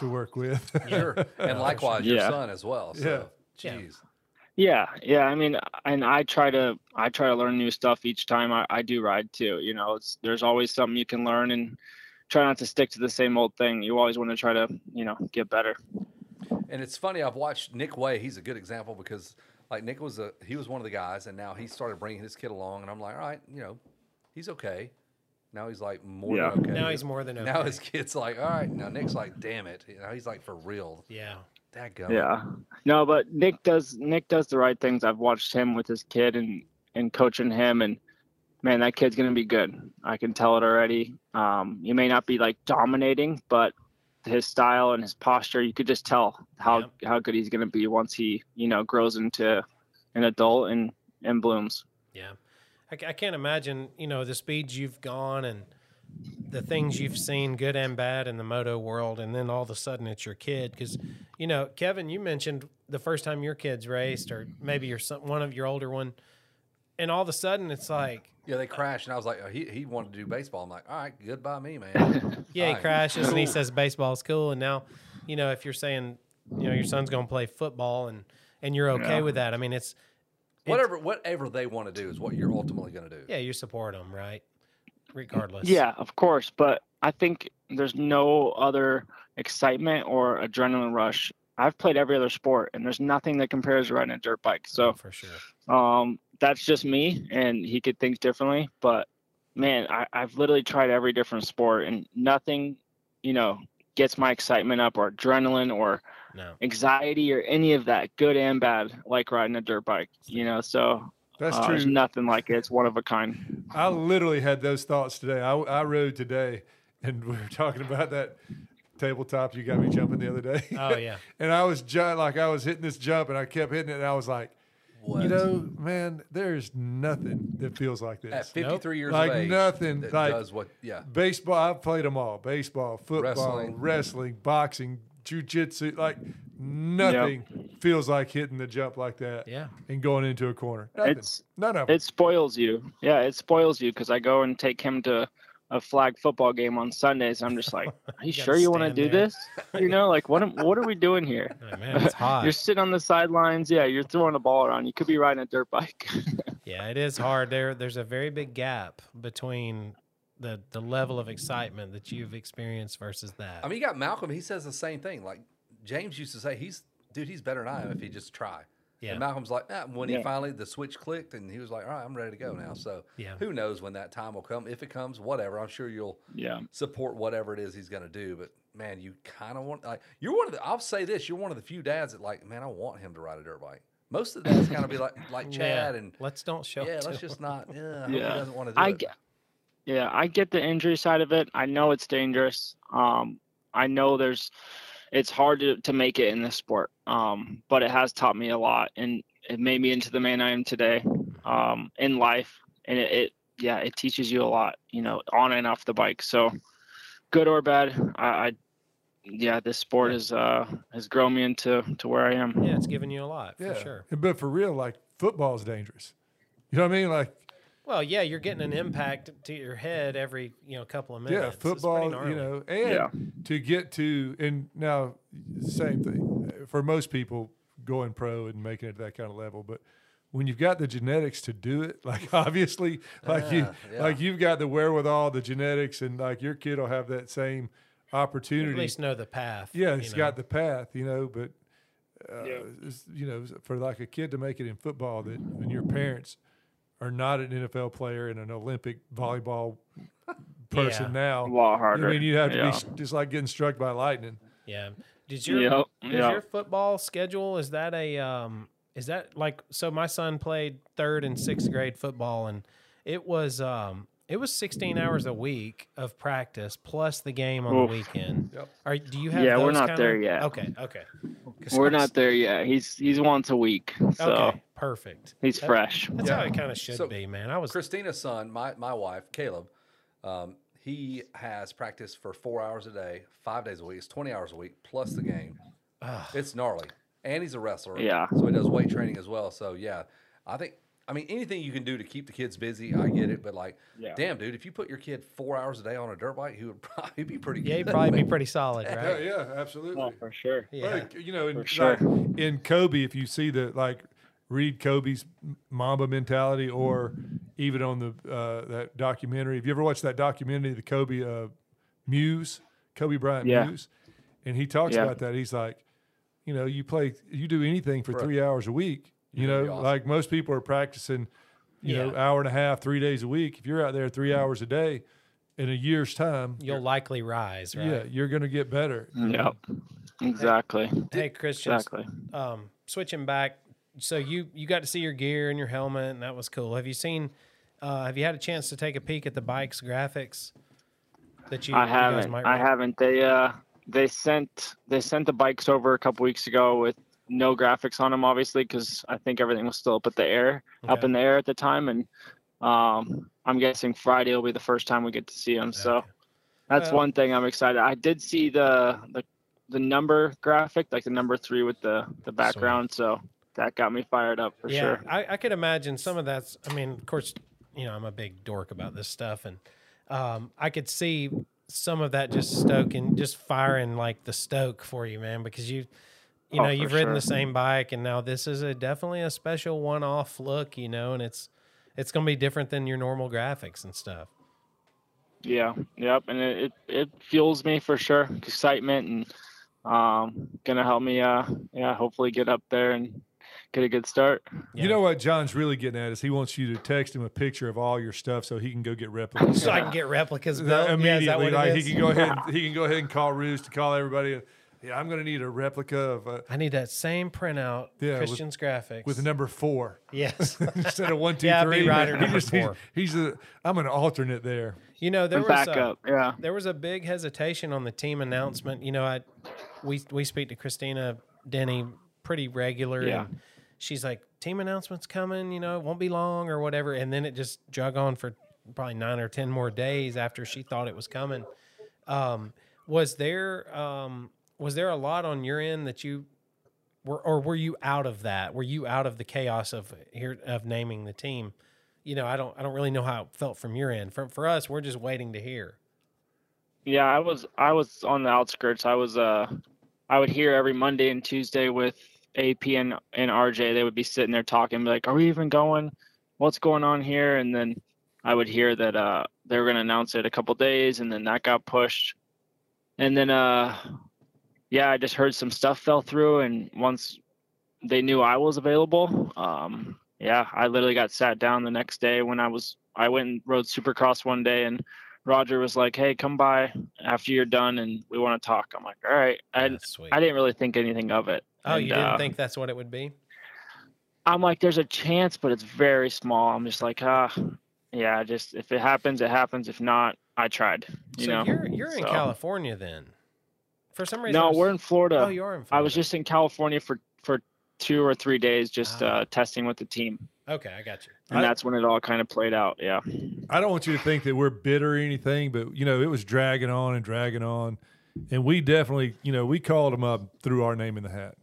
C: to work with.
A: (laughs) Sure.
C: (laughs)
A: And likewise, your
F: Yeah.
A: son as well. So,
B: Yeah.
A: jeez.
F: yeah yeah i mean and i try to i try to learn new stuff each time i, I do ride too you know it's there's always something you can learn and try not to stick to the same old thing you always want to try to you know get better
A: And it's funny. I've watched Nick Way. He's a good example because, like, Nick was a he was one of the guys, and now he started bringing his kid along, and I'm like, all right, you know, he's okay. Now he's like more
F: Yeah.
A: than okay.
B: now he's more than okay.
A: now his kid's like, all right. Now Nick's like, damn it. You know, he's like for real.
B: yeah.
A: That guy.
F: Yeah. No, but Nick does Nick does the right things. I've watched him with his kid and and coaching him and man, that kid's going to be good. I can tell it already. Um he may not be like dominating, but his style and his posture, you could just tell how
B: Yep.
F: how good he's going to be once he, you know, grows into an adult and and blooms.
B: Yeah. I, ca- I can't imagine, you know, the speeds you've gone and the things you've seen, good and bad, in the moto world. And then all of a sudden it's your kid. Because, you know, Kevin, you mentioned the first time your kids raced, or maybe your son, one of your older one. And all of a sudden it's like,
A: Yeah, they crashed, and I was like, oh, he, he wanted to do baseball. I'm like, all right, goodbye me, man.
B: yeah, he
A: Fine.
B: crashes and he says baseball's cool. And now, you know, if you're saying, you know, your son's going to play football and, and you're okay
F: Yeah.
B: with that, I mean, it's,
A: whatever whatever they want to do is what you're ultimately going to do.
B: yeah, you support them, right? Regardless.
F: Yeah, of course, but I think there's no other excitement or adrenaline rush. I've played every other sport, and there's nothing that compares to riding a dirt bike. So
B: For sure.
F: um, that's just me, and he could think differently. But man, I, I've literally tried every different sport, and nothing, you know, gets my excitement up or adrenaline or
B: No.
F: anxiety or any of that, good and bad, like riding a dirt bike. You know, so
C: That's
F: uh,
C: true.
F: there's nothing like it. It's one of a kind.
C: I literally had those thoughts today. I, I rode today, and (laughs) we were talking about that tabletop you got me jumping the other day.
B: Oh, yeah.
C: and I was ju- like, I was hitting this jump, and I kept hitting it, and I was like,
A: What?
C: you know, man, there's nothing that feels like this.
A: at 53 years
C: Like
A: of age,
C: nothing,
A: that
C: like-
A: does what? Yeah,
C: baseball. I've played them all: baseball, football, wrestling,
A: Wrestling.
C: boxing, jujitsu. Like nothing feels like hitting the jump like that
B: Yeah.
C: and going into a corner. Nothing.
F: It's-
C: None of 'em.
F: It spoils you. Yeah, it spoils you because I go and take him to a flag football game on Sundays. I'm just like, are you
B: gotta
F: sure you want to
B: stand
F: do
B: there.
F: this? You know, like what? am- What are we doing here?
B: (laughs) Oh, man, it's hot.
F: You're sitting on the sidelines. Yeah, you're throwing a ball around. You could be riding a dirt bike. (laughs)
B: Yeah, it is hard. There, there's a very big gap between the the level of excitement that you've experienced versus that.
A: I mean, you got Malcolm. He says the same thing. Like James used to say, he's dude, he's better than I am if he just try.
B: yeah,
A: And Malcolm's like, nah, when
F: Yeah.
A: he finally the switch clicked, and he was like, all right, I'm ready to go now. So
B: yeah,
A: who knows when that time will come? If it comes, whatever. I'm sure you'll
F: yeah,
A: support whatever it is he's going to do. But man, you kind of want like you're one of the. I'll say this: you're one of the few dads that like, man, I want him to ride a dirt bike. Most of the dads kind of be like, like
B: (laughs) Yeah,
A: Chad and
B: let's
C: (laughs)
B: don't show.
A: yeah,
B: it to
A: let's
B: him.
A: just not. Yeah,
F: Yeah.
A: he doesn't want to do
F: I
A: it.
F: get. Yeah, I get the injury side of it. I know it's dangerous. Um, I know there's, it's hard to, to make it in this sport. Um, but it has taught me a lot, and it made me into the man I am today. Um, in life, and it, it, yeah, it teaches you a lot. You know, on and off the bike. So, good or bad, I, I yeah, this sport is uh has grown me into to where I am.
B: (laughs) yeah, it's giving you a lot for sure.
C: But for real, like football's dangerous. You know what I mean? Like,
B: Well, yeah, you're getting an impact to your head every you know couple of minutes.
C: yeah,
B: It's pretty
C: football,
B: gnarly.
C: you know, and
F: Yeah.
C: to get to, and now, same thing uh, for most people going pro and making it to that kind of level. But when you've got the genetics to do it, (laughs) like obviously, like you,
A: Ah, yeah.
C: like you've got the wherewithal, the genetics, and like your kid will have that same
B: at
C: opportunity.
B: least know the path.
C: yeah,
B: you
C: he's
B: know.
C: got the path, you know, but uh, it's- you know, for like a kid to make it in football, that when your parents are not an NFL player and an Olympic volleyball
B: (laughs)
C: person
B: Yeah.
C: now,
F: A lot harder.
C: I mean, you have to
F: yeah.
C: be be just like getting struck by lightning.
B: yeah. Did your
F: Yep,
B: does
F: yep.
B: your football schedule is that a um is that like so my son played third and sixth grade football and it was um it was 16 hours a week of practice plus the game on
F: Oof.
B: the weekend.
C: Yep.
B: Are do you have
F: Yeah, we're
B: those
F: not
B: kinda-
F: there yet.
B: Okay, okay. 'Cause
F: We're
B: I was-
F: not there yet. He's he's once a week, so
B: Okay, perfect.
F: he's
B: That-
F: fresh.
B: That's
C: Yeah.
B: how it kind of should
A: So,
B: be, man. I was
A: Christina's son, my, my wife, Caleb, um, he has practiced for four hours a day, five days a week. It's 20 hours a week plus the game.
C: (laughs)
B: ugh,
A: It's gnarly. And he's a wrestler.
F: Yeah.
A: So he does weight training as well. So, yeah, I think, I mean, anything you can do to keep the kids busy, I get it. But, like,
F: Yeah.
A: damn, dude, if you put your kid four hours a day on a dirt bike, he would (laughs) probably be pretty good.
B: yeah, he'd probably be pretty solid,
C: Yeah,
B: right?
C: yeah, absolutely.
F: Oh, for sure.
B: Yeah.
C: Like, you know, in,
F: For
C: like,
F: sure.
C: in Kobe, if you see the like read Kobe's Mamba mentality, or even on the uh, that documentary. Have you ever watched that documentary, the Kobe uh, Muse, Kobe Bryant
F: Yeah.
C: Muse? And he talks
F: Yeah.
C: about that. He's like, you know, you play, you do anything for
A: Right.
C: three hours a week. You
A: That'd be
C: know,
A: awesome.
C: like most people are practicing, you know, hour and a half, three days a week. If you're out there three hours a day, in a year's time,
B: You'll likely rise, right?
C: yeah, you're gonna get better.
F: Yep. Exactly.
B: Hey, Christian,
F: Exactly.
B: um, switching back, so you you got to see your gear and your helmet, and that was cool. Have you seen? Uh, have you had a chance to take a peek at the bike's graphics? That you,
F: I
B: you guys
F: haven't.
B: might
F: I
B: ride?
F: haven't. They uh they sent they sent the bikes over a couple weeks ago with no graphics on them, obviously, because I think everything was still up at the air, up
B: Okay.
F: in the air at the time. And um, I'm guessing Friday will be the first time we get to see them. So
B: Okay.
F: that's
B: Well-
F: one thing I'm excited. I did see the the the number graphic, like the number three with the the background. So that got me fired up for
B: yeah,
F: sure.
B: I, I could imagine some of that's. I mean, of course, you know, I'm a big dork about this stuff, and um, I could see some of that just stoking, just firing like the stoke for you, man, because you, you
F: Oh,
B: know,
F: for
B: you've ridden
F: sure.
B: the same bike, and now this is a definitely a special one-off look, you know, and it's it's gonna be different than your normal graphics and stuff.
F: Yeah, yep, and it, it it fuels me for sure, excitement, and um, gonna help me. Uh, yeah, hopefully get up there and get a good start.
B: Yeah.
C: You know what John's really getting at is he wants you to text him a picture of all your stuff so he can go get replicas. (laughs)
B: So I can get replicas built.
C: immediately,
B: yeah, is that what it
C: like
B: is?
C: he can go ahead,
B: (laughs)
C: he can go ahead and call Ruse to call everybody. Yeah, I'm going to need a replica of uh,
B: I need that same printout,
C: Yeah, with-
B: Christian's graphics
C: with the number four (laughs)
B: Yes. (laughs)
C: instead of one, two, three.
B: Yeah, be rider
C: (laughs) He
B: number
C: just- he's-
B: four.
C: He's, a, I'm an alternate there.
B: you know, there
F: And
B: was
F: back
B: uh,
F: up. Yeah,
B: there was a big hesitation on the team announcement. You know, I we we speak to Christina Denny pretty regular,
F: Yeah.
B: and she's like, "Team announcement's coming. You know, it won't be long or whatever." And then it just jug on for probably nine or ten more days after she thought it was coming. Um, was there um, was there a lot on your end that you were, or were you out of that? Were you out of the chaos of here of naming the team? You know, I don't I don't really know how it felt from your end. For for us, we're just waiting to hear.
F: yeah. I was I was on the outskirts. I was uh, I would hear every Monday and Tuesday with AP and and RJ. They would be sitting there talking, be like, "Are we even going? What's going on here?" And then I would hear that uh, they were gonna announce it a couple days, and then that got pushed. And then uh, yeah, I just heard some stuff fell through, and once they knew I was available, um, yeah, I literally got sat down the next day when I was I went and rode Supercross one day, and Roger was like, "Hey, come by after you're done, and we want to talk." I'm like, "All right," and
B: That's sweet.
F: I didn't really think anything of it.
B: Oh, you
F: And,
B: didn't
F: uh,
B: think that's what it would be?
F: I'm like, there's a chance, but it's very small. I'm just like, ah, yeah, just if it happens, it happens. If not, I tried. You
B: so
F: know,
B: you're you're in
F: so-
B: California then. For some reason, I
F: No,
B: was-
F: we're in Florida.
B: Oh, you are in Florida.
F: I was just in California for for two or three days, just
B: Ah.
F: uh, testing with the team,
B: okay. I
F: (sighs)
B: got you.
F: and
C: I-
F: that's when it all kind of played out. Yeah,
C: I don't want you to think that we're bitter or anything, but you know, it was dragging on and dragging on. And we definitely, you know, we called them up through our name in the hat.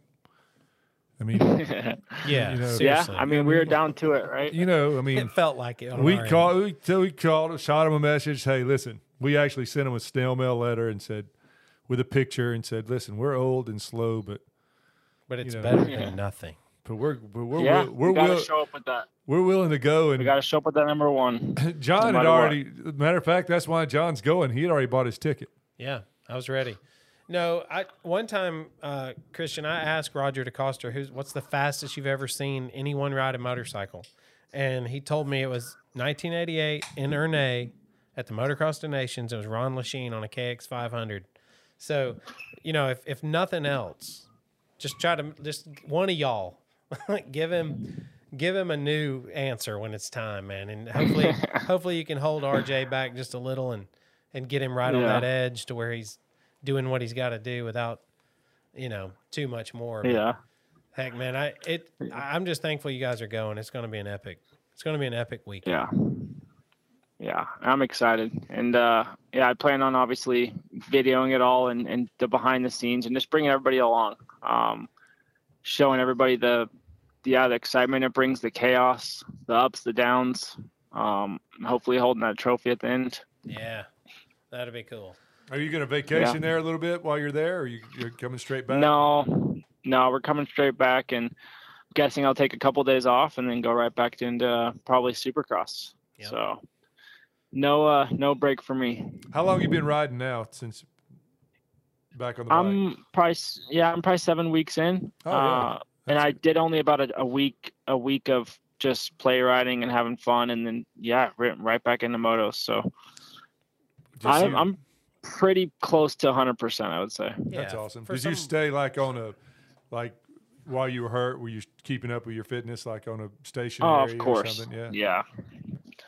C: I mean,
B: Yeah,
C: You know-
F: (laughs) yeah.
B: seriously.
F: I mean, we were down to it, right?
C: you know, I mean,
B: it felt like it. on
C: we
B: our end.
C: called, we, so we called, shot him a message. Hey, listen, we actually sent him a snail mail letter and said, with a picture and said, listen, we're old and slow, but
B: but it's
C: know.
B: better
F: Yeah.
B: than nothing.
C: but we're but we're
F: yeah,
C: we're we're,
F: we gotta
C: will-
F: show up with that.
C: we're willing to go.
F: We
C: And (laughs)
F: gotta show up with that
B: (laughs)
F: number one.
C: John had
F: matter what.
C: already, matter of fact, that's why John's going. He had already bought his ticket.
B: Yeah, I was ready. No, I one time, uh, Christian, I asked Roger DeCosta, "Who's what's the fastest you've ever seen anyone ride a motorcycle?" And he told me it was 1988 in Ernay at the Motocross Donations. It was Ron Lachine on a KX 500. So, you know, if if nothing else, just try to just one of y'all (laughs) give him give him a new answer when it's time man and hopefully hopefully you can hold rj back just a little and and get him right on
F: Yeah.
B: that edge to where he's doing what he's got to do without you know too much more But
F: Yeah,
B: heck man i it I- i'm just thankful you guys are going it's going to be an epic it's going to be an epic week
F: yeah, yeah. I'm excited, and uh, yeah, I plan on obviously videoing it all and and the behind the scenes and just bringing everybody along, um, showing everybody the yeah the excitement it brings, the chaos, the ups, the downs. Um, hopefully holding that trophy at the end.
B: yeah that'd be cool
C: Are you going to vacation there a little bit while you're there, or you, you're coming straight back?
F: No, no, we're coming straight back, and guessing I'll take a couple days off and then go right back into uh, probably Supercross.
B: Yep.
F: So no, uh, no break for me.
C: How long you been riding now since back on the bike?
F: I'm probably s- yeah, I'm probably seven weeks in.
C: Oh, really?
F: uh, and
C: That's
F: I did only about a, a week a week of just play riding and having fun, and then yeah, right, right back into motos. So
C: Did you-
F: I'm, I'm pretty close to 100. percent I would say.
C: that's
B: Yeah,
C: awesome.
B: for
C: Did you
B: some-
C: stay like on a like while you were hurt? Were you keeping up with your fitness like on a stationary?
F: Oh, of
C: Or
F: course.
C: something? Yeah.
F: yeah.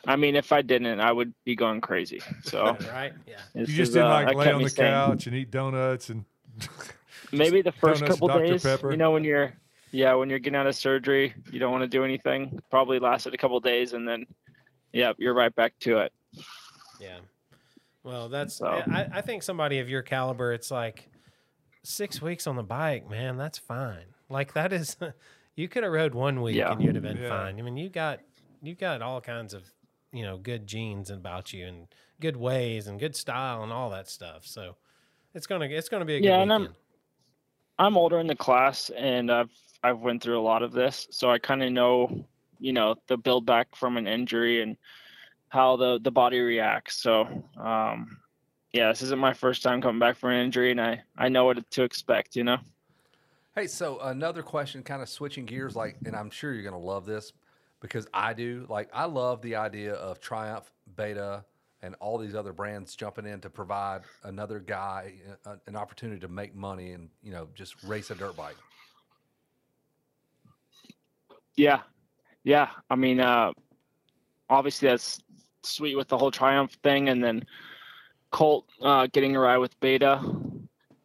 F: I mean, if I didn't, I would be going crazy. So
B: right yeah
C: (laughs)
F: this
C: You just
F: is,
C: didn't
F: uh,
C: like
F: that
C: lay
F: kept
C: on
F: me
C: the
F: sane.
C: couch and (laughs) eat donuts and
F: Maybe the first
C: donuts,
F: couple
C: Dr.
F: days,
C: Pepper.
F: you know, when you're yeah, when you're getting out of surgery, you don't want to do anything. Probably lasted a couple days, and then, yeah, you're right back to it.
B: Yeah. Well, that's.
F: So-
B: I, I think somebody of your caliber, it's like six weeks on the bike, man. That's fine. Like that is, (laughs) you could have rode one week
F: Yeah.
B: and you'd have been
C: Yeah.
B: fine. I mean, you got you got all kinds of you know good genes about you and good ways and good style and all that stuff. So it's gonna it's gonna be a good
F: Yeah,
B: yeah,
F: and I'm- I'm older in the class, and I've I've went through a lot of this, so I kind of know, you know, the build back from an injury and how the the body reacts. So, um, yeah, this isn't my first time coming back from an injury, and I I know what to expect. You know,
A: Hey, so another question, kind of switching gears, like, and I'm sure you're going to love this because I do. Like, I love the idea of Triumph, Beta, and all these other brands jumping in to provide another guy uh, an opportunity to make money and, you know, just race a dirt bike.
F: yeah, yeah. I mean, uh, obviously that's sweet with the whole Triumph thing, and then Colt uh, getting a ride with Beta.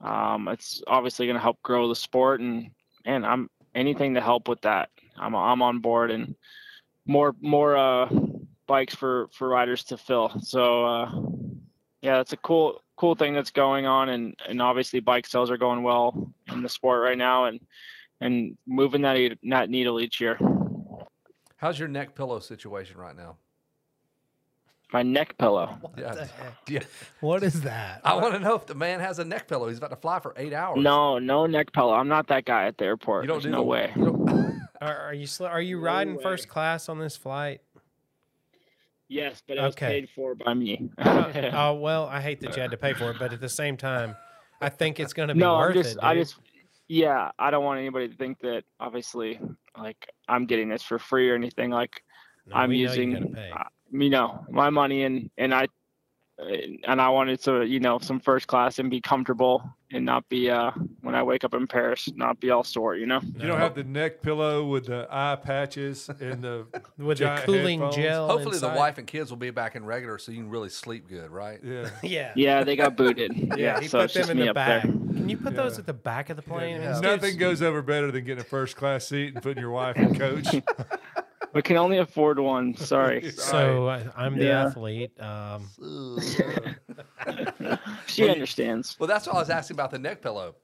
F: Um, it's obviously going to help grow the sport, and and I'm anything to help with that. I'm I'm on board, and more more uh, bikes for for riders to fill. So uh, yeah, it's a cool cool thing that's going on, and and obviously bike sales are going well in the sport right now, and and moving that e- that needle each year.
A: How's your neck pillow situation right now?
F: My neck pillow.
A: Yeah.
B: yeah.
A: Yeah.
B: What is that?
A: I want to know if the man has a neck pillow. He's about to fly for eight
B: Oh,
A: hours.
F: Uh, No, no neck pillow. I'm not that guy at the airport.
A: you don't
F: There's
A: do
F: no
A: the
F: way.
A: you don't-
B: Are, are you sl- are you
F: No
B: riding
F: way.
B: first class on this flight?
F: Yes, but it was
B: Okay.
F: paid for by me.
B: (laughs)
F: (laughs)
B: Oh well, I hate that you had to pay for it, but at the same time, I think it's gonna be
F: no, I'm
B: worth
F: just,
B: it.
F: I
B: dude.
F: just, yeah, I don't want anybody to think that obviously, like I'm getting this for free or anything. Like,
B: No,
F: I'm
B: we know you
F: using,
B: gotta pay.
F: uh, you know, my money and and I, and I wanted to, you know, some first class and be comfortable and not be, uh, when I wake up in Paris, not be all sore, you know.
C: You don't have the neck pillow with the eye patches and the
B: with the
C: giant
B: cooling
C: headphones.
A: (laughs)
B: gel.
A: Hopefully,
B: inside.
A: the wife and kids will be back in regular so you can really sleep good, right?
C: yeah.
B: Yeah.
F: (laughs) Yeah, they got booted.
B: (laughs)
F: yeah,
B: he
F: so
B: put
F: it's just
B: them in
F: me
B: the
F: up
B: back.
F: there.
B: Can you put those
C: (laughs) Yeah.
B: at the back of the plane? I mean, these
C: Nothing
B: dudes-
C: goes over better than getting a first class seat and putting your wife in coach.
F: We can only
C: (laughs)
F: afford one. Sorry.
B: So uh, I'm the
F: Yeah.
B: athlete. Um,
F: she understands.
A: Well, that's why I was asking about the neck pillow.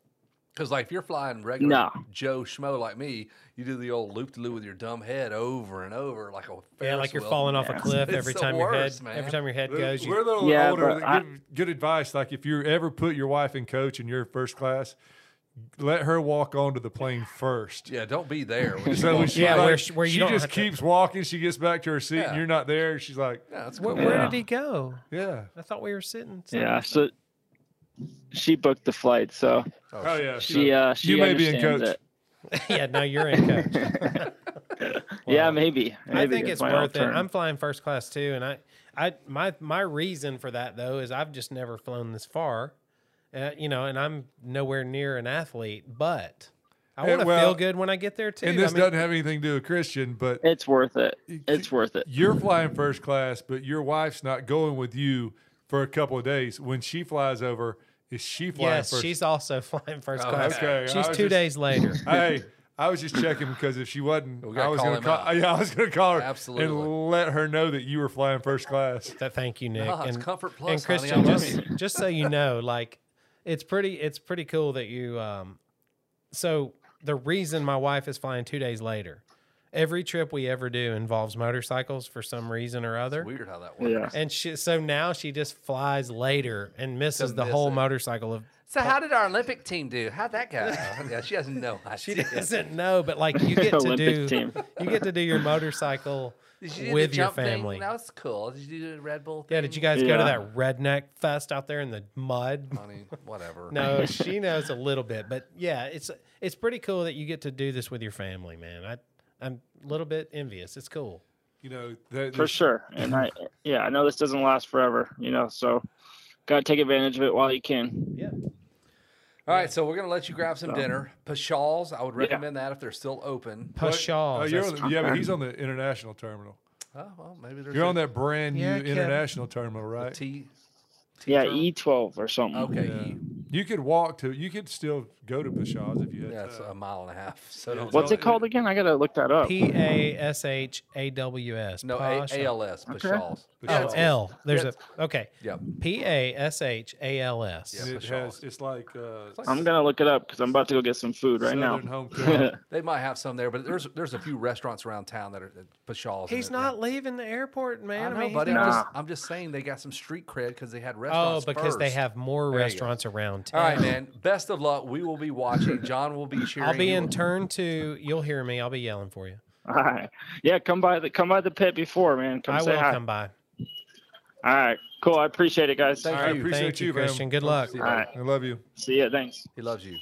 A: Because, like, if you're flying regular
F: No.
A: Joe Schmo like me, you do the old loop de loop with your dumb head over and over, like a
B: yeah,
A: Ferris
B: like you're
A: wheel.
B: falling off a
F: Yeah.
A: (laughs)
B: cliff
A: It's
B: every
A: the
B: time
A: worst,
B: your head
A: man.
B: every time your head
C: We're a
B: goes. You,
C: little
F: Yeah,
C: older.
F: but I-
C: Give good advice. Like if you're ever put your wife in coach and you're first class, let her walk onto the plane first.
A: Yeah, don't be there.
F: (laughs)
A: When you
C: So
A: fall.
C: when she,
B: Yeah,
C: like,
B: where she- where you
C: she
B: don't
C: just
B: have to-
C: keeps walking, she gets back to her seat,
A: Yeah.
C: and you're not there. She's like,
A: yeah, that's
B: where,
A: cool.
B: where
F: Yeah.
B: did he go?
C: yeah,
B: I thought we were sitting.
F: Yeah. So she booked the flight, so
C: oh yeah.
F: she
C: so
F: uh she
C: you may be in
F: understands
C: coach.
F: it.
B: (laughs) yeah. Now you're in
F: (laughs)
B: coach.
F: Yeah, maybe. maybe
B: I think it's
F: my
B: worth it.
F: alternative.
B: I'm flying first class too, and I, I, my, my reason for that though is I've just never flown this far, uh, you know, and I'm nowhere near an athlete, but I
C: Hey,
B: want to
C: well,
B: feel good when I get there too.
C: And this
B: I mean,
C: doesn't have anything to do with Christian, but
F: It's worth it. It's worth it.
C: you're flying first class, but your wife's not going with you for a couple of days. When she flies over, is she flying
B: yes,
C: first? Oh,
B: she's also (laughs) flying first class.
C: okay.
B: She's
C: I was
B: two
C: just-
B: days later.
C: hey, I was just checking because if she wasn't,
A: We gotta
C: I was
A: call
C: going to
A: him
C: call.
A: out.
C: Yeah, I was going to call her
A: Absolutely.
C: and let her know that you were flying first class.
B: That thank you, Nick.
A: Ah, it's
B: and,
A: Comfort Plus,
B: and
A: honey,
B: Christian,
A: I love
B: just just so you know, like it's pretty it's pretty cool that you um so the reason my wife is flying two days later, every trip we ever do involves motorcycles for some reason or other.
A: Weird how that works.
F: Yeah.
B: And she, so now she just flies later and misses the
A: miss
B: whole
A: it.
B: motorcycle of
A: So, how did our Olympic team do? How'd that go? (laughs) yeah, she has no idea. (laughs)
B: (laughs) she doesn't know, but like
F: (laughs)
B: you get to do (laughs)
F: Olympic team.
B: you get to do your motorcycle
A: Did you do
B: with
A: the
B: your
A: jump
B: family.
A: Thing? That was cool. Did you do the Red Bull?
B: Yeah,
A: thing?
B: did you guys go to
F: Yeah.
B: that redneck fest out there in the mud?
A: Honey, (laughs) whatever.
B: No, she knows a little bit, but yeah, it's it's pretty cool that you get to do this with your family, man. I I'm a little bit envious. It's cool.
C: You know, that,
F: For sure. And I yeah, I know this doesn't last forever, you know, so gotta take advantage of it while you can.
B: Yeah.
A: All right, so we're gonna let you grab some dinner. Pashaw's, I would
F: Um, Yeah.
A: recommend that if they're still open.
C: But-
B: Pashaw.
C: oh, you're on the- yeah, but he's on the international terminal.
A: Oh, well, maybe there's
C: You're
A: a-
C: on that brand new
B: Yeah, Kevin.
C: international terminal, right?
A: T.
F: Yeah, E twelve or something.
A: Okay,
C: Yeah.
A: you-
C: You could walk to. You could still go to Pashaw's if you had
A: Yeah, it's
B: Uh,
A: um, a mile and a half. (laughs) So
C: Yeah,
A: don't
C: it's
A: know.
C: all-
F: What's it called again? I gotta look that up.
B: P A S H A W S.
A: Oh. No, A- ALS, Pashal's.
B: Oh,
A: Pashal's.
B: L. There's a
A: That's-
B: okay.
A: Yep.
B: P A S H A L S.
A: Yeah.
C: And it
A: for sure.
C: has, it's like uh,
F: I'm gonna look it up because I'm about to go get some food right
C: southern
F: now.
C: home
A: (laughs)
C: cooked.
A: They might have some there, but there's there's a few restaurants around town that are that Pashal's. in
B: He's
A: it.
B: not leaving the airport,
A: I
B: man.
A: know,
B: mean, he's
A: buddy.
B: not-
A: I'm,
F: Nah.
A: just, I'm just saying they got some street cred because they had
B: Oh,
A: restaurants.
B: because they
A: first.
B: have more
A: you go.
B: restaurants around town.
A: All right, man. Best of luck. We will be watching. John will be cheering.
B: I'll be
A: you.
B: in turn two. You'll hear me. I'll be yelling for you.
F: (laughs) All right. Yeah, come by the come by the pit before, man. Come
B: I
F: say
B: will
F: hi.
B: come by.
F: All right. Cool. I appreciate it, guys.
A: Thank
C: I
A: you.
C: appreciate
B: Thank you,
C: you, man.
B: Christian. Good luck.
A: See you
F: All
A: later.
F: right.
C: I love you.
F: See ya. Thanks.
A: He loves you.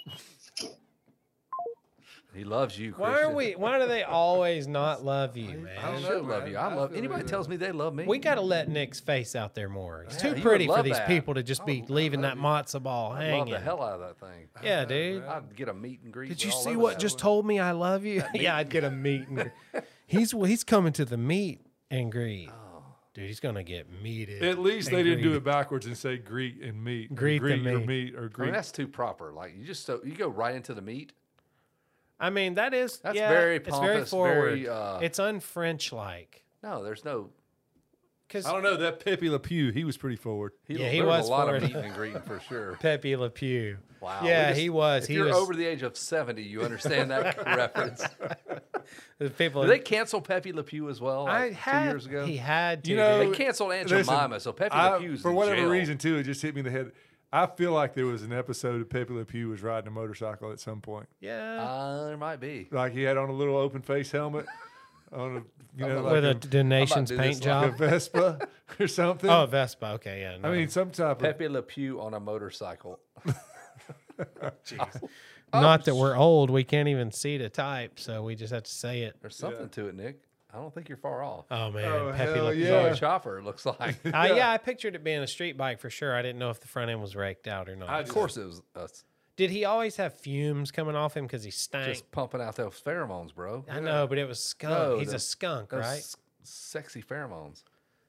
A: He loves you.
B: Why are
A: Christian.
B: we? Why do they always not love you,
A: I don't
B: man?
A: know. Love you. I
C: I
A: love.
C: feel
A: Anybody
C: you.
A: tells me they love me.
B: We got to let Nick's face out there more. It's
A: Yeah,
B: too
A: he would
B: pretty for
A: love
B: these
A: that.
B: people to just be
A: Oh, I
B: leaving
A: love
B: that matzo
A: I
B: ball
A: love
B: hanging.
A: the hell out of that thing.
B: Yeah, dude.
A: I'd get a meet and greet.
B: Did
A: with
B: you
A: all
B: see
A: over
B: what
A: that.
B: just told me I love you? (laughs) yeah, I'd get a meet and he's he's coming to the meet and greet.
A: Oh.
B: Dude, he's gonna get meated.
C: At least
B: and
C: they didn't do
B: greeted.
C: it backwards and say greet and meet. or
B: Greet the
C: greet your
B: meat.
C: meat or
A: I mean,
C: greet.
A: that's too proper. Like you just so you go right into the meat.
B: I mean, that is
A: That's
B: yeah,
A: very
B: it's very
A: pompous,
B: forward.
A: very, uh,
B: it's unfrench like.
A: No, there's no.
B: Because
C: I don't know that Pepe Le Pew. He was pretty forward.
B: Yeah, he
A: there
B: was
A: a lot
B: forward.
A: of meeting and greeting for
B: (laughs)
A: sure.
B: Pepe Le Pew.
A: Wow. we
B: Yeah,
A: just-
B: he was.
A: If
B: He
A: you're
B: was.
A: over the age of seventy, you understand
B: (laughs)
A: that reference.
B: the people.
A: Did they cancel Pepe Le Pew as well?
B: I
A: like,
B: had.
A: two years ago.
B: He had to.
C: You know,
A: they
B: dude.
A: canceled Aunt
C: Listen,
A: Jemima, so Pepe
C: I-
A: Le Pew's
C: for
A: in
C: whatever
A: jail.
C: reason, too, it just hit me in the head. I feel like there was an episode of Pepe Le Pew was riding a motorcycle at some point.
B: yeah.
A: Uh, there might be.
C: Like he had on a little open face helmet, on a you know like
B: with a
C: a,
B: donations
A: do this
B: paint
C: like a
B: job.
C: Vespa or something.
B: Oh, Vespa. Okay, yeah.
C: I
B: no.
C: mean, some type of
A: Pepe Le Pew on a motorcycle.
B: not that we're old. We can't even see the type, so we just have to say it.
A: There's something to it, Nick. I don't think you're far off.
B: Oh man,
C: Oh,
B: Pepe
C: hell
B: Le Pew.
A: Sorry,
C: yeah. (laughs)
A: chopper it looks
B: (laughs)
A: like.
B: Uh, yeah, I pictured it being a street bike for sure. I didn't know if the front end was raked out or not.
C: I
A: of
C: just-
A: course, it was uh, us
B: Did he always have fumes coming off him because he stank?
A: just pumping out those pheromones, bro.
B: I know, but it was skunk.
A: No,
B: He's a
A: the-
B: skunk,
A: Those
B: right?
A: s- sexy pheromones.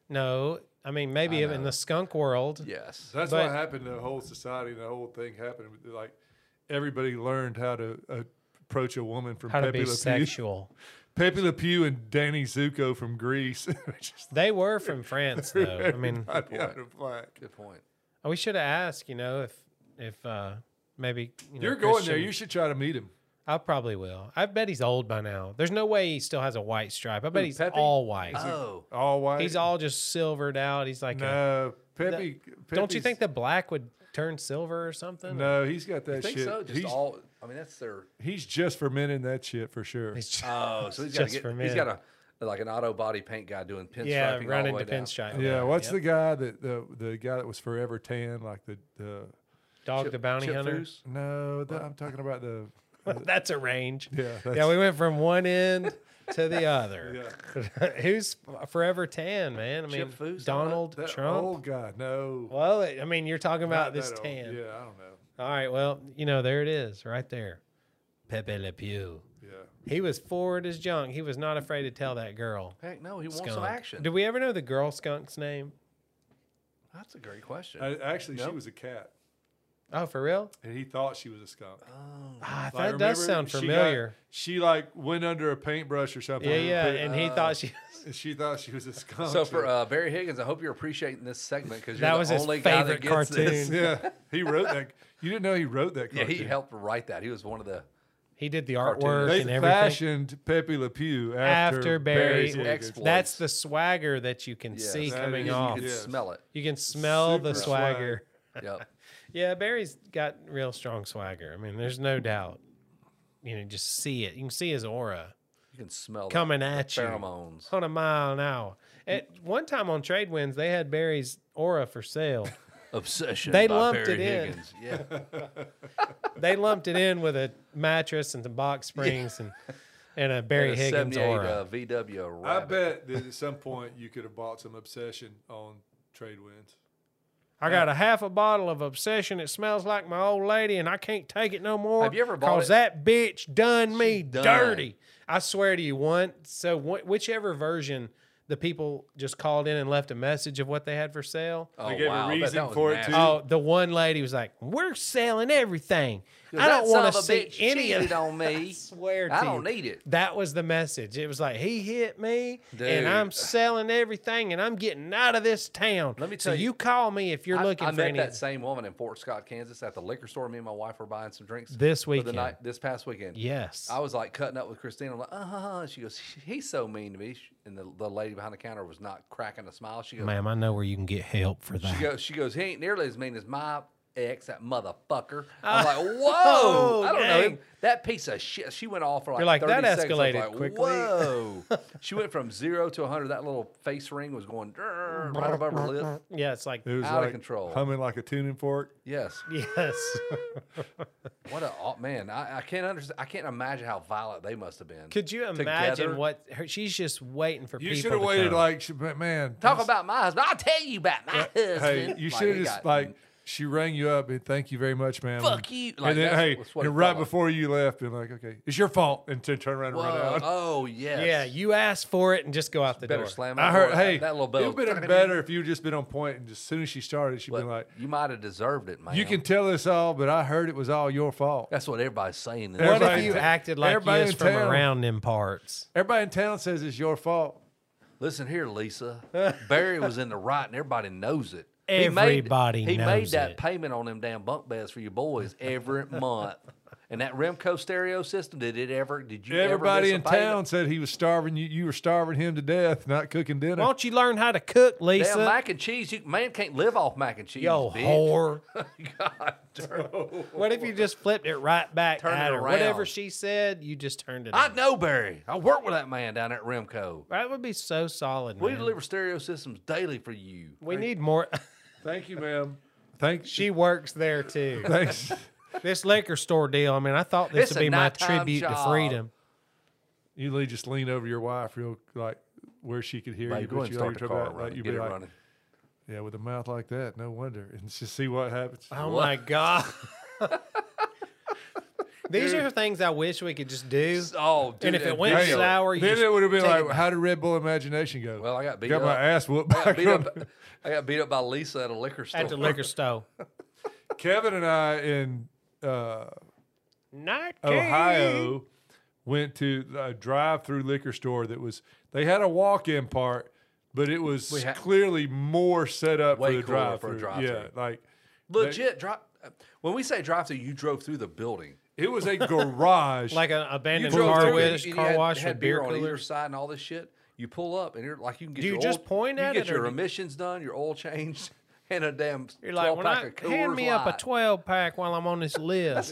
B: no, I mean maybe
A: I
B: in
A: know.
B: the skunk world.
A: Yes.
C: That's
B: But-
C: what happened. to The whole society, the whole thing happened. Like everybody learned how to uh, approach a woman from
B: How to
C: Pepe
B: be
C: Le Pew.
B: sexual.
C: Pepe Le Pew and Danny Zuko from Greece. (laughs) Just
B: They were
C: (laughs)
B: from France, though. I mean,
C: everybody out of whack.
A: Good point.
B: we should have asked, you know, if if uh, maybe you know,
C: You're going there.
B: Christian-
C: You should try to meet him.
B: I probably will. I bet he's old by now. There's no way he still has a white stripe. I bet he's
A: Pepe?
B: all white.
A: Oh,
C: All white.
B: he's all just silvered out. He's like, a,
C: no. Pepe.
B: don't you
C: Pepe's-
B: think the black would turn silver or something?
C: No, he's got that
A: I think
C: shit.
A: so. Just
C: he's,
A: all. I mean, that's their.
C: he's just fermenting that shit for sure.
B: It's just, (laughs)
A: Oh, so he's got
B: Just
A: to
B: for
A: get. He's
B: men.
A: got a like an auto body paint guy doing pinstriping
B: yeah,
A: all
B: running
A: the way
B: to
A: down.
B: pinstripe.
C: yeah, what's
B: Yep.
C: the guy that the the guy that was forever tan, like the the
B: dog?
A: Chip-
B: the bounty
A: Chip
B: hunter. (laughs)
A: Foose?
C: no, the, I'm talking about the
B: That's a range. (laughs)
C: yeah that's,
B: Yeah, we went from one
C: (laughs)
B: end to the other. (laughs) Who's forever tan, man? I mean,
A: Chip Foose, I like
B: Donald
C: that
B: Trump.
C: old guy. No,
B: Well, it- I mean, you're talking about
C: Not
B: this
C: that old.
B: tan.
C: Yeah, I don't know.
B: All right, well, you know, there it is, right there. Pepe Le Pew.
C: Yeah.
B: He was forward as junk. He was not afraid to tell that girl.
A: Heck no, he wants some
B: Skunk.
A: action.
B: Did we ever know the girl skunk's name?
A: That's a great question.
C: I, actually, she
A: Nope.
C: was a cat,
B: Oh, for real?
C: and he thought she was a skunk.
A: Mm,
B: Ah,
C: Like,
B: that does sound
C: remember she got-
B: familiar.
C: She, like went under a paintbrush or something.
B: yeah,
A: Mm,
C: and
B: yeah.
C: put-
B: and he
A: uh,
B: thought she (laughs) was.
C: and she thought she was a skunk.
A: so for uh, Barry Higgins, I hope you're appreciating this segment because you're
B: That
A: the
B: was his
A: only guy
B: favorite
A: that gets this.
B: cartoon.
C: yeah, he wrote that. You didn't know he wrote
A: (laughs)
C: that.
A: Yeah,
C: Cartoon.
A: he helped write that. He was one of the
B: He did the
A: Cartoon.
B: artwork
C: They
B: and everything.
C: fashioned Pepe Le Pew after,
B: After Barry
C: Barry's
A: Higgins.
C: Higgins.
B: That's the swagger that you can
A: Yes.
B: see
A: That
B: coming
C: is-
A: you
B: off.
A: could
C: Yes.
A: smell it.
B: You can smell the
C: Super
B: swagger.
A: Yep.
B: Yeah, Barry's got real strong swagger. I mean, there's no doubt. You know, just see it. You can see his aura.
A: You can smell the-
B: Coming
A: the
B: at you.
A: pheromones.
B: on a mile an hour. At one time on Trade Winds, they had Barry's aura for sale.
A: Obsession.
B: They
A: by
B: lumped
A: Barry
B: it in.
A: Higgins. Yeah.
B: they lumped it in with a mattress and some box springs and and a Barry
A: And a
B: Higgins
A: 78,
B: aura.
A: uh, VW.
C: I
A: Rabbit.
C: bet (laughs) that at some point you could have bought some obsession on trade winds.
B: I got a half a bottle of Obsession. It smells like my old lady, and I can't take it no more.
A: Have you ever bought
B: Cause
A: it?
B: that bitch done me
A: done.
B: dirty. I swear to you, one. So wh- whichever version the people just called in and left a message of what they had for sale.
A: Oh,
C: They gave a
A: wow. I bet
C: reason
A: that was
C: for it,
A: nasty.
C: too.
B: Oh, the one lady was like, "We're selling everything. I don't
A: want
B: wanna
A: to
B: see any of
A: cheated on
B: (laughs) I
A: me.
B: swear to
A: I
B: you.
A: don't need it.
B: That was the message. It was like he hit me, and I'm
A: Dude.
B: selling everything, and I'm getting out of this town.
A: Let me
B: so
A: tell you-
B: you call me if you're
A: I,
B: looking
A: I
B: for
A: met
B: any.
A: that same woman in Fort Scott, Kansas, at the liquor store. Me and my wife were buying some drinks
B: This
A: for the
B: weekend.
A: night this past weekend.
B: Yes.
A: I was like cutting up with Christine. I'm like, uh huh. And She goes, he's so mean to me. She- And the, the lady behind the counter was not cracking a smile. She goes,
B: Ma'am, I know where you can get help for
A: she
B: that.
A: goes, she goes, he ain't nearly as mean as my ex, that motherfucker.
C: Oh.
A: I'm like, whoa, I don't know
B: dang.
A: him. That piece of shit. She went off for like,
B: You're like,
A: 30 seconds.
B: that
A: I was
B: escalated
A: like,
B: quickly.
A: Whoa,
C: (laughs)
A: she went from zero to 100. That little face ring was going brr, right above her lip.
B: Yeah, it's like
C: It was
A: Out of
C: like
A: control.
C: humming like a tuning fork.
A: Yes,
B: (laughs) yes.
A: what a aw- man. I, I can't understand. I can't imagine how violent they must have been. (laughs)
B: Could you imagine what her, she's just waiting for
C: You
B: people?
C: should have
B: to
C: waited
B: come.
C: like, she- but man,
A: talk
C: that's-
A: about my husband? I'll tell you about my husband.
C: Uh, Hey, you
A: Like,
C: should
A: he
C: have just
A: got-
C: like she rang you up and thank you very much, ma'am.
A: Fuck you. Like,
C: and then
A: that's-
C: hey,
A: that's what it
C: and right
A: felt like.
C: before you left, been like, okay, it's your fault, and to turn around and run
A: Whoa,
C: out.
A: oh yes.
B: yeah, you asked for it and just go out the
A: better
B: door.
A: slam.
C: I
A: that
C: heard.
A: door.
C: Hey,
A: that little
C: it
A: bell.
C: would have been better if you just been on point, and as soon as she started, she'd
A: But
C: been like,
A: you might have deserved it, man.
C: "You can tell us all, but I heard it was all your fault."
A: That's what everybody's saying.
C: What
B: What
A: Everybody,
B: if
C: Everybody
B: you
C: in ta-
B: acted like you
C: everybody
B: was
C: in
B: from
C: town.
B: around them
A: (laughs)
B: parts?
C: Everybody in town says it's your fault.
A: Listen here, Lisa. Barry was in the right, and everybody knows it.
B: Everybody
A: he made, He made
B: knows
A: that
B: it.
A: payment on them damn bunk beds for your boys every (laughs) month. And that Remco stereo system, did it ever? Did you? ever
C: Everybody
A: miss a
C: in
A: payment?
C: town said he was starving you. You were starving him to death, not cooking dinner.
B: Why don't you learn how to cook,
A: Damn
B: Lisa?
A: mac and cheese. You, man can't live off mac and cheese.
B: Yo,
A: bitch.
B: whore.
A: (laughs) God, damn.
B: What if you just flipped it right back
A: Turn it
B: at her?
A: around.
B: Whatever she said, you just turned it.
A: I
B: on.
A: know Barry. I work with that man down at Remco.
B: That would be so solid.
A: We
B: man.
A: deliver stereo systems daily for you.
B: We need more. (laughs)
C: Thank you, ma'am. Thank
B: she works there too.
A: (laughs)
C: Thanks. (laughs)
B: this liquor store deal. I mean, I thought
A: It's
B: this would
A: a
B: be my
A: nighttime
B: tribute
A: job.
B: to freedom.
C: You literally just lean over your wife, real like where she could hear you.
A: Babe, go
C: but
A: ahead and
C: you
A: start
C: like
A: the
C: you're
A: car
C: talking about, like,
A: running.
C: you'd
A: Get
C: be
A: it
C: like,
A: running.
C: Yeah, with a mouth like that, no wonder. (laughs) And just see what happens.
B: Oh my
A: (laughs)
B: god. These are things I wish we could
A: (laughs)
B: just do.
A: Oh, dude,
B: And if
A: that
B: it went
A: video-
B: sour, you
C: Then
B: just
C: it would have been
B: take
C: like,
B: it-
C: how did Red Bull Imagination go?
A: Well, I got beat
C: got
A: up.
C: my ass whooped
A: I got
C: back.
A: beat
C: on-
A: up. I got beat up by Lisa at a liquor store.
B: at the liquor store.
C: Kevin and I in uh,
B: Night King.
C: Ohio went to a drive-through liquor store that was. They had a walk-in part, but it was
A: We had-
C: clearly more set up
A: Way
C: for the
A: cooler for a
C: drive-through. yeah,
A: drive-through.
C: like
A: Legit drive. When we say drive through, you drove through the building.
C: it was
A: (laughs)
C: a garage.
B: Like an
A: You
B: abandoned
A: drove
B: car
A: through it,
B: wash,
A: and you
B: car
A: had-
B: wash
A: had
B: with beer
A: on either
B: coolers.
A: side and all this shit. You pull up and you're like, you can get
B: Do you
A: your
B: just
A: oil,
B: point
A: you
B: at
A: get
B: it, or
A: your
B: do-
A: emissions done, your oil changed, (laughs) and a damn
B: You're like,
A: 12
B: when
A: pack
B: I
A: of Coors
B: hand me up a
A: Light.
B: twelve pack while I'm
A: (laughs)
B: on this list.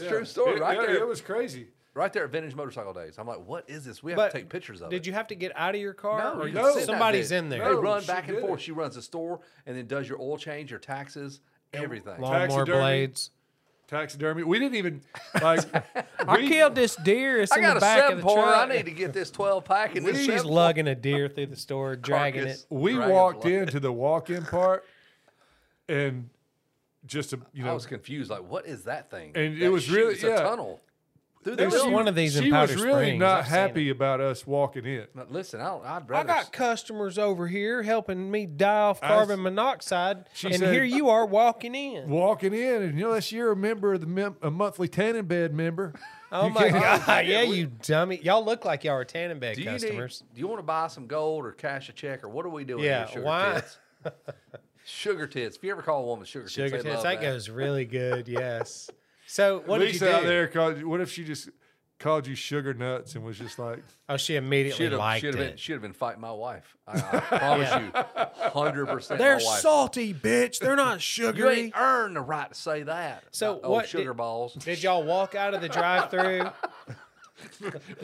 A: It's a True story,
C: It-
A: right
C: yeah,
A: there,
C: it was crazy.
A: right there at Vintage Motorcycle Days. I'm like, what is this? We have
B: But
A: to take pictures of it.
B: Did you have to get out of your car?
A: No,
B: or
A: you
C: no.
A: can sit in that
B: somebody's
A: bed.
B: in there.
A: They
C: No,
A: run
C: she
A: back and
C: did
A: forth.
C: it.
A: She runs the store and then does your oil change, your taxes, everything.
B: Lawnmower
C: Taxidermy.
B: blades.
C: Taxidermy. We didn't even
A: (laughs)
C: like.
B: I
C: we-
B: killed this deer. It's
A: I
B: in
A: got
B: the
A: a
B: back of
A: seven
B: the
A: pour. I
B: truck.
A: need to get this twelve pack and this
B: She's
A: seven
B: lugging a deer through
A: (laughs)
B: the store, dragging
A: carcass.
B: it.
C: We
A: Dragon
C: walked
A: blood.
C: into the walk-in part, and just a, you
A: I
C: know,
A: was confused. Like, what is that thing?
C: And it
A: That
C: was
A: chute-
C: really-
A: it's a
C: yeah.
A: tunnel. Through the
B: There was
A: building.
B: one of these in
C: she was
B: Powder
C: really
B: Springs.
C: not
B: I've seen
C: happy about us walking in.
A: Now, Listen, I don't, I'd
B: I
A: rather.
B: got customers over here helping me die off carbon monoxide,
C: She
B: and
C: said-
B: here you are walking in.
C: Walking in, and unless you're a member of the mem- a monthly tanning bed member,
B: Oh
C: you
B: my
C: can't-
B: god! Yeah, you dummy! Y'all look like y'all are Tannenbag
A: do you
B: customers.
A: need? Do you want to buy some gold or cash a check or what are we doing?
B: Yeah,
A: here, sugar
B: why- (laughs)
A: Tits? sugar tits. If you ever call a woman sugar tits,
B: Sugar
A: they
B: tits.
A: love
B: That goes
A: (laughs)
B: really good. Yes. So (laughs) what
C: Lisa
B: did you do?
C: out there called. you- What if she just called you sugar nuts and was just like,
B: Oh, she immediately
A: Should have
B: liked
A: should
B: it.
A: have been should have been fighting my wife. I,
B: (laughs)
A: I promise you, hundred percent.
B: They're
A: my wife.
B: salty, bitch. They're
C: (laughs)
B: not
A: You
B: sugary.
A: ain't earned the right to say that.
B: So
A: My old
B: what
A: sugar
B: did-
A: balls?
B: Did y'all walk out of the drive-through?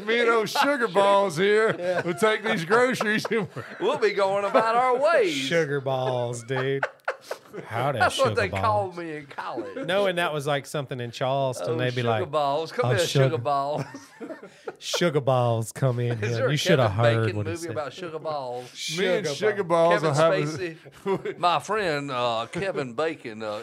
C: "Me and those sugar
B: (laughs)
C: balls here, we'll take these groceries." And (laughs) we're-
A: We'll be going about our ways.
B: (laughs) sugar balls, dude.
A: (laughs)
B: How did
A: That's
B: sugar
A: what they
B: balls?
A: called me in college.
B: Knowing that was like something in Charleston,
A: Oh,
B: they'd be
A: sugar
B: like,
A: balls. Come
B: "Oh,
A: here,
B: sugar-
A: sugar
B: (laughs)
A: balls.
B: "Sugar balls, come in
A: (laughs) Is there
B: here." You
A: a
B: should have
A: Kevin Bacon
B: heard what he
A: movie
B: said.
A: about sugar
B: (laughs)
A: balls?
C: me and sugar balls
A: Kevin
C: are having.
A: Spacey, my friend uh, Kevin Bacon. Uh,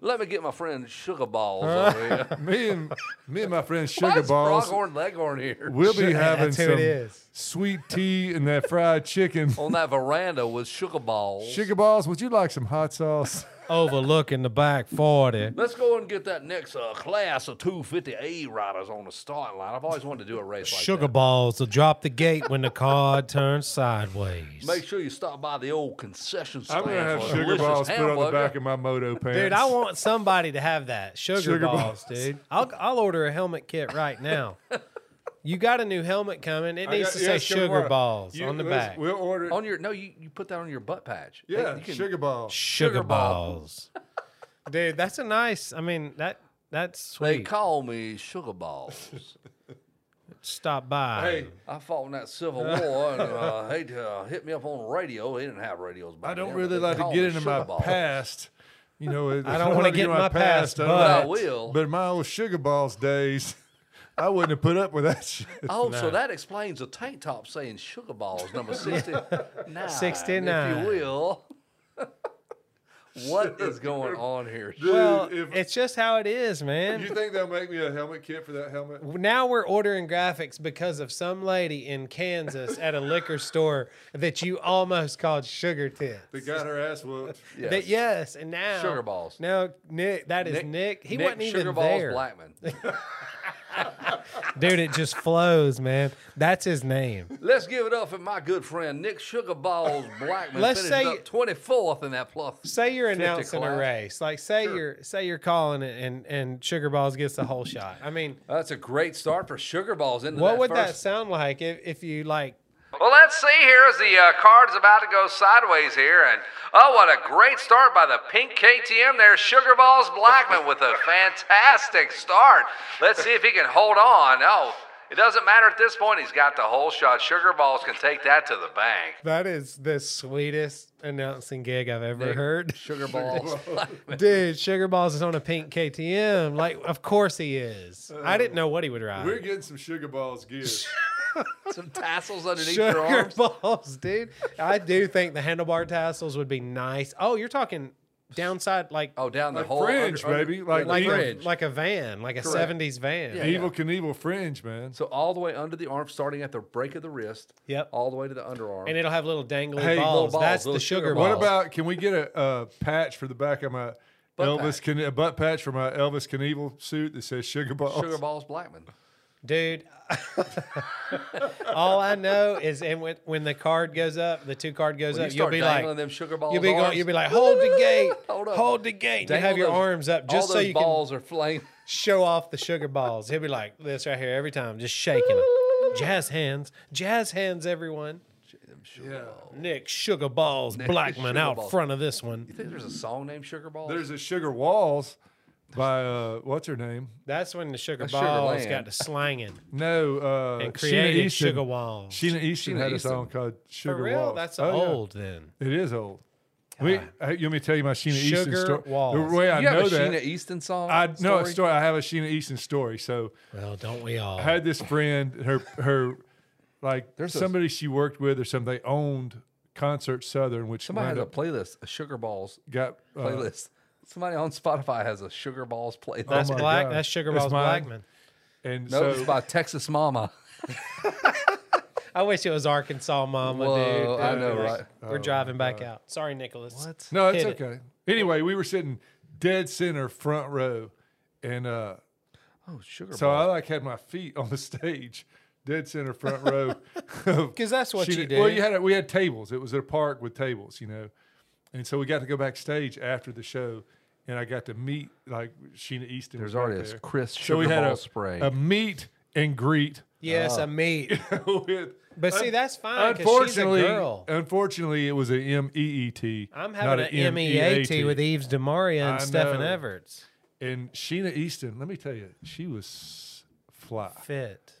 A: let me get my friend Sugar Balls over
B: (laughs)
A: here.
C: (laughs) Me and me and my friend
A: Why
C: Sugar
A: is
C: Balls.
A: Froghorn Leghorn here.
C: We'll be
B: Sure,
C: having
B: that's who it
C: some
B: is.
C: sweet tea and that
B: (laughs)
C: fried chicken.
A: (laughs)
C: (laughs)
A: on that veranda was sugar balls.
C: Sugar balls, would you like some hot sauce?
B: Overlooking the back 40.
A: Let's go and get that next uh, class of 250A riders on the starting line. I've always wanted to do a race like
B: Sugar
A: that.
B: balls will drop the gate when the car turns sideways.
A: Make sure you stop by the old concession stand.
C: I'm gonna have
A: for a
C: sugar
A: delicious
C: balls put on the
A: hamburger.
C: back of my moto pants.
B: Dude, I want somebody to have that sugar,
C: Sugar
B: balls,
C: balls.
B: dude. I'll I'll order a helmet kit
A: (laughs)
B: right now. you got a new helmet coming. It
C: I
B: needs
C: got-
B: to
C: yeah,
B: say sugar, balls
C: You-
B: on the
C: let's-
B: back.
C: We'll order.
A: on your no, you, you put that on your butt patch. Hey,
C: yeah,
A: Oh, you can-
C: sugar balls.
B: sugar,
A: sugar
B: balls. dude, that's a nice. I mean that that's
A: They
B: sweet.
A: call me sugar balls.
B: Stop by.
C: Hey,
A: I fought in that Civil War, and
C: (laughs)
A: uh, they uh, hit me up on the radio. They didn't have radios back
C: I don't
A: then,
C: really
A: but they
C: like to
A: called
C: get
A: me
C: into
A: sugar
C: my
A: balls.
C: past. You know,
B: (laughs) I don't wanna get in my past,
C: I don't
A: But I
C: like-
A: will.
C: But my old sugar balls days, (laughs) I wouldn't have put up with that (laughs) shit.
A: Oh, so that explains the tank top saying sugar balls
C: (laughs)
A: number 69.
B: 69.
A: If you will. (laughs) What is going on here?
C: Dude,
B: well,
C: if-
B: it's just how it is, man.
C: you think they'll make me a helmet kit for that helmet?
B: now we're ordering graphics because of some lady in Kansas at a liquor store that you almost called sugar tits.
C: They got her
A: (laughs)
C: ass whooped.
A: Yes.
B: That, yes, and now
A: Sugar balls.
B: No, Nick. That is Nick. He
A: Nick
B: wasn't even
A: Sugar Balls
B: there,
A: Blackman.
B: dude. It just flows, man. That's his name.
A: Let's give it up for my good friend Nick Sugar Balls Blackman.
B: Let's
A: finished
B: say-
A: up 24th in that plus. (laughs)
B: Say you're announcing a
A: class.
B: race, like say you're say you're calling it, and and Sugar Balls gets the whole shot. I mean,
A: That's a great start for Sugar Balls. Into
B: what
A: that
B: would that
A: first.
B: sound like if if you like?
A: Well, let's see here as the uh, card's about to go sideways here. And oh, what a great start by the pink KTM there, Sugar Balls Blackman, with a fantastic start. Let's see if he can hold on. Oh, it doesn't matter at this point. He's got the whole shot. Sugar Balls can take that to the bank.
B: That is the sweetest announcing gig I've ever heard.
A: Sugar Balls.
B: (laughs) Dude, Sugar Balls is on a pink KTM. Like, of course he is. I didn't know what he would ride.
C: We're getting some sugar
A: (laughs)
C: balls gear.
A: Some tassels underneath your
B: Sugar
A: arms.
B: (laughs) balls, dude. I do think the handlebar tassels would be nice. Oh, you're talking downside, like
A: Oh, down the
C: Like
A: whole
C: fringe,
A: under- under-
C: baby. Like,
B: like
C: evil,
B: a, like a van, like a '70s van.
C: evil Knievel fringe, man.
A: So all the way under the arm, starting at the break of the wrist.
B: Yep.
A: All the way to the underarm.
B: And it'll have little dangly
C: Hey, little
B: balls.
A: balls,
B: That's the
A: little
B: sugar,
A: sugar
B: balls.
C: What about? Can we get a, a patch for the back of my Elvis
A: patch.
C: Knie- a butt patch for my Elvis Knievel suit that says sugar balls?
A: Sugar Balls Blackman.
B: dude? (laughs) All I know is, and when, when the card goes up, the two card goes
A: When
B: up,
A: you
B: you'll
A: start
B: be
A: dangling
B: like,
A: them sugar balls,
B: you'll be going,
A: arms,
B: you'll be like, hold the gate,
A: (laughs) Hold
B: hold,
A: up.
B: the gate. You
A: dangle
B: have your
A: those-
B: arms up just
A: all
B: so
A: those
B: you can
A: balls are
C: (laughs)
A: flaming.
B: show off the sugar balls. He'll be like this right here every time, just shaking them. Jazz hands, jazz hands, everyone.
C: Yeah.
B: Nick Sugar Balls Blackman
A: Sugar
B: out
A: Balls.
B: front of this one.
A: You think there's a song named Sugar Balls?
C: There's a sugar walls by uh, what's her name?
B: That's when the Sugar
A: That's Sugar
B: Balls
A: Land.
B: got to slanging
C: No, uh,
B: and
C: Sheena
B: created
C: Easton.
B: Sugar Walls.
C: Sheena Easton
A: Sheena
C: had a
A: Easton.
C: song called Sugar
B: For real,
C: Walls.
B: that's a
C: Oh, yeah.
B: old then.
C: It is old. We, hey, you want me to tell you my Sheena Easton
B: Sugar
C: story?
B: Walls.
C: The way I
A: you have
C: know
A: a
C: that,
A: Sheena Easton song.
C: I know a story. I have a Sheena Easton story. So
B: Well, don't we all?
C: I had this friend, her her like
A: There's a-
C: somebody she worked with or something they owned Concert Southern, which
A: Somebody has
C: wound
A: a
C: up-
A: playlist, a Sugar Balls
C: got uh,
A: playlist. Somebody on Spotify has a Sugar Balls playlist.
B: that's
C: my
B: black.
C: God.
B: That's Sugar
C: That's
B: Balls
C: mine.
B: Blackman.
C: and
A: no, it's
C: so
A: by Texas Mama.
B: I wish it was Arkansas Mama,
A: Whoa,
B: dude.
A: I know, right?
B: We're driving back out. Sorry, Nicholas.
A: What?
C: Oh, no, it's
B: Hit it.
C: okay. Anyway, we were sitting dead center front row, and uh,
A: Oh, Sugar
C: so I
A: Balls.
C: like had my feet on the stage, dead center front row.
B: (laughs)
C: Because
B: that's what you
C: Well,
B: do.
C: you had a, we had tables. It was at a park with tables, you know, and so we got to go backstage after the show, and I got to meet like Sheena Easton.
A: There's
C: was right
A: already a
C: there.
A: Chris
C: So
A: Sugar
C: we had
A: Ball
C: a,
A: spray.
C: a meet and greet. (laughs)
B: Yes,
C: Ah.
B: a meat.
C: with,
B: But see, that's fine. 'cause
C: unfortunately,
B: she's a girl.
C: unfortunately, it was a M E E T.
B: I'm
C: not
B: having
C: a
B: an M E A T
C: MEAT.
B: with Eves Demaria
C: I
B: and Stefan
C: know.
B: Everts.
C: and Sheena Easton. Let me tell you, she was fly.
B: Fit.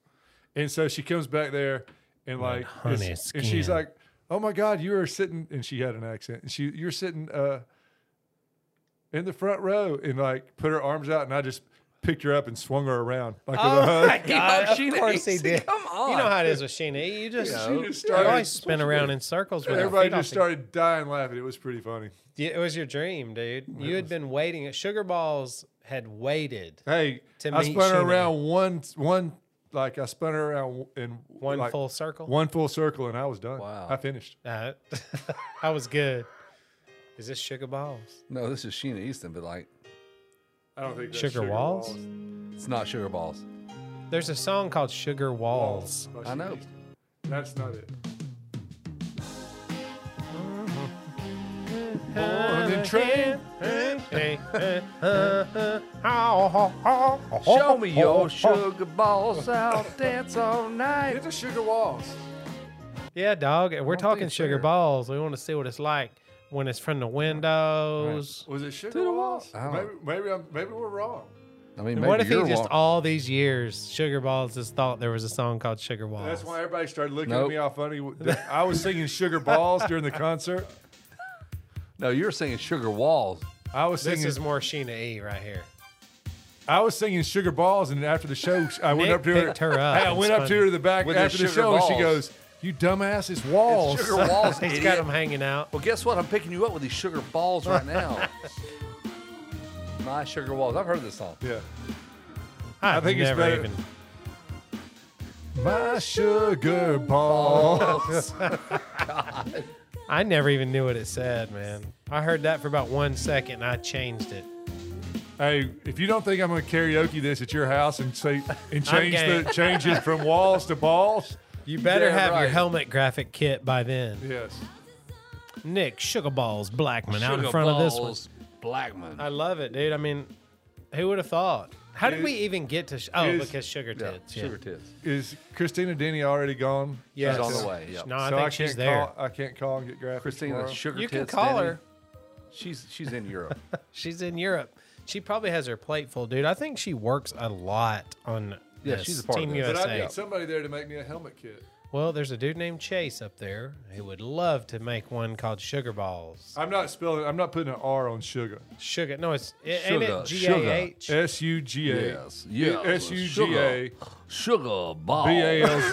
A: (laughs)
C: And so she comes back there and like
B: honey
C: it's- and she's
B: skin.
C: like, "Oh my God, you are sitting." And she had an accent. And she, you're sitting uh, in the front row, and like put her arms out, and I just picked her up and swung her around like with a hug.
B: God,
A: Sheena
B: of course he
A: Easton,
B: did.
A: come
B: You know
A: on.
B: how it is with Sheena. E. You just,
C: She
B: you
C: just started-
B: always spin around in circles. With her
C: (laughs) Everybody
B: feet off
C: just
B: the-
C: started dying laughing. It was pretty funny.
B: Yeah, It was your dream, dude. You had been waiting. Sugar Balls had waited.
C: Hey,
B: To
C: I
B: meet
C: spun her
B: Sheena.
C: around one one like I spun her around in
B: One
C: like,
B: full circle.
C: one full circle, and I was done.
A: Wow.
C: I finished.
B: (laughs) Nah, I Uh, was good. Is this sugar balls?
A: No, this is Sheena Easton, but like
C: I don't think
B: that's Sugar Sugar Walls? Walls.
A: it's not sugar balls.
B: There's a song called Sugar Walls.
C: Oh,
A: I know.
C: That's not it.
B: uh, Oh,
A: Show me your sugar balls, I'll dance all night.
C: It's a sugar walls.
B: Yeah, dog. and We're
A: I don't think
B: talking
A: it's
B: sugar
A: fair.
B: balls. We want to see what it's like when it's from the windows.
C: Was it sugar
A: Sugar
C: walls? Oh.
A: Walls. I don't
C: Maybe, maybe, I'm, maybe we're wrong.
A: I mean,
B: And
A: maybe
B: what if he
A: you're
B: just
A: wrong.
B: all these years, Sugar Balls, just thought there was a song called Sugar Balls?
C: That's why everybody started looking at
A: Nope.
C: me all funny. I was singing sugar balls during the concert.
A: No, you're saying sugar walls.
C: I was
B: This
C: singing.
B: is more Sheena E right here.
C: I was singing sugar balls, and after the show, I went
B: Nick
C: up to her.
B: picked her up
C: Hey, (laughs) I
B: and
C: went up
B: spun
C: to her to the back
A: with
C: after
A: his
C: the
A: sugar
C: show, and she
A: balls.
C: goes, "You dumbass, it's walls."
A: It's sugar walls.
B: (laughs) He's
C: E.
A: idiot.
B: got them hanging out.
A: Well, guess what? I'm picking you up with these sugar balls right
B: (laughs)
A: now. My sugar walls. I've heard this song.
C: (laughs) yeah.
B: i
C: think it's
B: never
C: better-
B: even.
C: My
A: (laughs)
C: sugar balls.
B: I never even knew what it said, man. I heard that for about one second, and I changed it.
C: hey, if you don't think I'm going to karaoke this at your house and say and change
B: game.
C: the change it from walls to balls,
B: You better
A: Yeah,
B: have your
A: right.
B: helmet graphic kit by then.
C: yes.
B: Nick Sugar Balls Blackman out in
A: Sugar
B: front of this one.
A: balls, Blackman.
B: I love it, dude. I mean, who would have thought? How did
C: Is-
B: we even get to? Sh- oh,
C: is-
B: because Sugar
A: yeah,
B: Tits. Yeah.
A: sugar tits.
C: Is Christina Denny already gone? Uh,
B: Yes.
A: She's on the way. Yeah.
B: No, I
C: So
B: think
C: I
B: she's
C: can't
B: there.
C: Call, I can't call and get graphics.
A: Christina,
C: tomorrow.
A: sugar
B: You
A: tits.
B: can call
A: Denny.
B: her.
A: She's she's in
B: (laughs)
A: Europe.
B: She's in Europe. She probably has her plate full, dude. I think she works a lot on
A: Yeah,
B: this.
A: she's a part of
B: Team
A: this.
C: but I
B: USA.
C: need somebody there to make me a helmet kit.
B: Well, there's a dude named Chase up there who would love to make one called Sugar Balls.
C: I'm not spelling. I'm not putting an R on sugar.
B: Sugar. No, it's it, ain't it
A: Sugar,
B: G A H?
C: S U G A.
A: Yes, yes,
C: S U G A
A: sugar balls.
C: B A L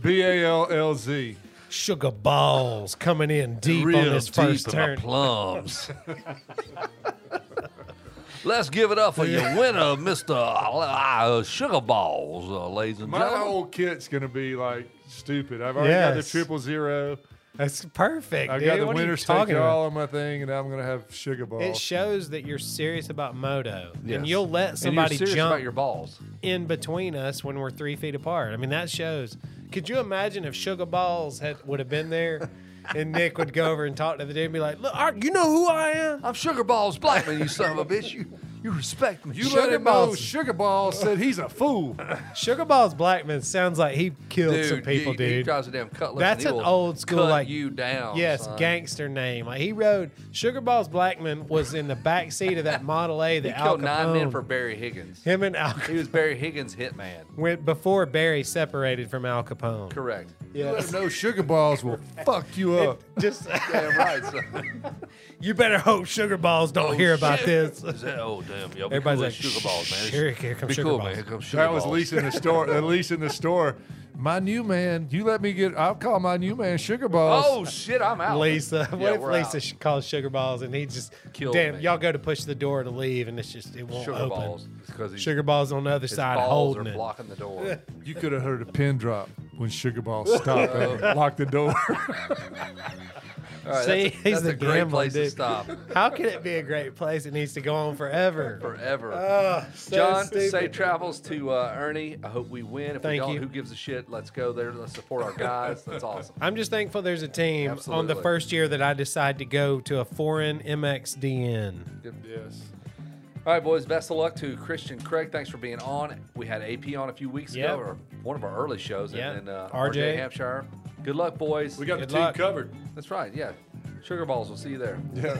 C: B A L L Z.
B: Sugar Balls coming in deep
A: Real
B: on this first
A: deep in my
B: turn. (laughs)
A: plums. Let's give it up for your winner, Mister uh, Sugar Balls, uh, ladies and
C: My
A: gentlemen.
C: whole kit's gonna be like stupid. I've already got the
B: Yes.
C: triple zero.
B: That's perfect.
C: I've
B: dude.
C: got the
B: What are you
C: winner's take
B: talking about?
C: all on my thing, and now I'm gonna have sugar
B: It
C: balls.
B: shows that you're serious about moto,
A: Yes.
B: and you'll
A: and
B: let
A: you're
B: somebody
A: serious
B: jump
A: about your balls.
B: in between us when we're three feet apart. I mean, that shows. Could you imagine if Sugar Balls had would have been
A: (laughs)
B: there, and Nick would go over and talk to the dude and be like, "Look, I, you know who I am."
A: I'm Sugar Balls Blackman, you son of a bitch. You you respect me.
C: you let
B: Sugar
C: him know
B: balls.
C: sugar balls said he's
B: (laughs)
C: a fool.
B: Sugar Balls Blackman sounds like he killed some people,
A: he, He
B: dude.
A: drives a damn cutlass.
B: That's
A: and he
B: an
A: will
B: old school,
A: cut
B: like-
A: you down.
B: Yes,
A: son.
B: gangster name. Like he rode Sugar Balls Blackman was in the back seat
A: (laughs)
B: of that Model A that
A: He
B: Al
A: killed nine men
B: Capone-
A: for Barry Higgins.
B: him and Al
A: He was Barry Higgins' hitman.
B: went before Barry separated from Al Capone.
C: (laughs)
A: Correct.
C: let
B: Yes.
C: him know sugar balls will fuck you up.
B: Just
A: Damn right. son.
B: you better hope Sugar Balls don't
A: Oh,
B: hear about
A: shit.
B: this.
A: Is that, oh damn, y'all be
B: Everybody's
A: cool
B: like,
A: as sugar balls, man.
B: "Here- here comes
A: be
B: sugar
A: cool,
B: balls."
A: man. Here comes sugar
C: That was
A: balls.
C: Lisa in the store. At least in the store. My new man, you let me get. I'll call my new man sugar balls.
A: Oh shit, I'm out.
B: Lisa. What
A: Yeah,
B: if
A: we're
B: Lisa
A: out.
B: sh calls Sugar Balls and he just
A: Killed
B: damn
A: me.
B: y'all go to push the door to leave and it's just it won't
A: sugar
B: open.
A: balls because he's
B: Sugar Balls on the other
A: his
B: side
A: balls are
B: holding it.
A: blocking the
B: (laughs)
A: door.
C: You could have heard a pin drop when Sugar Ball stopped (laughs) and locked the door.
A: All right,
B: See,
A: that's,
B: he's
A: that's
B: the
A: a great
B: gambling
A: place to
B: dude.
A: stop
B: (laughs) How can it be a great place? It needs to go on forever.
A: forever.
B: (laughs) Oh, so
A: John,
B: stupid.
A: safe travels to uh, Ernie. I hope we win. If
B: Thank
A: we don't,
B: you.
A: who gives a shit? Let's go there. Let's support our guys.
B: (laughs)
A: That's awesome.
B: I'm just thankful there's a team on the
A: Absolutely.
B: first year that I decide to go to a foreign MXDN.
C: yes.
A: All right, boys. Best of luck to Christian Craig. Thanks for being on. We had AP on a few weeks
B: Yep.
A: ago, or one of our early shows,
B: Yeah.
A: and then uh,
B: RJ.
A: RJ. Hampshire. Good luck, boys.
C: We got
B: Good
C: the team
B: luck.
C: covered.
A: That's right. Yeah. Sugar balls. We'll see you there.
C: Yeah.